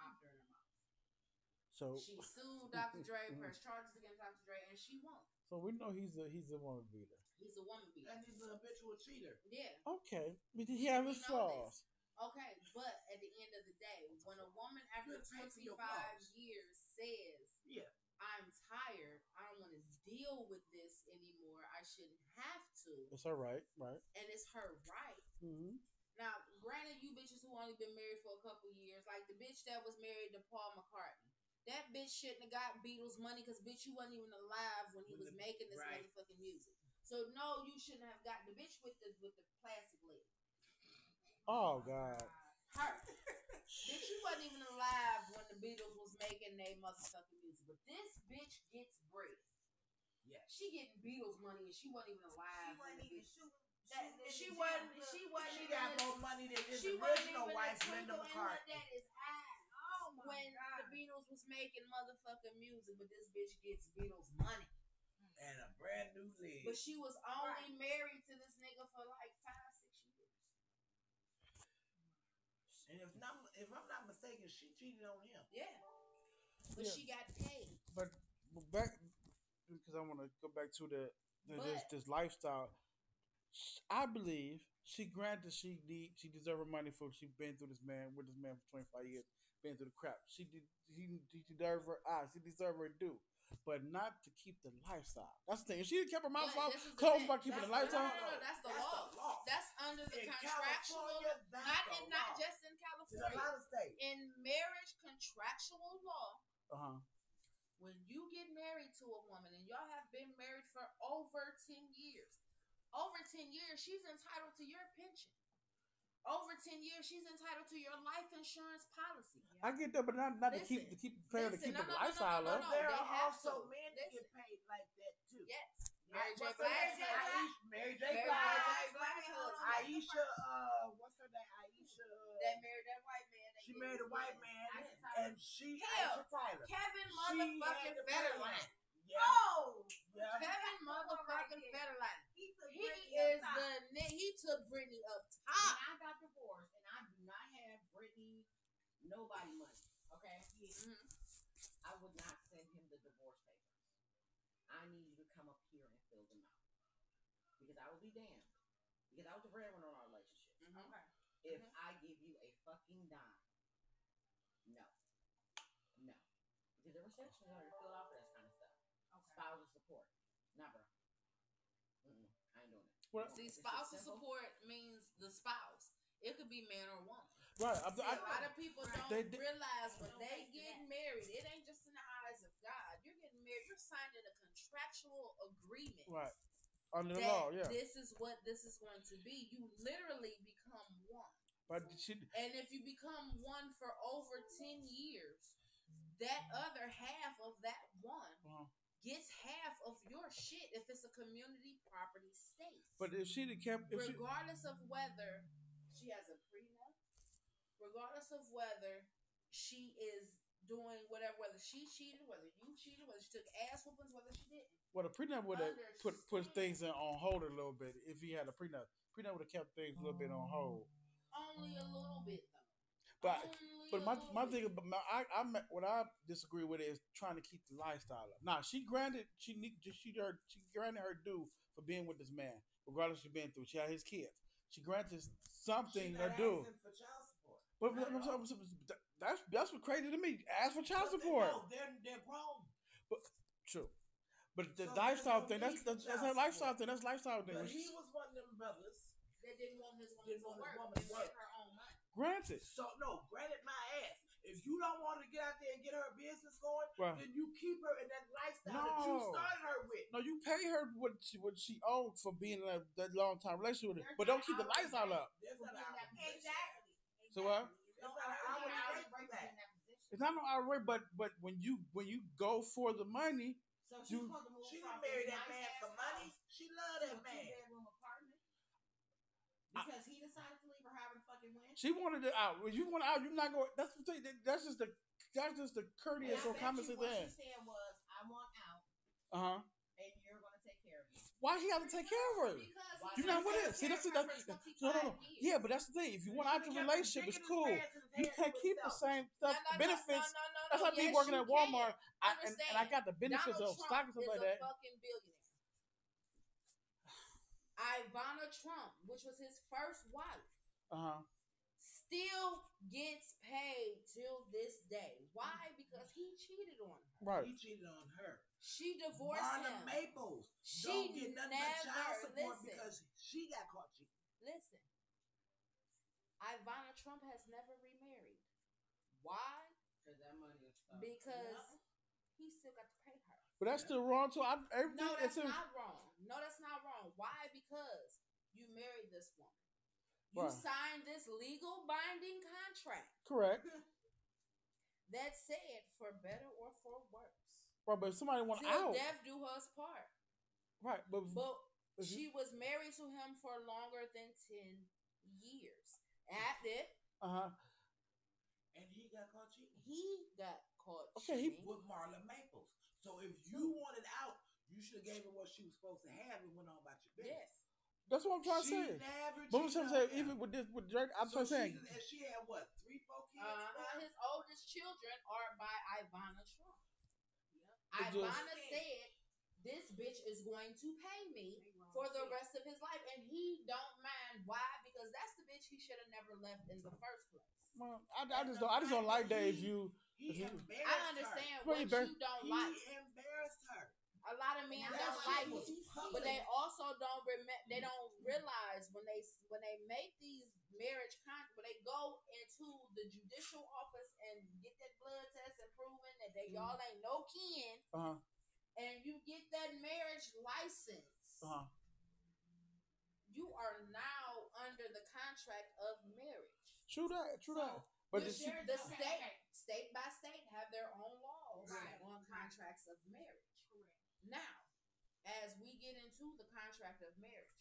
S1: popped her in the mouth.
S3: So
S1: She sued Dr. Dre, pressed charges against Dr. Dre, and she won.
S3: so we know he's a he's a woman beater.
S1: He's a woman beater.
S2: And he's a habitual cheater.
S1: Yeah.
S3: Okay, but did he have
S1: We
S3: his
S1: know this.
S3: flaws?
S1: Okay, but at the end of the day, when a woman after
S2: Good times
S1: 25
S2: and your flaws.
S1: years says,
S2: Yeah.
S1: I'm tired, I don't want to deal with this anymore, I shouldn't have to,
S3: It's all right, right?
S1: and it's her right.
S3: Mm-hmm.
S1: Now, granted, you bitches who only been married for a couple years, like the bitch that was married to Paul McCartney, that bitch shouldn't have got Beatles money because bitch, you wasn't even alive when he
S2: When
S1: was
S2: the-
S1: making this
S2: right.
S1: motherfucking music. So no, you shouldn't have got the bitch with the with the plastic leg.
S3: Oh God,
S1: Her, bitch, you wasn't even alive when the Beatles was making their motherfucking music. But this bitch gets bread.
S2: Yes.
S1: She getting Beatles money and she wasn't even alive. when the
S7: wasn't even
S1: Beatles-
S7: shooting.
S1: That-
S7: shooting in
S1: she
S7: the
S1: wasn't.
S7: gym.
S1: She
S7: Look, Oh,
S1: wasn't.
S2: She
S1: even
S2: got
S1: in-
S2: more money than his
S1: she wasn't
S2: original
S1: even a
S2: wife, Linda
S1: twinkle in her
S2: McCartney.
S1: daddy's eye
S7: Oh my
S1: when
S7: God.
S1: the Beatles was making motherfucking music, but this bitch gets Beatles money.
S2: And a brand new leg.
S1: But she was only married to this nigga for like five, six years.
S2: And if not, if I'm not mistaken, she cheated on him.
S1: Yeah. But
S3: Yeah.
S1: she got paid.
S3: but back because I want to go back to the, the this
S1: But-
S3: this lifestyle. Sh- I believe she granted she need she deserved her money for she been through this man with this man for twenty five years, been through the crap. She did she, she deserved her eyes, she deserved her due, but not to keep the lifestyle. That's the thing. If she kept her mouth
S1: But
S3: off,
S1: this is the
S3: closed
S1: thing.
S3: about keeping the
S1: That's-
S3: lights
S1: no, no,
S3: on.
S1: no, no, that's the
S2: That's
S1: law.
S2: the law.
S1: That's under the
S2: In
S1: contractual.
S2: California, that's
S1: Not
S2: the
S1: in, not
S2: law.
S1: just in
S2: There's a
S1: California.
S2: lot of states.
S1: In marriage contractual law,
S3: Uh huh.
S1: when you get married to a woman and y'all have been married for over 10 years, over 10 years, she's entitled to your pension. Over 10 years, she's entitled to your life insurance policy.
S3: I get that, but not not to
S1: Listen,
S3: keep to keep trying to
S1: listen,
S3: keep
S1: no,
S3: the
S1: no, no, no,
S3: lifestyle
S1: no,
S3: up.
S1: no.
S2: there
S1: they
S2: are
S1: have
S2: also
S1: to.
S2: men that
S1: Listen.
S2: get paid like that too.
S1: Yes. Mary
S2: Mary
S1: J.
S2: J.
S1: Blige.
S2: Blige. Mary J.
S1: Mary J.
S2: Blige.
S1: Blige. Hold on.
S2: Aisha, uh, what's her name? Aisha. Uh,
S1: That married that white man. that
S2: she
S1: gave
S2: married a
S1: you
S2: white
S1: money.
S2: man,
S1: I just-
S2: and she
S1: Hell,
S2: Aisha Tyler.
S1: Kevin
S2: She had
S1: motherfucking
S2: to pay
S1: Federline.
S2: him. Yeah,
S7: Oh,
S2: yeah.
S1: Kevin
S7: Come on right
S1: motherfucking
S7: there.
S1: Federline.
S7: he took
S1: He
S7: Britney
S1: is
S7: outside.
S1: the ni- he took Britney up
S4: When
S1: top.
S4: I got divorced, and I do not have Brittany nobody money. Okay,
S1: Mhm.
S4: I would not send him the divorce papers. I need you to come up here and fill them out because I will be damned. Because I was the breadwinner in our relationship.
S2: Mm-hmm.
S1: Okay.
S4: If
S1: Mhm.
S4: I give you a fucking dime, no, no, because there were sections on there to fill out for that kind of stuff. Spousal support, nah, bro. Mm-mm, I ain't doing it.
S3: Well,
S4: No,
S1: See,
S4: it's just
S1: spousal
S4: simple.
S1: support means the spouse. It could be man or woman.
S3: Right. I,
S1: See,
S3: I,
S1: a lot of people don't
S3: They di-
S1: realize when
S7: Don't
S1: they
S7: face
S1: get
S7: that.
S1: married, it ain't just in the eyes of God. You're getting married. You're signing a contractual agreement.
S3: right. Under the
S1: that
S3: law, yeah.
S1: This is what this is going to be. You literally become one.
S3: But she
S1: And if you become one for over 10 years, that other half of that one
S3: Uh-huh.
S1: gets half of your shit if it's a community property state.
S3: But if she'd have kept, if she,
S1: regardless of whether she has a prenup, regardless of whether she is doing whatever, whether she cheated, whether you cheated, whether she took ass whoopings, whether she didn't.
S3: well, the prenup would have put put things in, on hold a little bit. If he had a prenup, prenup would have kept things a little bit on hold.
S1: Only a little bit, though.
S3: But
S1: Only
S3: but
S1: a
S3: my
S1: little
S3: my
S1: bit.
S3: thing, about my, I I what I disagree with is trying to keep the lifestyle up. Nah, she granted she need she her she granted her due for being with this man, regardless she been through. She had his kids. She granted something
S2: She
S3: her
S2: not
S3: due.
S2: asking for child support.
S3: But, but-
S2: Not at
S3: but-
S2: all.
S3: but- but that's that's what crazy to me. Ask for child
S2: But they-
S3: support.
S2: No, they're they're grown.
S3: True. But the
S2: So
S3: lifestyle thing,
S2: there's no
S3: that's
S2: need for
S3: that's, that's her
S2: child
S3: lifestyle
S2: support.
S3: thing. That's lifestyle thing.
S2: But he was one of them brothers.
S1: That didn't want his woman
S2: Didn't
S1: to
S2: want his
S1: work.
S2: woman to
S1: and make
S2: work.
S1: her own money.
S3: Granted.
S2: So no, granted my ass. If you don't want to get out there and get her business going,
S3: Well,
S2: then you keep her in that lifestyle that you
S3: No.
S2: started her with.
S3: No, you pay her what she what she owed for being in that, that long time relationship with her,
S1: They're
S3: but
S1: not
S3: don't keep the
S1: out of
S3: lifestyle up.
S2: That's
S4: Well,
S2: not
S4: then
S2: our
S4: that-
S7: Exactly.
S3: So what?
S7: Exactly.
S2: That's not an hour
S4: I
S2: break
S4: would
S2: for
S4: break
S2: that.
S4: in that position.
S3: It's not no outright, but but when you when you go for the money,
S4: So she's
S3: You-
S4: supposed to move
S2: She
S4: from
S2: didn't marry
S4: this nice
S2: that man
S4: ass
S2: for money. She
S4: house to
S2: loved that
S4: a
S2: man.
S4: two-bedroom apartment
S3: I-
S4: because he decided to leave her however the fuck it went.
S3: she wanted it out. When you want out, you're not going. That's the thing. that- That's just the that's just the
S4: And I
S3: courteous or
S4: bet
S3: common
S4: you
S3: sense
S4: what
S3: thing.
S4: she said was, "I want out,
S3: Uh huh.
S4: and you're going to take care of me."
S3: Why he got to take care of her?
S1: Because
S3: You know what it is? See, that's the
S1: no,
S3: no, no, no. Yeah, but that's the thing. If you want out your relationship, it's cool. You can't keep the same
S1: no,
S3: stuff
S1: no,
S3: benefits.
S1: No, no, no,
S3: That's
S1: no.
S3: like me
S1: Yes,
S3: working
S1: you
S3: at
S1: can.
S3: Walmart. I, and, and I
S1: Understand.
S3: got the benefits
S1: Donald
S3: of stock
S1: Trump
S3: and stuff
S1: is
S3: like
S1: a
S3: that.
S1: fucking billionaire. Ivana Trump, which was his first wife,
S3: Uh huh.
S1: still gets paid till this day. Why? Because he cheated on her.
S3: Right.
S2: He cheated on her.
S1: She divorced
S2: Marla
S1: him.
S2: Maples.
S1: she
S2: don't get nothing
S1: never
S2: but child support
S1: listen,
S2: because she got caught cheating.
S1: Listen, Ivana Trump has never remarried. Why? Because he still got to pay her.
S3: But that's still wrong too. I, everything,
S1: No, that's
S3: it's in-
S1: not wrong. No, that's not wrong. Why? Because you married this woman. You
S3: Right.
S1: signed this legal binding contract
S3: correct.
S1: that said, for better or for worse,
S3: Right, but if somebody want
S1: till
S3: out.
S1: death do us part.
S3: Right, but,
S1: But
S3: Mhm.
S1: she was married to him for longer than ten years. At it,
S3: uh huh.
S2: And he got caught cheating
S1: he got caught.
S3: Okay, he-
S1: cheating.
S2: with Marla Maples. So if you wanted out, you should have gave her what she was supposed to have and went on about your business.
S1: yes.
S3: That's what I'm trying
S2: she
S3: to say.
S2: never
S3: But I'm trying
S2: cheated
S3: to
S2: on
S3: say,
S2: him.
S3: even with this, with Drake, I'm
S2: so
S3: trying to say,
S2: she- and she had what three, four kids?
S1: Uh,
S2: five?
S1: his oldest children are by Ivana Trump.
S3: It just-
S1: Ivana said, "This bitch is going to pay me for the rest of his life," and he don't mind. Why? Because that's the bitch he should have never left in the first place.
S3: well, I, I just don't, I just don't like that if you.
S2: He
S3: Mhm.
S2: embarrassed
S1: I understand
S3: Well,
S1: what
S3: you
S1: you
S3: better-
S1: don't
S2: Her.
S1: like.
S2: He embarrassed her.
S1: A lot of men
S2: Now
S1: don't
S2: she
S1: like
S2: was
S1: it,
S2: public.
S1: but they also don't rem- They don't realize when they when they make these marriage contracts, when they go into the judicial office and get that blood test and proving that they y'all ain't no kin,
S3: Uh huh.
S1: and you get that marriage license.
S3: Uh-huh.
S1: You are now under the contract of marriage.
S3: True that. True that.
S1: So,
S3: But
S1: the,
S3: the, she,
S1: the state, state by state, have their own laws
S7: Right.
S1: on contracts of marriage. Now, as we get into the contract of marriage,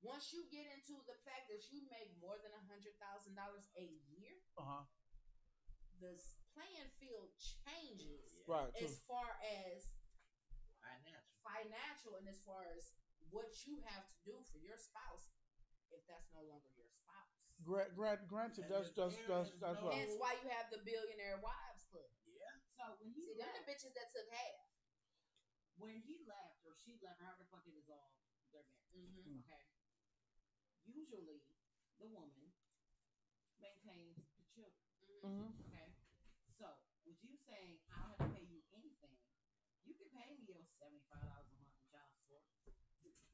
S1: once you get into the fact that you make more than a hundred thousand dollars a year,
S3: uh huh.
S1: the s- playing field changes
S3: Right. True.
S1: as far as
S2: Financial.
S1: financial and as far as what you have to do for your spouse if that's no longer your spouse.
S3: Grant, grant, granted,
S2: And
S3: that's
S2: if
S3: that's
S2: there
S3: that's
S2: is
S3: that's
S2: no-
S3: right.
S1: Hence why you have the billionaire wives club.
S2: Yeah.
S4: So when he
S1: See, them the
S4: left,
S1: bitches that took half.
S4: when he left or she left, however the fuck it is all their marriage.
S1: Mm-hmm.
S4: Okay. Usually, the woman maintains the children.
S3: Mm-hmm.
S4: Okay. So, with you saying I don't have to pay you anything, you can pay me your seventy five dollars a month in child support. But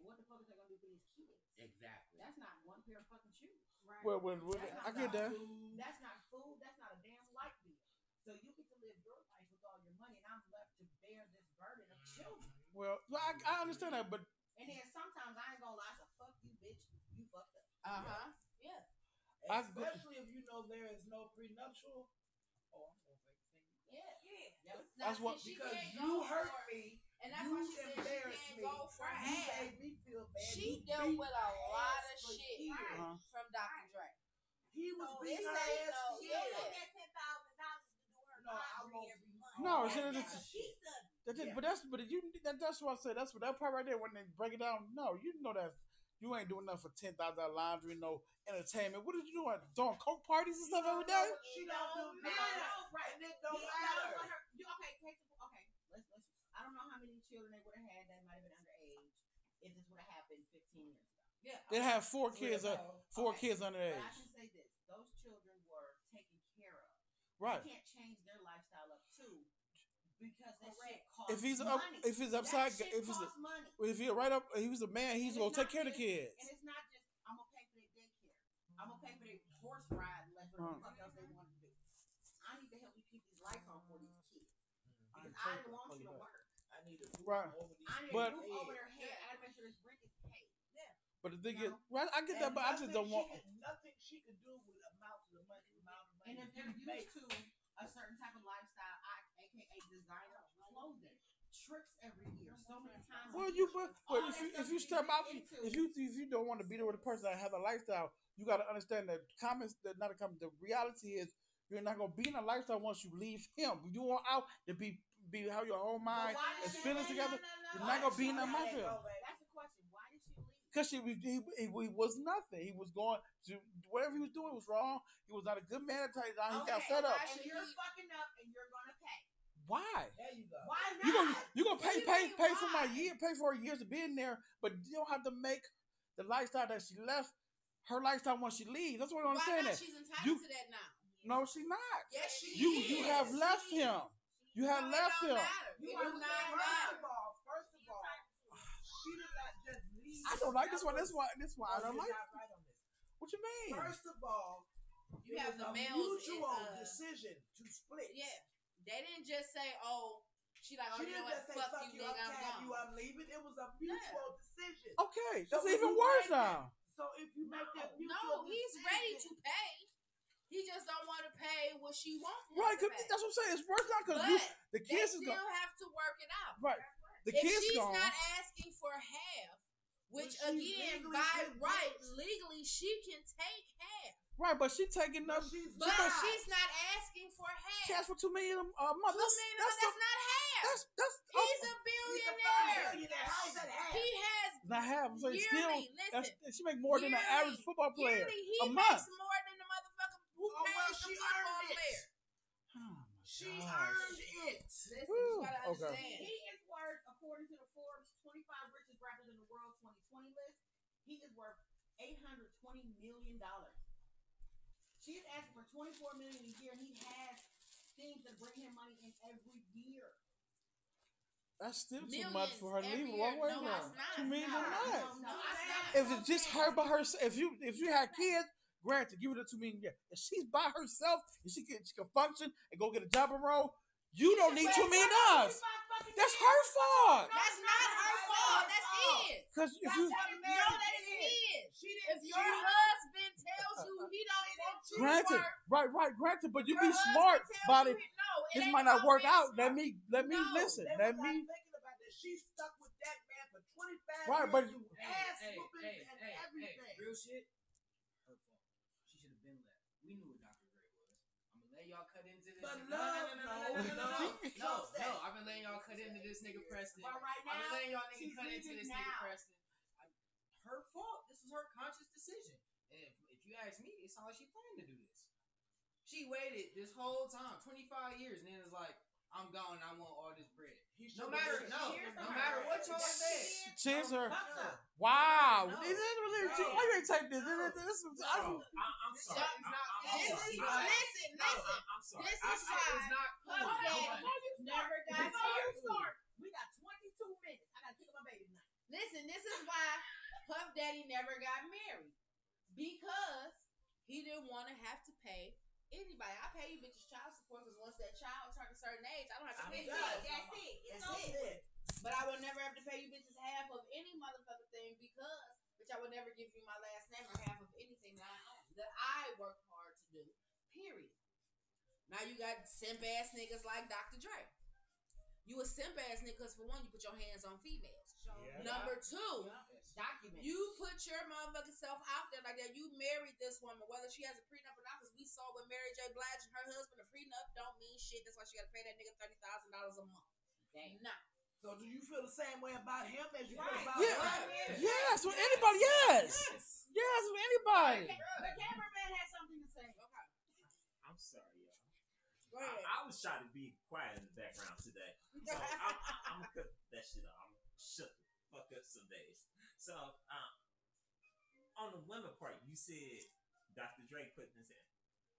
S4: What the fuck is that gonna do for these kids?
S2: Exactly.
S4: That's not one pair of fucking shoes.
S7: Right.
S3: Well, well, well, I get that.
S4: That's not food. That's not a damn light bill. So you get to live your life with all your money, and I'm left to bear this burden of children.
S3: Well, I, I understand that, but
S4: And then sometimes I ain't gonna lie, so fuck you, bitch. You fucked up.
S1: Uh huh. Yeah.
S3: I-
S2: Especially if you know there is no prenuptial. Oh, I'm gonna say the same.
S1: Yeah.
S4: Yep.
S1: Now,
S3: That's what-
S1: see, she
S2: because
S1: can't
S2: you
S1: go
S2: hurt
S1: for-
S2: me.
S1: And that's
S2: you
S1: why she said she
S2: embarrassed
S1: can't
S2: me.
S1: go for
S2: you
S1: half.
S2: made me feel bad.
S1: She
S2: you
S1: dealt
S2: beat
S1: with a
S2: my
S1: lot
S2: ass
S1: of
S2: for
S1: shit
S2: years.
S3: uh-huh.
S1: from Dr. Dre.
S2: He was
S7: So
S2: beating
S7: it's
S2: her
S7: like,
S2: ass for
S7: you
S1: yeah.
S2: years.
S7: don't Oh, get that $10,000 to do her
S2: No, I
S7: laundry
S2: won't.
S7: every month.
S3: No,
S7: That's
S3: see,
S7: not
S3: that's-
S7: a piece of it.
S3: That's it.
S2: Yeah.
S3: But that's but you that, that's what I said. That's what that part right there when they break it down. No, you know that you ain't doing nothing for ten thousand dollar laundry, no entertainment. What are you doing? Throwing coke parties and stuff every day?
S4: It
S2: She don't
S4: don't matter.
S2: do nothing.
S4: Right.
S2: And it
S4: You
S2: don't
S4: know
S2: matter.
S4: what her- you- okay, take the- okay. Let's let's. I don't know how many children they would have had that might have been underage if this would have happened 15 years ago. Yeah.
S3: They have four
S4: Three
S3: kids, uh,
S4: ago.
S3: four
S4: Okay.
S3: kids
S4: But
S3: underage.
S4: I can say this: those children were taken care of.
S3: Right.
S4: You can't change their lifestyle up too because that shit costs
S3: If he's up,
S4: money.
S3: if he's upside,
S4: that shit
S3: if he's
S4: costs
S3: a,
S4: money,
S3: if he right up, he was a man. He's
S4: And
S3: gonna
S4: it's
S3: take
S4: not
S3: care of the kids.
S4: and it's not just I'm gonna pay for their daycare. I'm gonna pay for their horse ride, less whatever the fuck else they want to do. I need to help you keep these lights on for these kids because I didn't want you to work.
S2: I need a roof
S3: Right.
S2: over these
S4: I need
S3: But-
S4: to roof over their head. I need
S7: Yeah.
S4: to make sure this rent is paid.
S3: But the thing
S4: You
S3: is,
S4: know?
S3: well, I get that,
S2: And
S3: but I just
S2: nothing
S3: don't
S2: she
S3: want.
S2: could- nothing she could do with amount to the money, amount of money.
S4: And if they're
S2: you
S4: used
S2: make.
S4: to a certain type of lifestyle, I, aka designer clothing, tricks every year, so many times. a
S1: Uh-huh.
S3: Well,
S4: year.
S3: you but, but if you if you step out, if you if you don't want to be there with a person that has a lifestyle, you got to understand that comments that not a comment. The reality is you're not gonna be in a lifestyle once you leave him. You want out to be be how your whole mind
S4: But why
S3: and
S4: does
S3: feelings
S4: she-
S3: together.
S4: no, no, no,
S3: You're
S4: no,
S3: not
S4: no,
S3: gonna be in
S4: no,
S3: that
S4: no,
S3: mindset.
S4: no. That's the question.
S3: because she was he, he, he was nothing. He was going to whatever he was doing was wrong. He was not a good man. That's how He got
S4: Okay,
S3: set up.
S1: I
S4: And
S1: should
S4: you're
S1: eat.
S4: fucking up, and you're gonna pay.
S3: Why?
S6: There you go.
S4: Why not?
S3: You gonna you gonna
S1: What
S3: pay
S1: you
S3: pay
S1: mean,
S3: pay for my
S1: why?
S3: year, pay for her years of being there, but you don't have to make the lifestyle that she left her lifestyle once she leaves. That's what
S1: Why
S3: I am saying.
S1: not?
S3: That
S1: She's entitled
S3: You-
S1: to that now.
S3: no, she's not.
S1: Yes, she
S3: You
S1: is.
S3: you have left him. You have
S1: No,
S3: left
S1: it don't
S3: him.
S1: Matter.
S6: You
S1: It
S6: are
S1: do
S6: first
S1: not matter.
S6: of all, first of all, she did not just leave.
S3: I don't like this
S6: That
S3: one.
S6: was-
S3: That's why this why I
S6: no,
S3: don't
S6: you're
S3: like.
S6: not right on this.
S3: What you mean?
S6: First of all,
S1: You
S6: it
S1: have
S6: was
S1: the
S6: a
S1: males in,
S6: mutual
S1: uh,
S6: decision to split.
S1: Yeah. They didn't just say, oh, she like, oh,
S6: She
S1: you
S6: didn't
S1: know what?
S6: just say
S1: Fuck, you,
S6: I'm
S1: nigga, I'm
S6: tagging
S1: gone. Oh,
S6: you, I'm leaving. It was a mutual decision.
S3: Okay,
S6: So
S3: that's
S6: when
S3: even
S6: you
S3: worse
S6: like that-
S3: now.
S6: So if you make that mutual
S1: no, he's
S6: decision,
S1: ready to pay. He just don't want to pay what she wants. him to
S3: Right? 'cause
S1: pay.
S3: that's what I'm saying. It's worse now
S1: But
S3: because you the
S1: they
S3: kids is
S1: still
S3: gone.
S1: have to work it out.
S3: Right. The
S1: if
S3: kids
S1: she's
S3: gone.
S1: not asking for half, which
S6: Well, she
S1: again,
S6: legally
S1: by
S6: could
S1: right,
S6: get-
S1: legally she can take half,
S3: Right, but she taking
S6: No,
S3: up.
S6: she's
S1: but
S6: not.
S1: she's not asking for half.
S3: She asked for two million a month.
S1: Two
S3: That's
S1: million,
S3: that's
S1: that's not half.
S3: that's that's.
S1: He's a
S6: He's a
S1: billionaire.
S6: fucking millionaire. How's that happen?
S1: He has
S3: not half. I'm
S1: yearly.
S3: saying still. That's,
S1: listen,
S3: she make more than an
S1: Yearly.
S3: average football player.
S1: yearly he
S3: a
S1: makes
S3: month.
S1: more than the motherfucker who
S6: Oh,
S1: pays
S6: well,
S1: the
S6: she
S1: football
S6: earned it.
S1: player.
S6: She
S3: Oh,
S6: earned it.
S1: Listen,
S3: Woo,
S1: you gotta
S3: okay.
S1: understand.
S4: He is worth, according to the Forbes 25 richest rappers in the world 2020 list, he is worth 820 million dollars. She's asking for 24 million a year, and he has things that bring him money in every year.
S3: That's still too
S1: Millions
S3: much for her to
S1: every
S3: leave.
S1: year.
S3: Why would
S1: No,
S3: not?
S1: it's not.
S3: Two million
S4: No,
S3: a month.
S4: no, no,
S1: It's
S4: I-
S1: not.
S3: If it's just her by herself, if you if you had kids, granted, give her the two million. Yeah, if she's by herself and she can she can function and go get a job and roll, you don't need two million dollars. That's her fault.
S1: That's not her fault. That's his.
S3: Cause if
S1: No,
S3: you
S1: that is his.
S6: She
S1: If
S6: didn't.
S1: your husband tells you he don't want you to
S3: granted,
S1: work,
S3: right, right, granted, but you
S1: your
S3: be
S1: husband
S3: smart
S1: tells
S3: about
S1: you
S3: it.
S1: he- No, it
S3: This
S1: ain't
S3: might not
S1: about
S3: work
S1: being
S3: out.
S1: smart.
S3: Let me let me
S1: No,
S3: listen.
S6: They
S3: Let
S6: was not thinking
S3: me
S6: about that. She stuck with that man for 25
S3: Right,
S6: years.
S3: but-
S6: through
S8: Hey,
S6: ass
S8: hey,
S6: whoopings
S8: hey,
S6: and
S8: hey, hey,
S6: everything.
S8: real shit. Her fault. She should have been left. We knew what Dr. Dre was. I'm gonna let y'all cut into this.
S6: But
S8: no,
S6: love,
S8: no, no, no, no, no, no,
S6: no.
S8: no,
S6: Don't say
S8: no.
S6: it.
S8: I've been letting y'all cut into this nigga Preston.
S4: But right
S8: I've been
S4: now,
S8: letting y'all nigga
S4: she's
S8: cut into
S4: leaving
S8: this nigga
S4: now.
S8: Preston. I, her fault. This is her conscious decision. And if, if you ask me, it's not like she planned to do this. She waited this whole time, 25 years, and then it's like, I'm gone. I want all this bread.
S6: He
S8: No
S6: should've
S8: matter
S6: been-
S8: no,
S6: Here's
S8: no
S6: the
S8: matter
S6: hurt.
S8: what y'all said.
S3: cheers her.
S6: Fuck her.
S3: Wow.
S8: No.
S3: This is- this is- Why you ain't take this? This- this- this is- I
S5: So,
S3: don't-
S5: I, I'm sorry. I, I, I'm
S1: This
S5: sorry.
S1: is
S5: I,
S1: listen,
S5: no, I,
S1: listen.
S5: I'm sorry.
S1: this
S5: I,
S1: is
S5: I,
S1: why-
S8: It's not cool.
S1: Okay.
S8: Nobody-
S4: Never
S8: That's
S4: dies. Before
S8: not
S4: you
S8: cool.
S4: start, we got 22 minutes. I gotta pick up my baby tonight.
S1: Listen, this is why Puff Daddy never got married because he didn't want to have to pay anybody. I pay you bitches child support because once that child turns a certain age, I don't have to
S6: I'm
S1: pay you.
S6: done.
S1: That's it. It's
S6: That's
S1: over.
S6: it.
S1: But I will never have to pay you bitches half of any motherfucking thing because, bitch, I will never give you my last name or half of anything that I own, that I worked hard to do. Period. Now you got simp ass niggas like Dr. Dre. You a simp ass nigga 'cause for one, you put your hands on females.
S6: Yeah.
S1: Number two,
S4: Document.
S1: you put your motherfucking self out there like that. You married this woman, whether she has a prenup or not, because we saw with Mary J. Blige and her husband, a prenup don't mean shit. That's why she got to pay that nigga thirty thousand dollars a month.
S4: Damn.
S1: Nah.
S6: So do you feel the same way about him as you
S4: Right.
S6: feel about
S3: Yeah.
S6: her?
S3: Yes, with anybody. Yes. Yes, with anybody.
S4: The cameraman has something to say.
S1: Okay.
S5: I'm sorry, y'all.
S1: Go
S5: I,
S1: ahead.
S5: I was trying to be quiet in the background today. So I'm, I'm gonna cut that shit up. I'm gonna shut the fuck up some days. So um, on the women part, you said Dr. Dre put this in.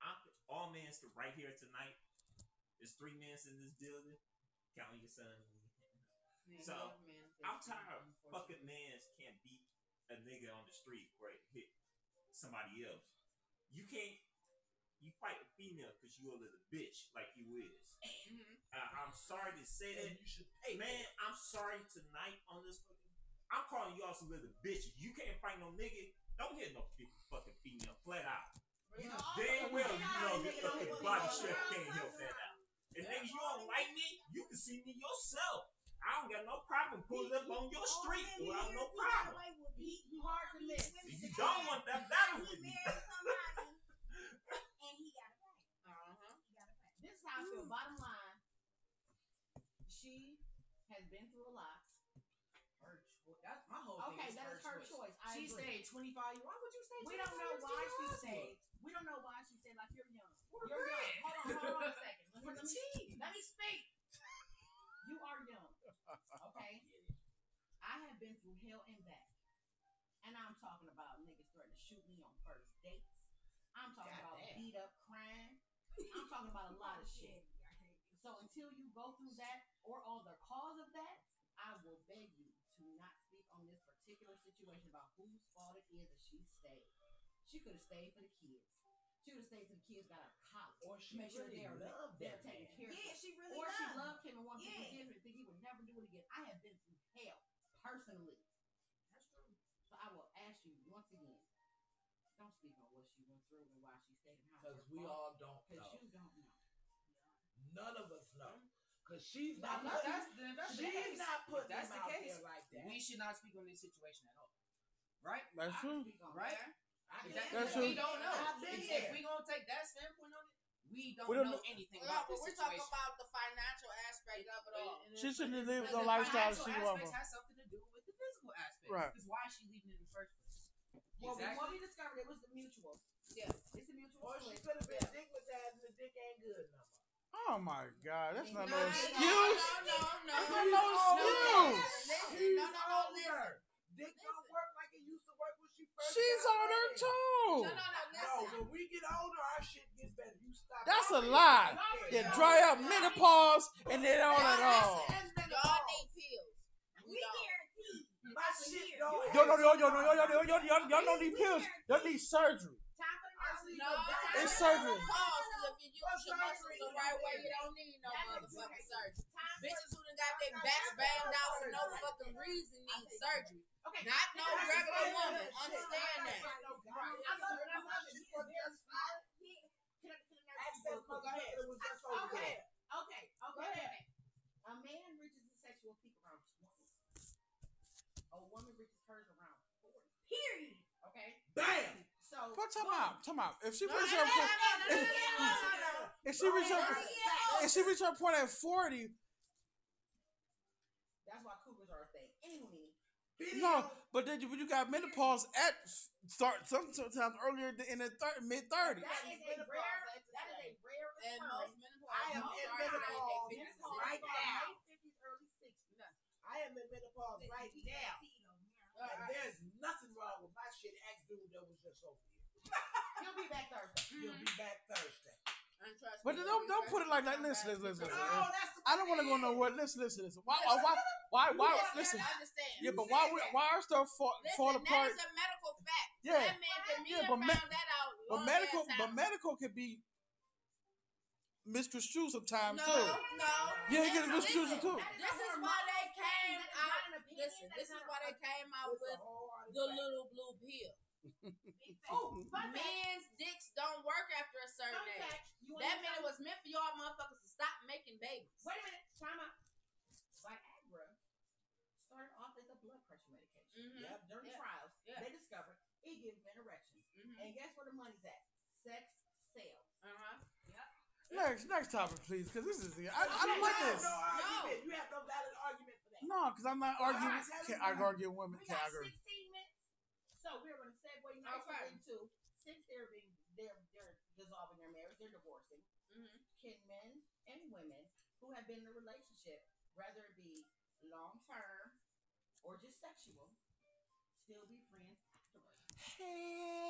S5: I'm, all men's to right here tonight. There's three men's in this building. Counting your son. So, I'm tired of fucking mans can't beat a nigga on the street or hit somebody else. You can't. You fight a female because you a little bitch like you is.
S1: Mm-hmm.
S5: Uh, I'm sorry to say that.
S2: And you should
S5: Hey man, I'm sorry tonight on this. fucking- I'm calling y'all some little bitches. You can't fight no nigga. Don't hit no fe- fucking female flat out. You
S4: Oh,
S5: damn well you know your fucking body strength can't help that out. And niggas, you don't like me, you can see me yourself. I don't got no problem pulling up on your street without no problem.
S4: He hard to miss.
S5: You don't want that battle with me.
S7: And he got a back.
S1: Uh-huh.
S7: He got a back.
S4: This is how I feel. Bottom line, she has been through a lot.
S8: Her choice. That's my whole
S4: Okay,
S8: thing.
S4: that is her choice. I
S8: she stayed 25 years. Why would you stay?
S4: We don't know
S8: 25 years
S4: why
S8: to
S4: she
S8: your
S4: stayed.
S8: husband?
S4: We don't know why she stayed. Like you're young.
S8: For the
S4: You're young.
S8: bread.
S4: Hold on, hold on a second. Let me,
S8: For the
S4: let me,
S8: cheese.
S4: let me speak. You are young. Okay. I have been through hell and back, and I'm talking about niggas threatening to shoot me on first dates. I'm talking about
S8: Goddamn.
S4: beat up crime. I'm talking about a lot of shit. So until you go through that or all the cause of that, I will beg you to not speak on this particular situation about whose fault it is that she stayed. She could have stayed for the kids. She would have stayed till the kids got out of college.
S2: Or she
S4: Make sure
S2: really
S4: they're-
S2: loved
S4: They're
S2: that
S4: taken
S2: man.
S4: care of.
S7: Yeah, she really
S4: or she
S7: loved.
S4: loved him and wanted to
S7: Yeah.
S4: forgive him, think he would never do it again. I have been through hell personally. That's true. So I will ask you once again, don't speak on what she went through and why she stayed in
S2: Because we all don't
S4: because
S2: know.
S4: you don't know.
S2: None of us know. Because she's
S8: Now,
S2: not.
S8: if
S2: putting-
S8: that's, then if that's the
S2: she's
S8: case.
S2: not putting
S8: that's
S2: him
S8: the
S2: out
S8: case,
S2: there like that.
S8: We should not speak on this situation at all. Right?
S3: That's
S4: I
S3: true.
S4: can speak on
S8: Right?
S4: that.
S8: If
S2: I can
S8: that-
S3: That's
S8: if
S2: tell
S8: we
S2: you,
S3: true.
S8: don't know.
S2: I've been
S8: If, if
S2: there.
S8: we gonna take that standpoint on it, we don't,
S3: We don't
S8: know
S3: know-
S8: anything
S1: Well,
S8: about
S1: but
S8: this
S1: we're talking
S8: situation.
S1: about the financial aspect of it all.
S8: And- and
S3: She
S8: it's-
S3: shouldn't have
S8: but
S3: lived the lifestyle
S8: financial
S3: she
S8: aspects
S3: went for.
S8: has something to do with the physical aspect.
S3: Right.
S8: Because why is she leaving in the first place?
S4: Well, we-
S8: Exactly.
S4: what we discovered it was the mutual.
S1: Yeah.
S4: It's a mutual.
S2: Or she
S4: split.
S2: could have been digmatized and the dick ain't good no more.
S3: Oh my god, that's
S4: No,
S3: not
S1: No,
S3: no
S1: no,
S3: excuse.
S1: no, no,
S3: That's
S1: no,
S3: not no
S1: no,
S3: excuse.
S1: Listen, no, no, no, listen.
S2: older. Dick don't work like it used to work when she first
S3: She's
S2: got
S3: on her
S2: married.
S1: No,
S3: too.
S1: no, no,
S2: No,
S1: listen.
S2: when we get older, our shit gets better. You stop.
S3: That's a
S2: Y'all
S3: lie.
S2: niggas
S3: They
S2: out there.
S3: dry up menopause and then on and on.
S1: Y'all need pills.
S7: We guarantee.
S2: My shit don't.
S3: Yo, yo, yo, yo, yo, yo, yo, yo, yo, yo, y'all don't need
S7: We
S3: pills. Y'all need surgery.
S7: Time for the
S2: Honestly,
S7: nursery.
S1: No,
S3: It's
S1: time
S3: surgery.
S1: for Pause. 'cause If you use your muscles the right way, you don't need no motherfucking surgery.
S7: Time for
S1: Bitches who done got their backs banged out for no fucking reason need surgery.
S4: Okay.
S1: Not no
S2: That's
S1: regular
S2: right.
S1: woman.
S2: That's it.
S1: Understand that.
S2: I love it. I love it. I love it. She's very smart. Ask that motherfucker that was just over
S4: Okay.
S2: there.
S4: Okay,
S2: Go
S4: okay.
S2: ahead.
S4: A man reaches his sexual peak around 20. A woman reaches hers around 40.
S7: Period.
S4: Okay?
S2: Bam.
S4: So.
S3: But time
S4: boom.
S3: out, time out. If she
S1: No, no,
S3: reaches
S1: no,
S3: her
S1: no,
S3: point,
S1: no, no, no, no, no, no.
S3: if she reaches her, if she reaches her point at forty,
S4: That's why cougars are a thing. Anyway,
S3: no. But then you, you got menopause at f- start some- sometimes earlier th- in the thir- mid thirties.
S4: that is a
S2: Menopause,
S4: rare.
S2: I have to
S4: That is
S2: say.
S4: a rare
S1: And
S4: occurrence.
S1: most menopause
S2: am
S1: don't
S2: in
S1: start till
S2: menopause.
S1: they fifties and
S4: Menopause
S2: right
S4: from
S2: now.
S4: late 50s, early 60s.
S2: I am in menopause right now. And there's nothing wrong with my shit. Ask dude that was just over here.
S4: He'll be back Thursday.
S1: sixties.
S2: You'll
S1: Mhm.
S2: be back Thursday.
S1: And trust
S3: But
S1: me,
S3: then don't
S1: when
S3: don't
S1: we
S3: put it like that.
S1: first
S3: Listen, listen, listen.
S1: come
S3: listen.
S1: back,
S2: Oh, that's the
S3: I don't want to go nowhere. Listen, listen, listen. Why, why, why, why,
S1: we
S3: why
S1: first- You
S3: listen?
S1: gotta Understand.
S3: Yeah, but why, we- why our stuff fall,
S1: Listen,
S3: fall apart?
S1: that is a medical fact.
S3: Yeah,
S1: That man, Demita
S3: Yeah, but me-
S1: found that out.
S3: but
S1: long
S3: medical,
S1: ass
S3: but
S1: time.
S3: medical could be misconstrued sometimes
S1: no,
S3: too.
S1: no.
S3: Yeah, he gets
S1: Listen,
S3: misconstrued
S1: listen.
S3: too.
S1: This is why they came out. Listen, this is why they came out with the little blue pill.
S4: Oh, fun fact.
S1: Men's dicks don't work after a certain
S4: Fun
S1: age.
S4: fact. You wanna
S1: That
S4: know
S1: meant it
S4: something?
S1: was meant for y'all motherfuckers to stop making babies.
S4: Wait a minute. Time out. Viagra started off as a blood pressure medication.
S1: Mhm.
S4: Yep. During
S1: Yeah.
S4: trials,
S1: Yeah.
S4: they discovered it gives an erection.
S1: Mm-hmm.
S4: And guess where the money's at? Sex sales.
S1: Uh-huh.
S3: Next, next topic, please, because this is I, I don't like this.
S2: No argument.
S1: No.
S2: You have no valid argument for that.
S3: No, because I'm not arguing. Can I argue with women?
S4: We
S3: Can
S4: got
S3: I argue?
S4: 16 minutes. So we're going to segue nicely
S1: Okay.
S4: into since they're being they're they're dissolving their marriage, they're divorcing.
S1: Mm-hmm.
S4: Can men and women who have been in a relationship, whether it be long term or just sexual, still be friends afterwards?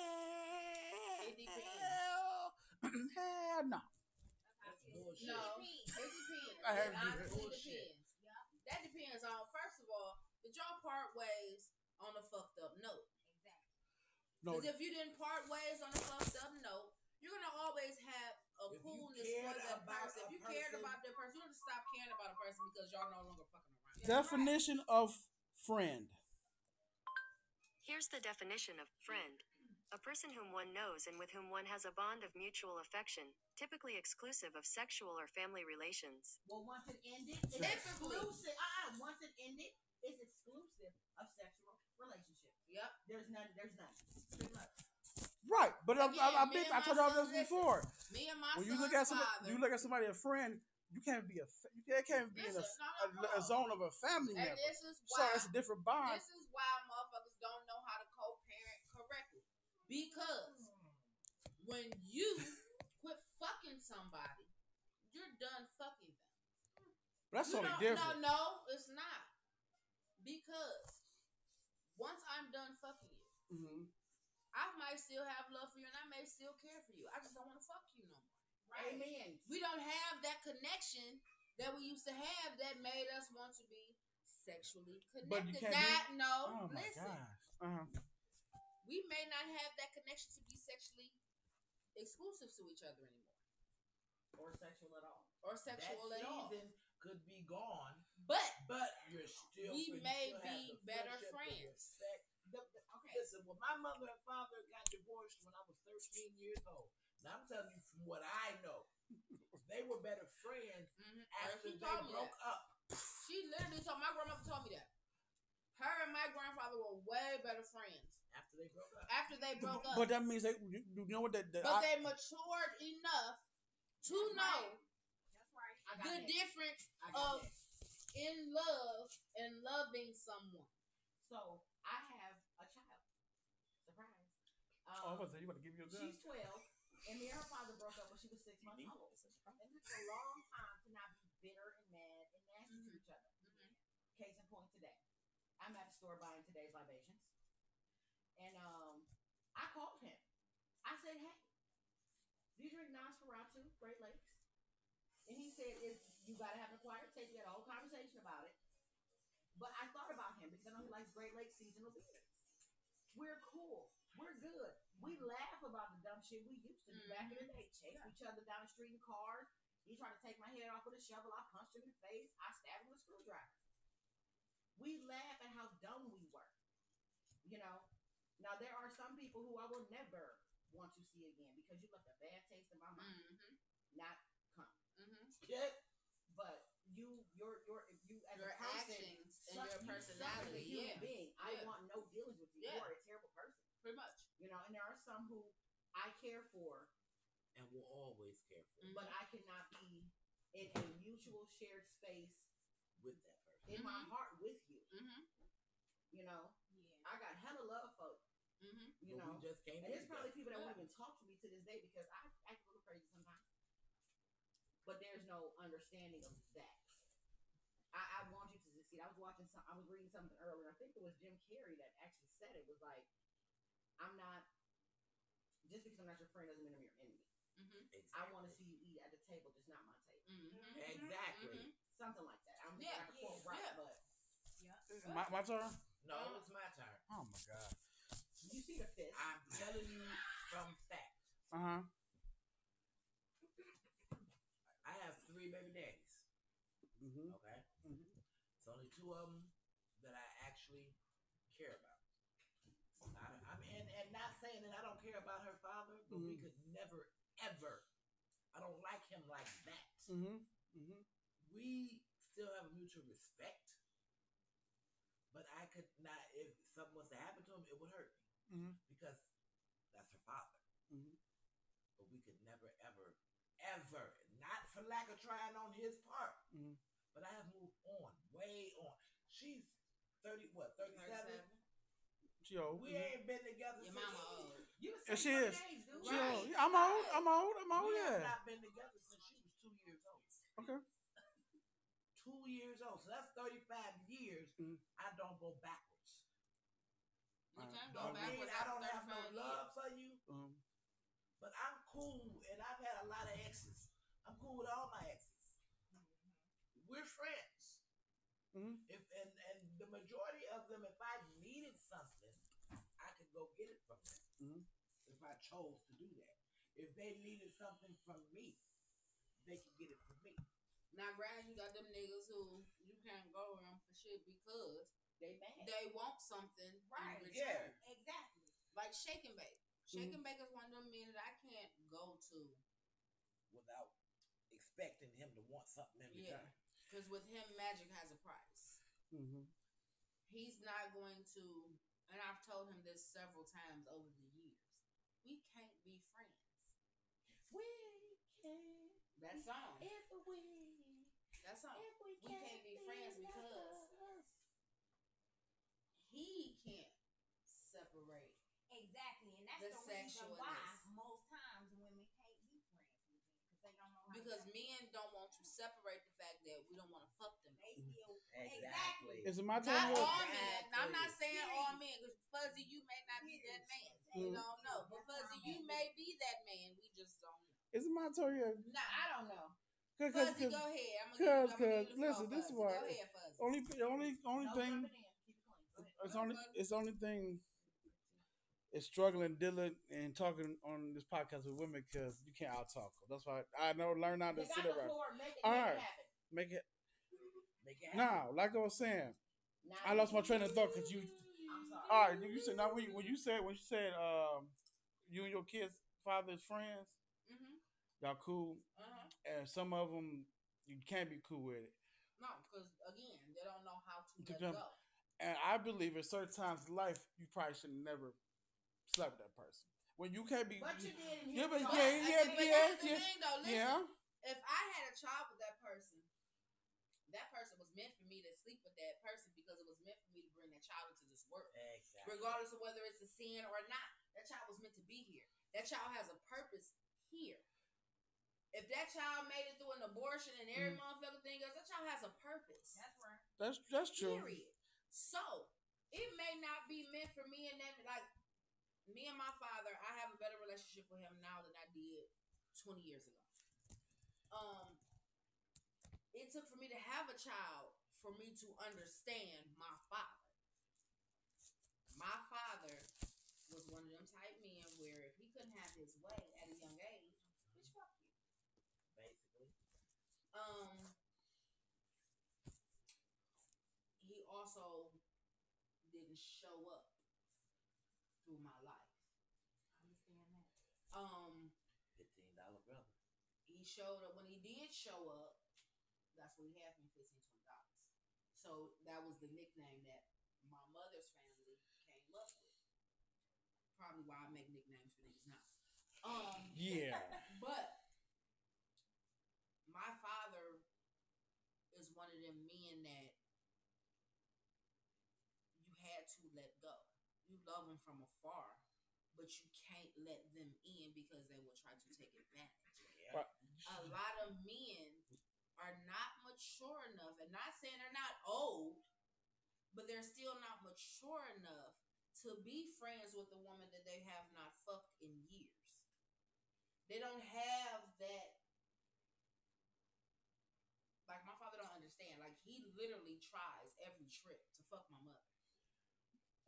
S1: It depends.
S3: Hell, hell no.
S2: That's bullshit.
S1: No. It depends.
S3: I had
S1: it
S3: to do that.
S1: honestly
S2: Bullshit.
S1: depends. That depends on first of all, did y'all part ways on a fucked up note?
S3: No,
S1: Because if you didn't part ways on a fucked up note, you're gonna always have a
S2: If you
S1: coolness for
S2: cared
S1: that
S2: about
S1: person.
S2: a
S1: If you cared
S2: person-
S1: about that person, you're gonna stop caring about a person because y'all no longer fucking around.
S3: definition of friend.
S9: Here's the definition of friend a person whom one knows and with whom one has a bond of mutual affection, typically exclusive of sexual or family relations.
S4: Well, once it ended, it's
S1: Typically.
S4: exclusive. Uh, once it ended, it's exclusive of sexual relationship.
S1: Yep.
S4: There's none. There's none. Pretty much.
S3: Right, but I've,
S1: Again,
S3: I've, I've
S1: me
S3: been.
S1: and
S3: I
S1: my
S3: told y'all
S1: son
S3: this
S1: listen.
S3: before.
S1: Me and my
S3: When you
S1: son's
S3: look at somebody,
S1: father.
S3: you look at somebody a friend. You can't be a. fa- You can't, can't be in
S1: Listen,
S3: a,
S1: no, no,
S3: a-
S1: no.
S3: a zone of a family
S1: and
S3: member.
S1: this is
S3: So
S1: why
S3: it's a different bond.
S1: this is why motherfuckers don't know when you quit fucking somebody, you're done fucking them.
S3: That's
S1: You
S3: something
S1: don't-
S3: different.
S1: No, no, it's not. Because once I'm done fucking you,
S3: Mhm.
S1: I might still have love for you and I may still care for you. I just don't want to fuck you no more.
S4: Amen.
S1: We don't have that connection that we used to have that made us want to be sexually connected.
S3: But you can't do-
S1: that no,
S3: Oh my
S1: listen.
S3: gosh. Uh-huh.
S1: We may not have that connection to be sexually exclusive to each other anymore
S4: Or sexual at all.
S1: or
S2: That
S1: sexual at all.
S2: season could be gone,
S1: But
S2: but you're still.
S1: We
S2: you
S1: may
S2: still have
S1: be
S2: the
S1: better
S2: friendship, the
S1: friends.
S2: respect. The- the-
S1: okay,
S2: Listen, when my mother and father got divorced when I was 13 years old, now I'm telling you from what I know, they were better friends
S1: mhm,
S2: after
S1: she
S2: they
S1: told me
S2: broke
S1: that.
S2: up.
S1: She literally told my grandmother told me that. Her and my grandfather were way better friends
S2: After they broke up.
S1: after they broke up.
S3: But that means they, you, you know what that. that
S1: but
S3: I- Oh,
S1: they matured enough to
S7: That's
S1: know
S7: right. That's right.
S4: I got
S1: the
S4: that.
S1: difference
S4: I got
S1: of
S4: that.
S1: in love and loving someone.
S4: So I have a child. Surprise. Um,
S3: oh, I was saying, you about to give me a gun.
S4: she's 12, and me and her father broke up when she was six months old. It took a long time to not be bitter and mad and nasty to each other. Case in point today. I'm at the store buying today's libations. And um, I called him. I said, hey, do you drink Nosferatu, Great Lakes? And he said, if you got to have an acquired taste. We had a whole conversation about it. But I thought about him because I know he likes Great Lakes seasonal beer. We're cool. We're good. We laugh about the dumb shit we used to do back in the day. Chase each other down the street in cars. He tried to take my head off with a shovel. I punched him in the face. I stabbed him with a screwdriver. We laugh at how dumb we were. You know? Now, there are some people who I will never want to see again because you left a bad taste in my mouth.
S1: Mm-hmm.
S4: Not
S1: Mm-hmm.
S4: shit, but you, your, your, you as a
S1: Your
S4: person,
S1: actions and
S4: suck- you
S1: your
S4: suck as a
S1: personality,
S4: human
S1: yeah.
S4: being. I
S1: Yeah.
S4: want no dealings with you.
S1: Yeah.
S4: You are a terrible person,
S1: Pretty much.
S4: you know. And there are some who I care for,
S2: And we'll always care for
S1: Mhm.
S4: Mm-hmm. but I cannot be in a mutual shared space Mm.
S2: with that
S4: in
S2: person.
S4: my heart with you.
S1: Mm-hmm.
S4: You know,
S7: Yeah.
S4: I got hella love for you,
S1: Mm-hmm.
S4: you know.
S2: we just came
S4: And there's probably people that
S1: Yeah.
S4: won't even talk to me to this day because I act a little crazy sometimes. But there's no understanding of that. I, I want you to succeed. I was watching some. I was reading something earlier. I think it was Jim Carrey that actually said it was like, "I'm not just because I'm not your friend doesn't mean I'm your enemy.
S1: Mm-hmm.
S4: I want to see you eat at the table, just not my table.
S1: Mm-hmm. Mhm.
S2: Exactly.
S4: Something like that. I'm
S1: Yeah,
S4: yeah, not quote
S1: yeah,
S4: right,
S1: yeah.
S4: but
S3: My, my turn?
S2: No, it's my turn.
S3: Oh my god.
S4: you see the fist.
S2: I'm telling you from fact.
S3: Uh huh.
S2: I have three baby daddies.
S3: Mm-hmm.
S2: Okay.
S3: Mhm.
S2: It's only two of them that I actually care about. I, I'm and, and not saying that I don't care about her father, but we
S3: Mhm.
S2: could never ever. I don't like him like that.
S3: Mm-hmm. Mm-hmm.
S2: We still have a mutual respect, but I could not. If something was to happen to him, it would hurt me
S3: Mhm.
S2: because that's her father.
S3: Mhm.
S2: But we could never ever ever not for lack of trying on his part.
S3: Mhm.
S2: But I have moved on, way on. She's thirty, what thirty seven?
S3: She old.
S2: We ain't been together
S1: Your
S2: since.
S1: mama old.
S4: You the
S3: Yeah, she
S4: same
S3: is.
S4: fucking age, dude.
S3: She
S1: Right.
S3: old. I'm old. I'm old. I'm old.
S2: we
S3: Oh,
S2: have
S3: Yeah.
S2: not been together since she was two years old.
S3: Okay.
S2: Two years old, so that's thirty five years.
S3: Mhm.
S2: I don't go backwards.
S1: You
S3: Uh,
S1: can't go
S2: Don't mean
S1: backwards
S2: I
S1: after
S2: don't have no
S1: 35
S2: love
S1: years.
S2: for you,
S3: Um,
S2: but I'm cool, and I've had a lot of exes. I'm cool with all my exes. We're friends.
S3: Mhm.
S2: If and and the majority of them, if I needed something, I could go get it from them.
S3: Mhm.
S2: If I chose to do that, if they needed something from me, they could get it from me.
S1: Now, granted, you got them niggas who you can't go around for shit because
S4: They mad.
S1: they want something
S7: Right.
S1: in
S2: Yeah.
S1: return.
S7: Exactly.
S1: Like shake and bake. Shake and bake is one of them men that I can't go to
S2: Without expecting him to want something in
S1: Yeah.
S2: return.
S1: because with him, magic has a price.
S3: mm-hmm.
S1: he's not going to and I've told him this several times over the years. We can't be friends.
S4: We can.
S1: That song.
S4: If we,
S1: That song.
S4: if Oh, we,
S1: We can't be friends because he can't separate.
S7: Exactly. And that's
S1: The
S7: the, reason why
S1: sexualness.
S7: most times when
S1: Because men don't want to separate the fact that we don't want to fuck them.
S7: They still
S4: Exactly.
S3: Is it my
S1: Not
S3: turn?
S4: Tell you
S1: all
S4: what-
S3: yet?
S1: men. Now, I'm not saying
S7: Yeah.
S1: all men because Fuzzy, you may not be that man. We
S3: Mm.
S1: don't know. But Fuzzy, you
S3: Mm-hmm.
S1: may be that man. We just don't know.
S3: Is it my turn yet?
S1: No, I don't know.
S3: Cause, cause,
S1: Fuzzy, go ahead. I'm
S3: cause-
S1: gonna give you
S3: cause,
S1: the
S3: listen,
S1: floor,
S3: this is
S1: Fuzzy.
S3: why-
S1: Go ahead, Fuzzy.
S3: only the only only thing it's only
S1: Go ahead.
S3: it's only thing is struggling dealing and talking on this podcast with women because you can't out talk. That's why I know learn how to
S4: They got
S3: sit
S4: the
S3: up right.
S4: floor. Make it,
S3: All
S4: make it
S3: right.
S4: happen.
S3: Make it
S4: Make it happen.
S3: now, like I was saying,
S4: Now
S3: I
S4: you-
S3: lost my train of thought because you
S4: I'm sorry.
S3: all right, you said now when you, when you said when you said um you and your kids father's friends,
S1: Mhm.
S3: y'all cool,
S1: Uh-huh.
S3: and some of them you can't be cool with it.
S1: No, because again, they don't know how to
S3: To
S1: let
S3: jump.
S1: go.
S3: And I believe at certain times in life, you probably should never slept with that person. When you can't be.
S4: What you did and
S3: Yeah,
S4: you
S3: but
S4: lost.
S3: yeah, yeah,
S1: but
S3: yeah,
S1: that's the
S3: yeah.
S1: thing, though. Listen,
S3: yeah.
S1: if I had a child with that person, that person was meant for me to sleep with that person because it was meant for me to bring that child into this world.
S4: Exactly.
S1: Regardless of whether it's a sin or not, that child was meant to be here. That child has a purpose here. If that child made it through an abortion and every
S3: Mm.
S1: motherfucking thing else, that child has a purpose.
S7: That's right.
S3: That's that's true.
S1: Period. So it may not be meant for me and that like me and my father, I have a better relationship with him now than I did twenty years ago. Um it took for me to have a child for me to understand my father. My father was one of them type men where if he couldn't have his way at a young age, bitch fuck you.
S4: Basically.
S1: Um, he also didn't show up through my life. Um,
S4: Fifteen dollar brother.
S1: he showed up when he did show up. That's when he had me fifteen twenty dollars. So that was the nickname that my mother's family came up with. Probably why I make nicknames for niggas now. Um,
S3: Yeah.
S1: But my father is one of them men that you had to let go. You love them from afar, but you can't let them in because they will try to take advantage.
S3: Right.
S1: A lot of men are not mature enough, and not saying they're not old, but they're still not mature enough to be friends with a woman that they have not fucked in years they don't have that like my father don't understand like he literally tries every trip to fuck my mother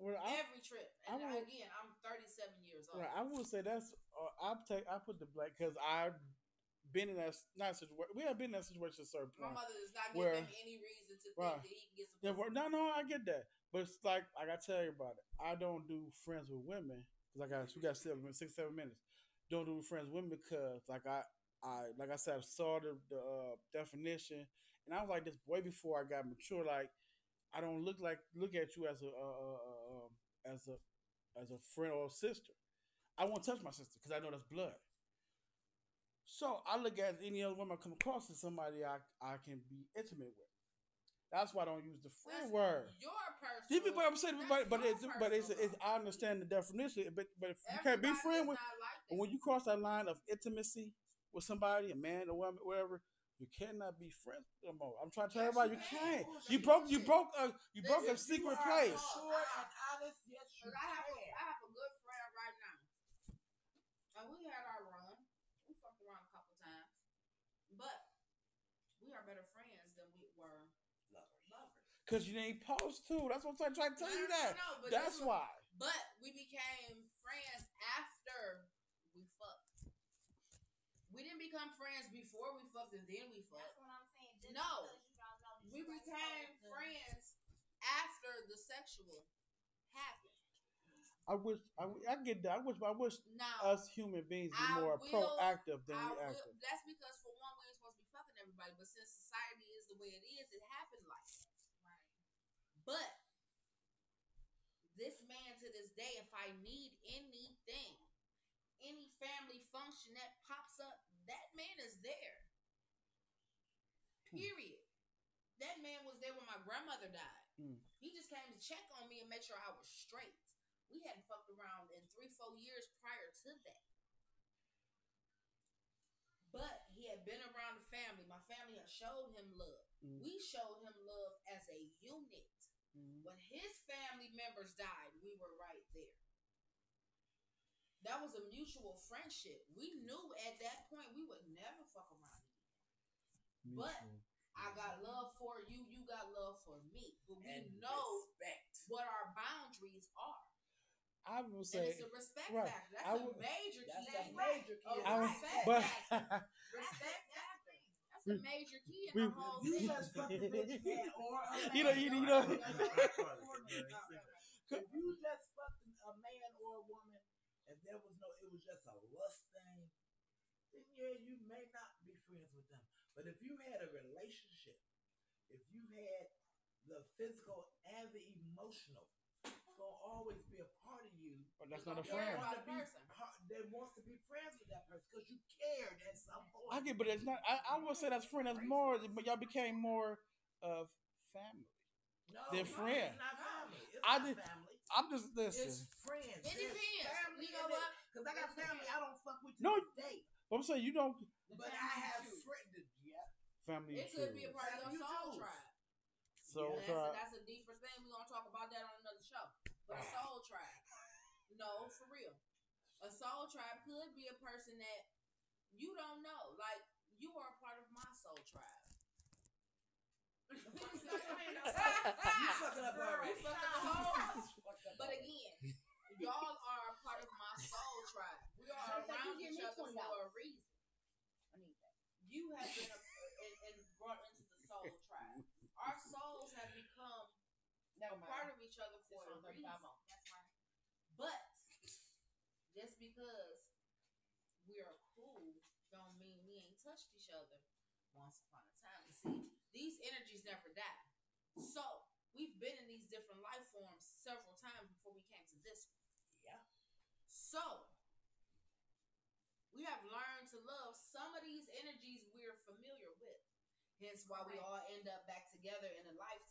S3: Well, I,
S1: every trip
S3: I
S1: and I
S3: would-
S1: again i'm 37 years old
S3: well, I will say that's. Uh, I take. I put the black because I've been in that not situation. We have been in that situation at a certain
S1: my
S3: point.
S1: mother does not give
S3: Where-
S1: him any reason to think
S3: Right.
S1: that he can get some
S3: Yeah,
S1: pussy.
S3: well, no, no, I get that, but it's like like I tell everybody, I don't do friends with women because I got we got seven, six, seven minutes. Don't do friends with women because like I, I like I said, I saw the, the uh, definition, and I was like this way before I got mature. Like I don't look like look at you as a uh, uh, uh, um, as a as a friend or sister. I won't touch my sister because I know that's blood. So I look at any other woman I come across as somebody I I can be intimate with. That's why I don't use the friend
S1: That's
S3: word.
S1: your personal
S3: See, people upset
S1: that's
S3: everybody, but
S1: your
S3: it's but it's,
S1: personal
S3: it's I understand the definition, but but if you can't
S1: Everybody
S3: be
S1: is
S3: friend with,
S1: not like
S3: but
S1: that.
S3: when you cross that line of intimacy with somebody, a man, a woman, whatever, you cannot be friends no more. I'm trying to tell
S1: Yes,
S3: everybody
S1: you
S3: you
S1: can.
S3: can't.
S1: Oh,
S3: You
S1: that's
S3: broke you
S1: bullshit.
S3: broke a you
S1: Listen,
S3: broke
S1: if
S3: a
S1: you
S3: secret
S1: are
S3: place.
S1: wrong,
S6: Sure and honest, yes, you
S1: Cause I have a,
S6: can.
S1: I have a good friend right now, and we had our run. We fucked around a couple times, but we are better friends than we were lovers.
S3: Cause you ain't post to. That's what I'm trying to tell
S1: No,
S3: you
S1: no,
S3: that.
S1: no, but
S3: That's
S1: this was-
S3: why.
S1: But we became friends after we fucked. We didn't become friends before we fucked, and then we
S7: That's
S1: fucked.
S7: what I'm saying. Just
S1: No.
S7: because you don't know that
S1: We
S7: you ain't
S1: became
S7: so good.
S1: friends after the sexual happened.
S3: I wish I, w- I get that. I wish I wish
S1: Now
S3: us human beings
S1: I
S3: be more
S1: will-
S3: proactive than
S1: I
S3: reactive.
S1: will, that's because for one, we ain't supposed to be fucking everybody, but since society is the way it is, it happened like that.
S7: Right.
S1: But this man to this day, if I need anything, any family function that pops up, that man is there.
S3: Hmm.
S1: Period. That man was there when my grandmother died.
S3: Hmm.
S1: He just came to check on me and make sure I was straight. We hadn't fucked around in three, four years prior to that. But he had had been around the family. My family had showed him love.
S3: Mm.
S1: We showed him love as a unit.
S3: Mhm.
S1: When his family members died, we were right there. That was a mutual friendship. We knew at that point we would never fuck around again. But-
S3: Mutual.
S1: I got love for you, you got love for me. But we
S2: And
S1: know
S2: respect.
S1: what our boundaries are.
S3: I will
S1: and
S3: say,
S1: it's a respect
S3: right,
S1: factor.
S3: I
S1: That's a
S3: would-
S1: major
S2: That's
S1: key.
S2: a
S1: thing.
S2: major key.
S1: A
S3: I would-
S1: respect
S3: but
S1: factor.
S7: Respect that thing.
S1: That's a major key in
S3: we-
S1: the whole
S3: we-
S1: thing.
S2: just fuck the bitch man or a man.
S3: You know, you- you know-
S2: If you just fucked a man or a woman, and there was no, it was just a lust thing, then yeah, you may not be friends with them. But if you had a relationship, if you had the physical and the emotional, it's gonna always be a part of you.
S3: but that's not a
S1: Yeah,
S3: friend.
S1: about
S2: Wanna
S1: the
S2: be-
S1: person.
S2: They wants to be friends with that person because you cared at some point.
S3: I get, but it's not. I, I won't say that's friend. That's more. But y'all became more of family.
S2: no,
S3: they're
S2: no,
S3: friend.
S2: It's not family. It's
S3: I
S2: not
S3: did-
S2: family.
S3: I'm just listen.
S2: It's friends.
S1: It
S2: There's
S1: depends.
S2: family
S1: You know
S2: in it.
S1: what?
S2: Cause I got family I don't fuck with
S3: No.
S2: no. today,
S3: but I'm saying you don't
S2: but I have friends. Yeah,
S3: family.
S1: It could be a
S3: too.
S1: part of
S2: Have
S1: your
S2: you
S1: soul
S2: chose?
S1: tribe.
S3: so
S1: Now, that's,
S3: it's alright.
S1: a, that's a deeper thing. We're gonna talk about that on another show. But a soul tribe, no, for real, a soul tribe could be a person that you don't know. Like you are a part of my soul tribe.
S2: you fucking up already.
S1: You fucking up already.
S2: Fucked up
S1: but
S2: already.
S1: again, y'all are a part of my soul tribe. We are
S7: Sounds like
S1: around
S7: you give
S1: each
S7: me
S1: other for a
S7: $20.
S1: reason. You have been a, and, and brought into the soul tribe. Our souls have become
S4: Never
S1: a part of each other for a reason.
S7: That's right.
S1: But just because we are cool, don't mean we ain't touched each other once upon a time. See, these energies never die. So we've been in these different life forms several times before we came to this one.
S2: Yeah.
S1: So we have learned to love some of these energies we're familiar with. Hence why we all end up back together in a lifetime.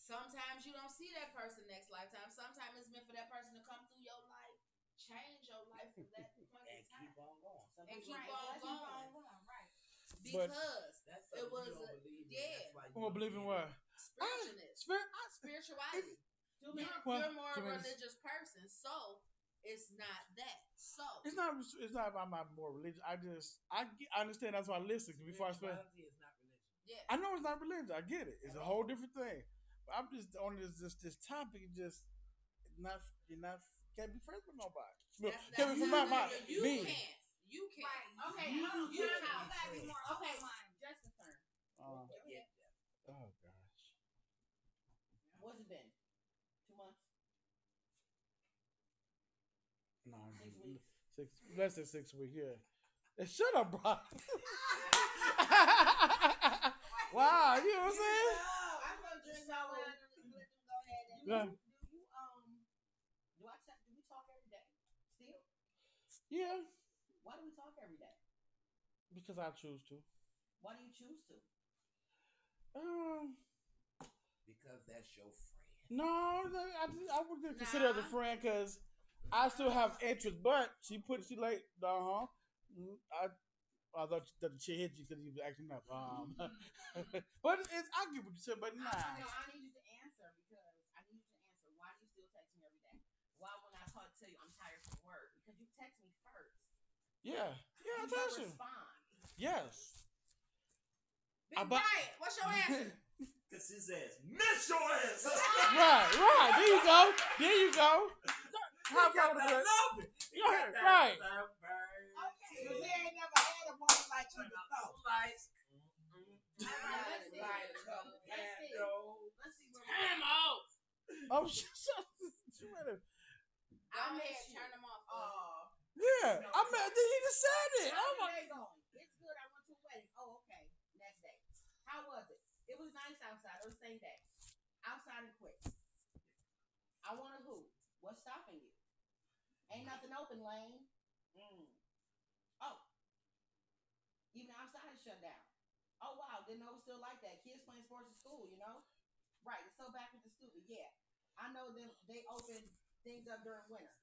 S1: Sometimes you don't see that person next lifetime. Sometimes it's meant for that person to come through your life, change your life from that point in
S2: And
S1: time.
S2: keep on going. Some
S1: And
S2: people-
S1: keep
S7: Right.
S1: on
S7: Let's keep
S1: going.
S7: on going. Right.
S3: But-
S1: Because It
S2: That's something
S1: was
S2: you
S1: a-
S2: don't believe in.
S1: yeah.
S2: That's why you
S3: I won't believe in what
S1: spiritualness,
S3: spirit.
S1: spirituality. You're,
S3: Well,
S1: you're more a
S3: can we-
S1: religious person, so it's not that. So
S3: It's not. It's not about my more religion. I just. I, get- I understand that's why I listen before I spend.
S2: Spirituality is not religion.
S1: yeah,
S3: I know it's not religion. I get it. It's a whole different thing. But I'm just on this this this topic. it Just not not can't be friends with nobody. No,
S1: that's,
S3: can't
S1: that's
S3: be
S1: not
S3: friends my,
S1: that.
S3: my
S1: you
S3: me.
S1: can't. You can't.
S7: Right.
S4: Okay,
S7: You,
S4: hold on,
S7: you,
S4: time
S7: you
S4: out.
S7: gotta be more
S4: Okay.
S7: open-minded.
S4: Justin's turn.
S3: Uh,
S2: But yeah,
S3: oh gosh.
S4: What's it been? Two months?
S3: No,
S4: Six
S3: n-
S4: weeks?
S3: six. Less than six weeks. Yeah. Eh, Shut up, bro. wow. You know what I'm saying?
S4: I'm gonna drink my
S7: Well,
S4: way.
S7: let them go ahead and
S3: Yeah.
S4: Do you um? Do I talk? Do we talk every day? Still?
S3: Yeah.
S4: Why do we talk every day?
S3: Because I choose to.
S4: Why do you choose to?
S3: Um.
S2: Because that's your friend.
S3: No, that- I just, I wouldn't consider her
S1: Nah.
S3: a friend because I still have interest. But she put she like uh huh. I I thought that the shit hit you because you was acting up. Um, but it's, I get what you said, but nah.
S4: I, no, I need you to answer because I need you to answer. Why do you still text me every day? Why when I talk to you, I'm tired from work? Because you text me first.
S3: Yeah, yeah,
S4: you
S3: I
S4: don't
S3: told you.
S4: respond.
S3: Yes.
S1: Big
S3: I bu-
S1: Bryant, what's your answer?
S5: Cause his ass, miss your ass.
S3: right, right. There you go. There you go. How about
S5: I
S3: that?
S5: love it. He got
S3: Right,
S5: that
S3: right.
S5: love bird. Yeah.
S2: Okay. Cause they ain't never had a woman like you before.
S5: Like,
S4: Let's see.
S2: Like,
S4: Let's see.
S2: no.
S4: Let's see where
S1: Turn 'em off.
S3: Oh, shut up. She went in.
S4: I
S1: Go ahead,
S4: miss you.
S1: turn them off.
S4: Oh,
S3: Yeah, I mean, he just said it. Oh my.
S4: day going? It's good. I went to a wedding. Oh, okay. Next day. How was it? It was nice outside. It was same day. Outside and quick. I want a who? What's stopping you? Ain't nothing open, Lane. Mm. Oh. Even outside is shut down. Oh wow, didn't know it was still like that. Kids playing sports at school, you know? Right, it's so back with the stupid. Yeah. I know them they open things up during winter.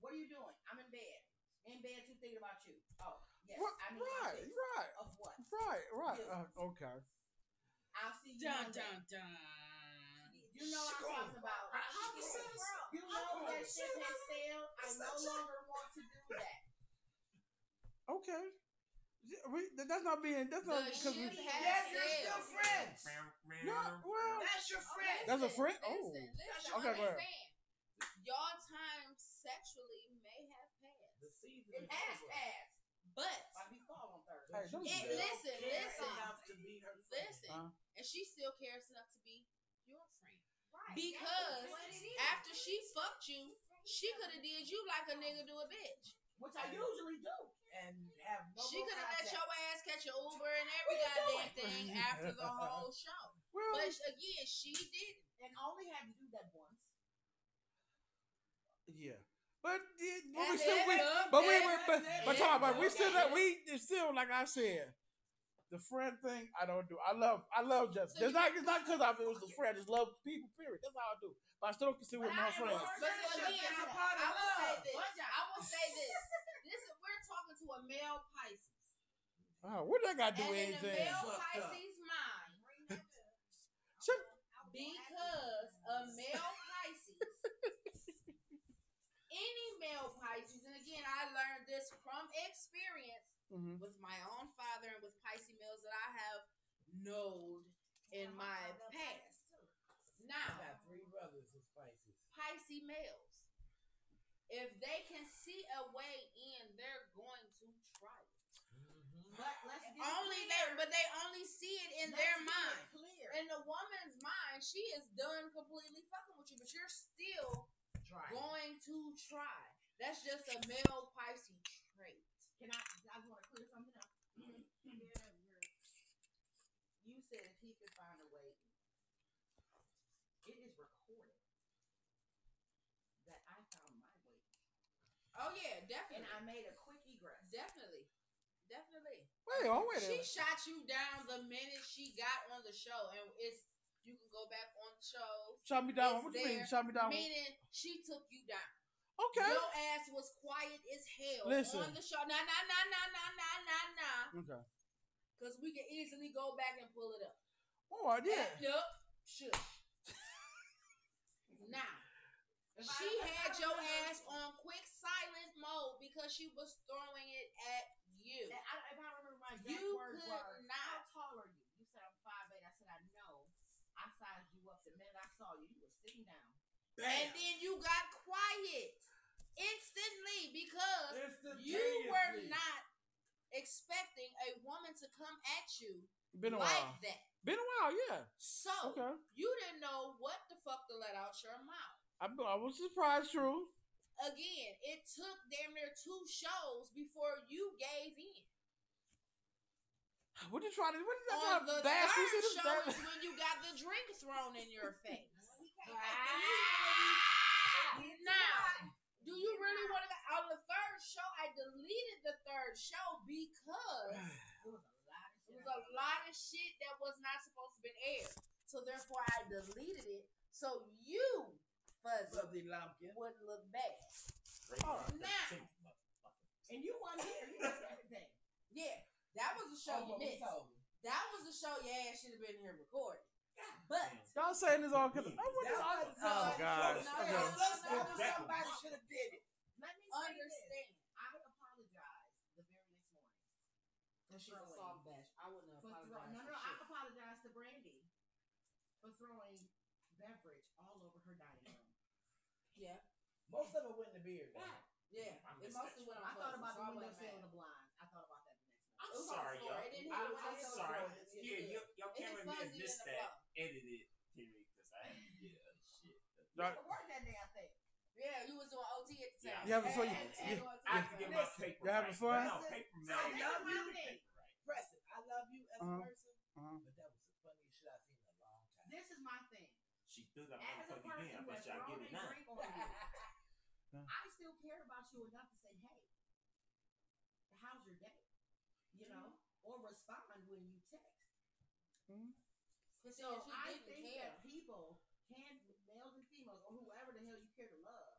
S4: What are you doing? I'm in bed. in bed too thinking about you. Oh, yes.
S3: Right,
S4: I need my
S3: right,
S4: fix
S3: right,
S4: Of what?
S3: right, right.
S4: Yeah.
S3: Uh, okay.
S4: I'll see you.
S1: Dun
S4: Monday.
S1: dun dun.
S4: You know I'm talking about.
S5: How
S4: Shit.
S5: is this?
S4: You know that
S5: Shit.
S4: shit has failed. I
S5: It's
S4: no
S5: not shit.
S4: longer want to do that.
S3: Okay. Yeah, We, that- that's not being. That's not
S1: The
S3: because we.
S1: ship has
S4: Yes,
S2: They're still
S1: sailed.
S2: friends.
S3: Yeah, well,
S2: That's your friend.
S3: That's a
S1: Listen,
S3: friend?
S1: Listen,
S3: Oh.
S1: listen,
S3: Okay, go ahead.
S1: understand. Y'all time sexually may have passed,
S2: The season
S4: It
S2: is
S4: has
S2: over.
S4: passed.
S1: but
S4: Like we fall on Thursday.
S3: Hey, don't
S2: You
S3: do
S1: it,
S3: that.
S2: still
S1: listen,
S2: care
S1: listen,
S2: enough to be her friend.
S1: listen,
S3: Huh?
S1: and she still cares enough to be your friend.
S7: Right.
S1: Because
S7: That's what it is.
S1: After she fucked you, she could have did you like a nigga do a bitch.
S4: Which I usually do.
S2: and have no
S1: She
S2: more
S1: could have let
S2: contact.
S1: your ass catch an Uber and every
S4: What you
S1: goddamn thing after the whole show.
S3: Well,
S1: But again, she didn't.
S4: And I only had to do that once.
S3: yeah. But yeah, but we
S1: That's
S3: still
S1: it.
S3: we,
S1: Look,
S3: but we
S1: that's
S3: were but
S1: it.
S3: but talk about we
S1: Look
S3: still
S1: at
S3: that
S1: it.
S3: we it's still like I said. The friend thing I don't do. I love I love Justin.
S1: So
S3: it's
S1: you-
S3: not it's not because I it was a friend. It's love people. Period. That's how I do. But I still don't consider
S4: But
S3: my
S4: I am a
S3: friend.
S4: person.
S1: But so again,
S4: That's a part of
S1: I will say
S4: love.
S1: this.
S4: Watch out.
S1: I will say this. This is we're talking to a male Pisces,
S3: Oh, what that got to do
S1: and
S3: with
S1: in the
S3: anything?
S1: male
S2: Fucked up.
S1: Pisces mind,
S3: Shut-
S1: because um, a male Pisces, any male Pisces, and again, I learned this from experience
S3: Mhm.
S1: with my own father and with Pisces males that I have known in my past.
S2: I
S1: Now,
S2: got three brothers in Pisces.
S1: Pisces males, if they can see a way in, they're going to try it.
S4: But let's be
S1: Only they,
S4: clear.
S1: but they only see it in
S4: Let's
S1: their
S4: be
S1: mind.
S4: Clear.
S1: In the woman's mind, she is done completely fucking with you, but you're still
S4: Try.
S1: going to try. That's just a male Pisces trait.
S4: Can I? I just want to clear something up. Mm-hmm. You said if he could find a way, it is recorded that I found my way,
S1: Oh yeah,
S4: and
S1: definitely,
S4: I made a quick egress.
S1: definitely, definitely.
S3: Wait, oh wait. a
S1: She
S3: minute.
S1: shot you down the minute she got on the show, and it's you can go back on the show.
S3: Shot me down.
S1: is
S3: What do you mean?
S1: there
S3: Shot me down.
S1: Meaning she took you down.
S3: Okay.
S1: Your ass was quiet as hell
S3: Listen.
S1: on the show. Nah, nah, nah, nah, nah, nah, nah, nah.
S3: Okay.
S1: Cause we can easily go back and pull it up.
S3: Oh yeah.
S1: Eh, Nope. Shush. now, she had your ass on quick silent mode because she was throwing it at you.
S4: And I, if I remember my exact
S1: You
S4: words
S1: could
S4: were,
S1: not.
S4: "How tall are you?" You said I'm five eight. I said I know. I sized you up the minute I saw you. You were sitting down.
S1: And then you got quiet instantly because you were
S2: Instantaneously.
S1: not expecting a woman to come at you
S3: Been a
S1: like
S3: while.
S1: that.
S3: Been a while. Yeah.
S1: So
S3: Okay.
S1: you didn't know what the fuck to let out your mouth.
S3: I, I was surprised. True.
S1: Again, it took damn near two shows before you gave in.
S3: What you trying to? What is that
S1: On
S3: trying
S1: the
S3: to bash
S1: third
S3: us in
S1: show
S3: this-
S1: is when you got the drink thrown in your face.
S7: He came back to
S1: Ah!
S7: you, baby.
S1: now, do you really want to? On the third show, I deleted the third show because
S4: It was a lot of shit.
S1: It was a lot of shit that was not supposed to be aired. So therefore, I deleted it. So you, Fuzzy,
S2: Fuzzy Lumpkin.
S1: would look bad.
S5: Oh,
S1: now.
S4: And you weren't here. You missed everything.
S1: Yeah, that was a show
S4: Oh, but
S1: you
S4: we
S1: missed.
S4: told you.
S1: That was a show your ass should have been here recording. But
S3: Y'all saying this all because I
S5: That
S3: wonder. Oh,
S2: was- uh,
S3: God.
S1: no,
S3: Okay.
S1: no, no, no,
S2: That was
S1: no.
S2: somebody should have did it.
S4: Let me say this.
S1: understand.
S4: I apologized the very next morning.
S1: Well, she's a
S4: throwing-
S1: soft bitch. I wouldn't have
S4: For throw-
S1: apologized.
S4: no, no,
S1: for
S4: I
S1: shit.
S4: apologize to Brandy for throwing beverage all over her dining room.
S1: Yeah,
S2: Most of it went in the beard. though.
S1: yeah.
S5: I
S1: It
S5: missed that
S1: mostly
S5: shit.
S1: went on
S4: I thought
S1: Fuzzy,
S4: about
S1: so
S4: the
S1: I
S4: window
S1: wasn't
S4: sill and
S1: mad.
S4: the blinds. I thought about that the next morning.
S1: It
S5: I'm
S1: was on
S5: sorry,
S1: the floor. It didn't
S5: y'all.
S1: hit
S5: I'm,
S1: the
S5: I'm
S1: window, so
S5: sorry.
S1: it was
S5: Yeah,
S1: good.
S5: you, y'all
S1: It
S5: can't
S1: was
S5: remember
S1: fuzzy in
S5: this
S1: the
S5: that
S1: flow.
S5: edited period because I had to get other shit.
S3: Y'all-
S4: It worked that damn thing.
S1: Yeah, you was doing OT at the
S5: Yeah.
S1: time.
S3: You having fun?
S1: And- and
S3: You-
S1: doing
S5: I have to get my
S1: something.
S5: paper.
S3: Y'all having
S5: right.
S3: fun?
S5: No, paper
S4: So
S5: mail.
S4: this is
S2: y'all
S4: my
S2: really-
S4: thing.
S2: Press it. I love you as
S3: Uh-huh.
S2: a person,
S3: Uh-huh.
S2: but that was the funniest shit I've seen in a long time.
S4: This is my thing.
S5: She threw that
S4: As a
S5: motherfucker
S4: person
S5: in. I
S4: who
S5: bet
S4: has
S5: y'all
S4: grown
S5: get it
S4: and
S5: now.
S4: drink on you,
S3: Yeah.
S4: I still care about you enough to say, hey, how's your day? You know,
S1: Mm-hmm.
S4: or respond when you text.
S1: But see,
S4: So
S1: she
S4: I
S1: didn't
S4: think
S1: care.
S4: that people can, males and females, or whoever the hell you care to love,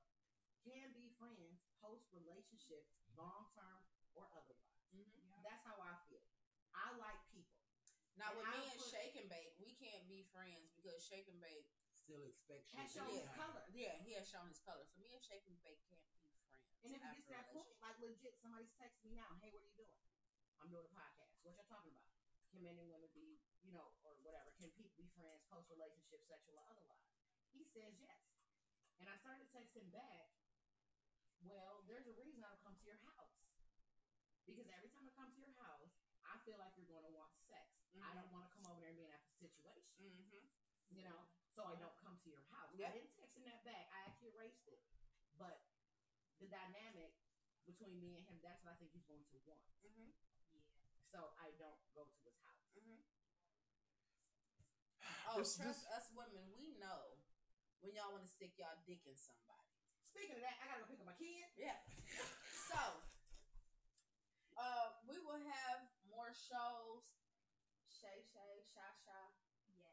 S4: can be friends post relationship long term or otherwise.
S1: Mhm.
S4: That's how I feel. I like people.
S1: Now
S4: And
S1: with
S4: I
S1: me and
S4: put-
S1: Shake and Bake, we can't be friends because Shake and Bake,
S2: Still expect shit.
S4: That
S2: all
S4: shows
S2: the
S4: his
S2: time.
S4: color.
S1: yeah, he has shown his color. So me and Shake and Bake can't be friends.
S4: And if it gets to
S1: after
S4: that point,
S1: relationship.
S4: like legit, somebody's texting me now, hey, what are you doing? I'm doing a podcast. What y'all talking about? Can men and women be, you know, or whatever? Can people be friends, close relationships, sexual or otherwise? He says yes. And I started texting back, well, there's a reason I don't come to your house. Because every time I come to your house, I feel like you're going to want sex. I don't want to come over there and be in that situation
S1: Mhm.
S4: you know, so I don't come to your house.
S1: Yep.
S4: I didn't text him that back. I actually erased it. But the dynamic between me and him, that's what I think he's going to want.
S1: Mhm.
S4: So I don't go to his house.
S1: Mm-hmm. Oh,
S3: This-
S1: trust us women, we know when y'all want to stick y'all dick in somebody.
S4: Speaking of that, I gotta go pick up my kid.
S1: Yeah. so, uh, we will have more shows. Shay Shay, Sha Sha,
S7: Yes.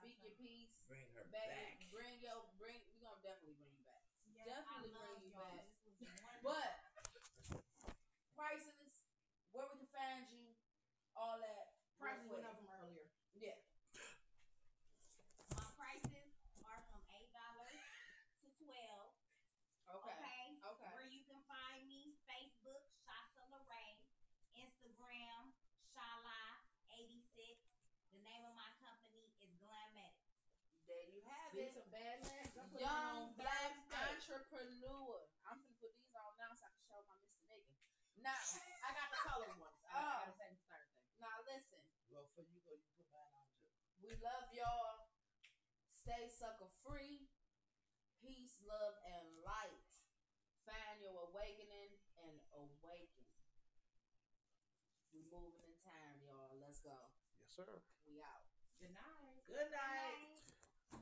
S1: speak your piece.
S2: Bring her
S1: Back,
S2: back.
S1: bring your bring. We're gonna definitely bring you back.
S7: Yes,
S1: Definitely
S7: I
S1: bring
S7: love
S1: you
S7: y'all.
S1: back.
S7: This was wonderful.
S1: But prices, where we can find you, all that. real
S4: Prices went
S1: quick.
S4: up from earlier.
S1: Yeah.
S7: my prices are from eight dollars to twelve.
S1: Okay. Okay.
S7: okay? where you can find me Facebook, Shasa Lorraine, Instagram, Shala86. The name of my company is Glam Medics.
S1: There you have
S4: Been
S1: it.
S4: some bad lands. I'm putting on
S1: Young black
S4: Thursday.
S1: entrepreneur. I'm gonna put these on now so I can show my Mr. Nigga. Now,
S4: I got the color ones. I,
S1: Uh.
S7: Oh,
S4: I gotta save them Thursday.
S1: now listen.
S2: Well, for you go, you put mine on too.
S1: We love y'all. Stay sucker free. Peace, love, and light. Find your awakening and awaken. We moving in time, y'all. Let's go.
S3: Yes, sir.
S1: We out.
S4: Good night.
S2: Good night.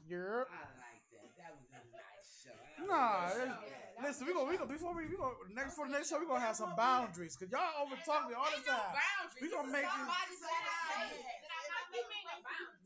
S3: You're.
S2: I like that. That was a nice show. That
S3: Nah,
S2: was a good
S3: it's-
S2: show.
S4: Yeah, that
S3: Listen,
S4: was
S3: we
S4: a
S3: gonna we
S4: show.
S3: gonna before we we gonna next for the next show we gonna have some boundaries because y'all over talk me all the
S1: Ain't no
S3: time.
S1: boundaries.
S3: We
S1: This
S3: gonna
S1: is
S3: make it-
S1: somebody's
S4: Yes.
S1: last name.
S4: Yes.
S1: Did I not make my boundaries? Oh,
S2: Oh,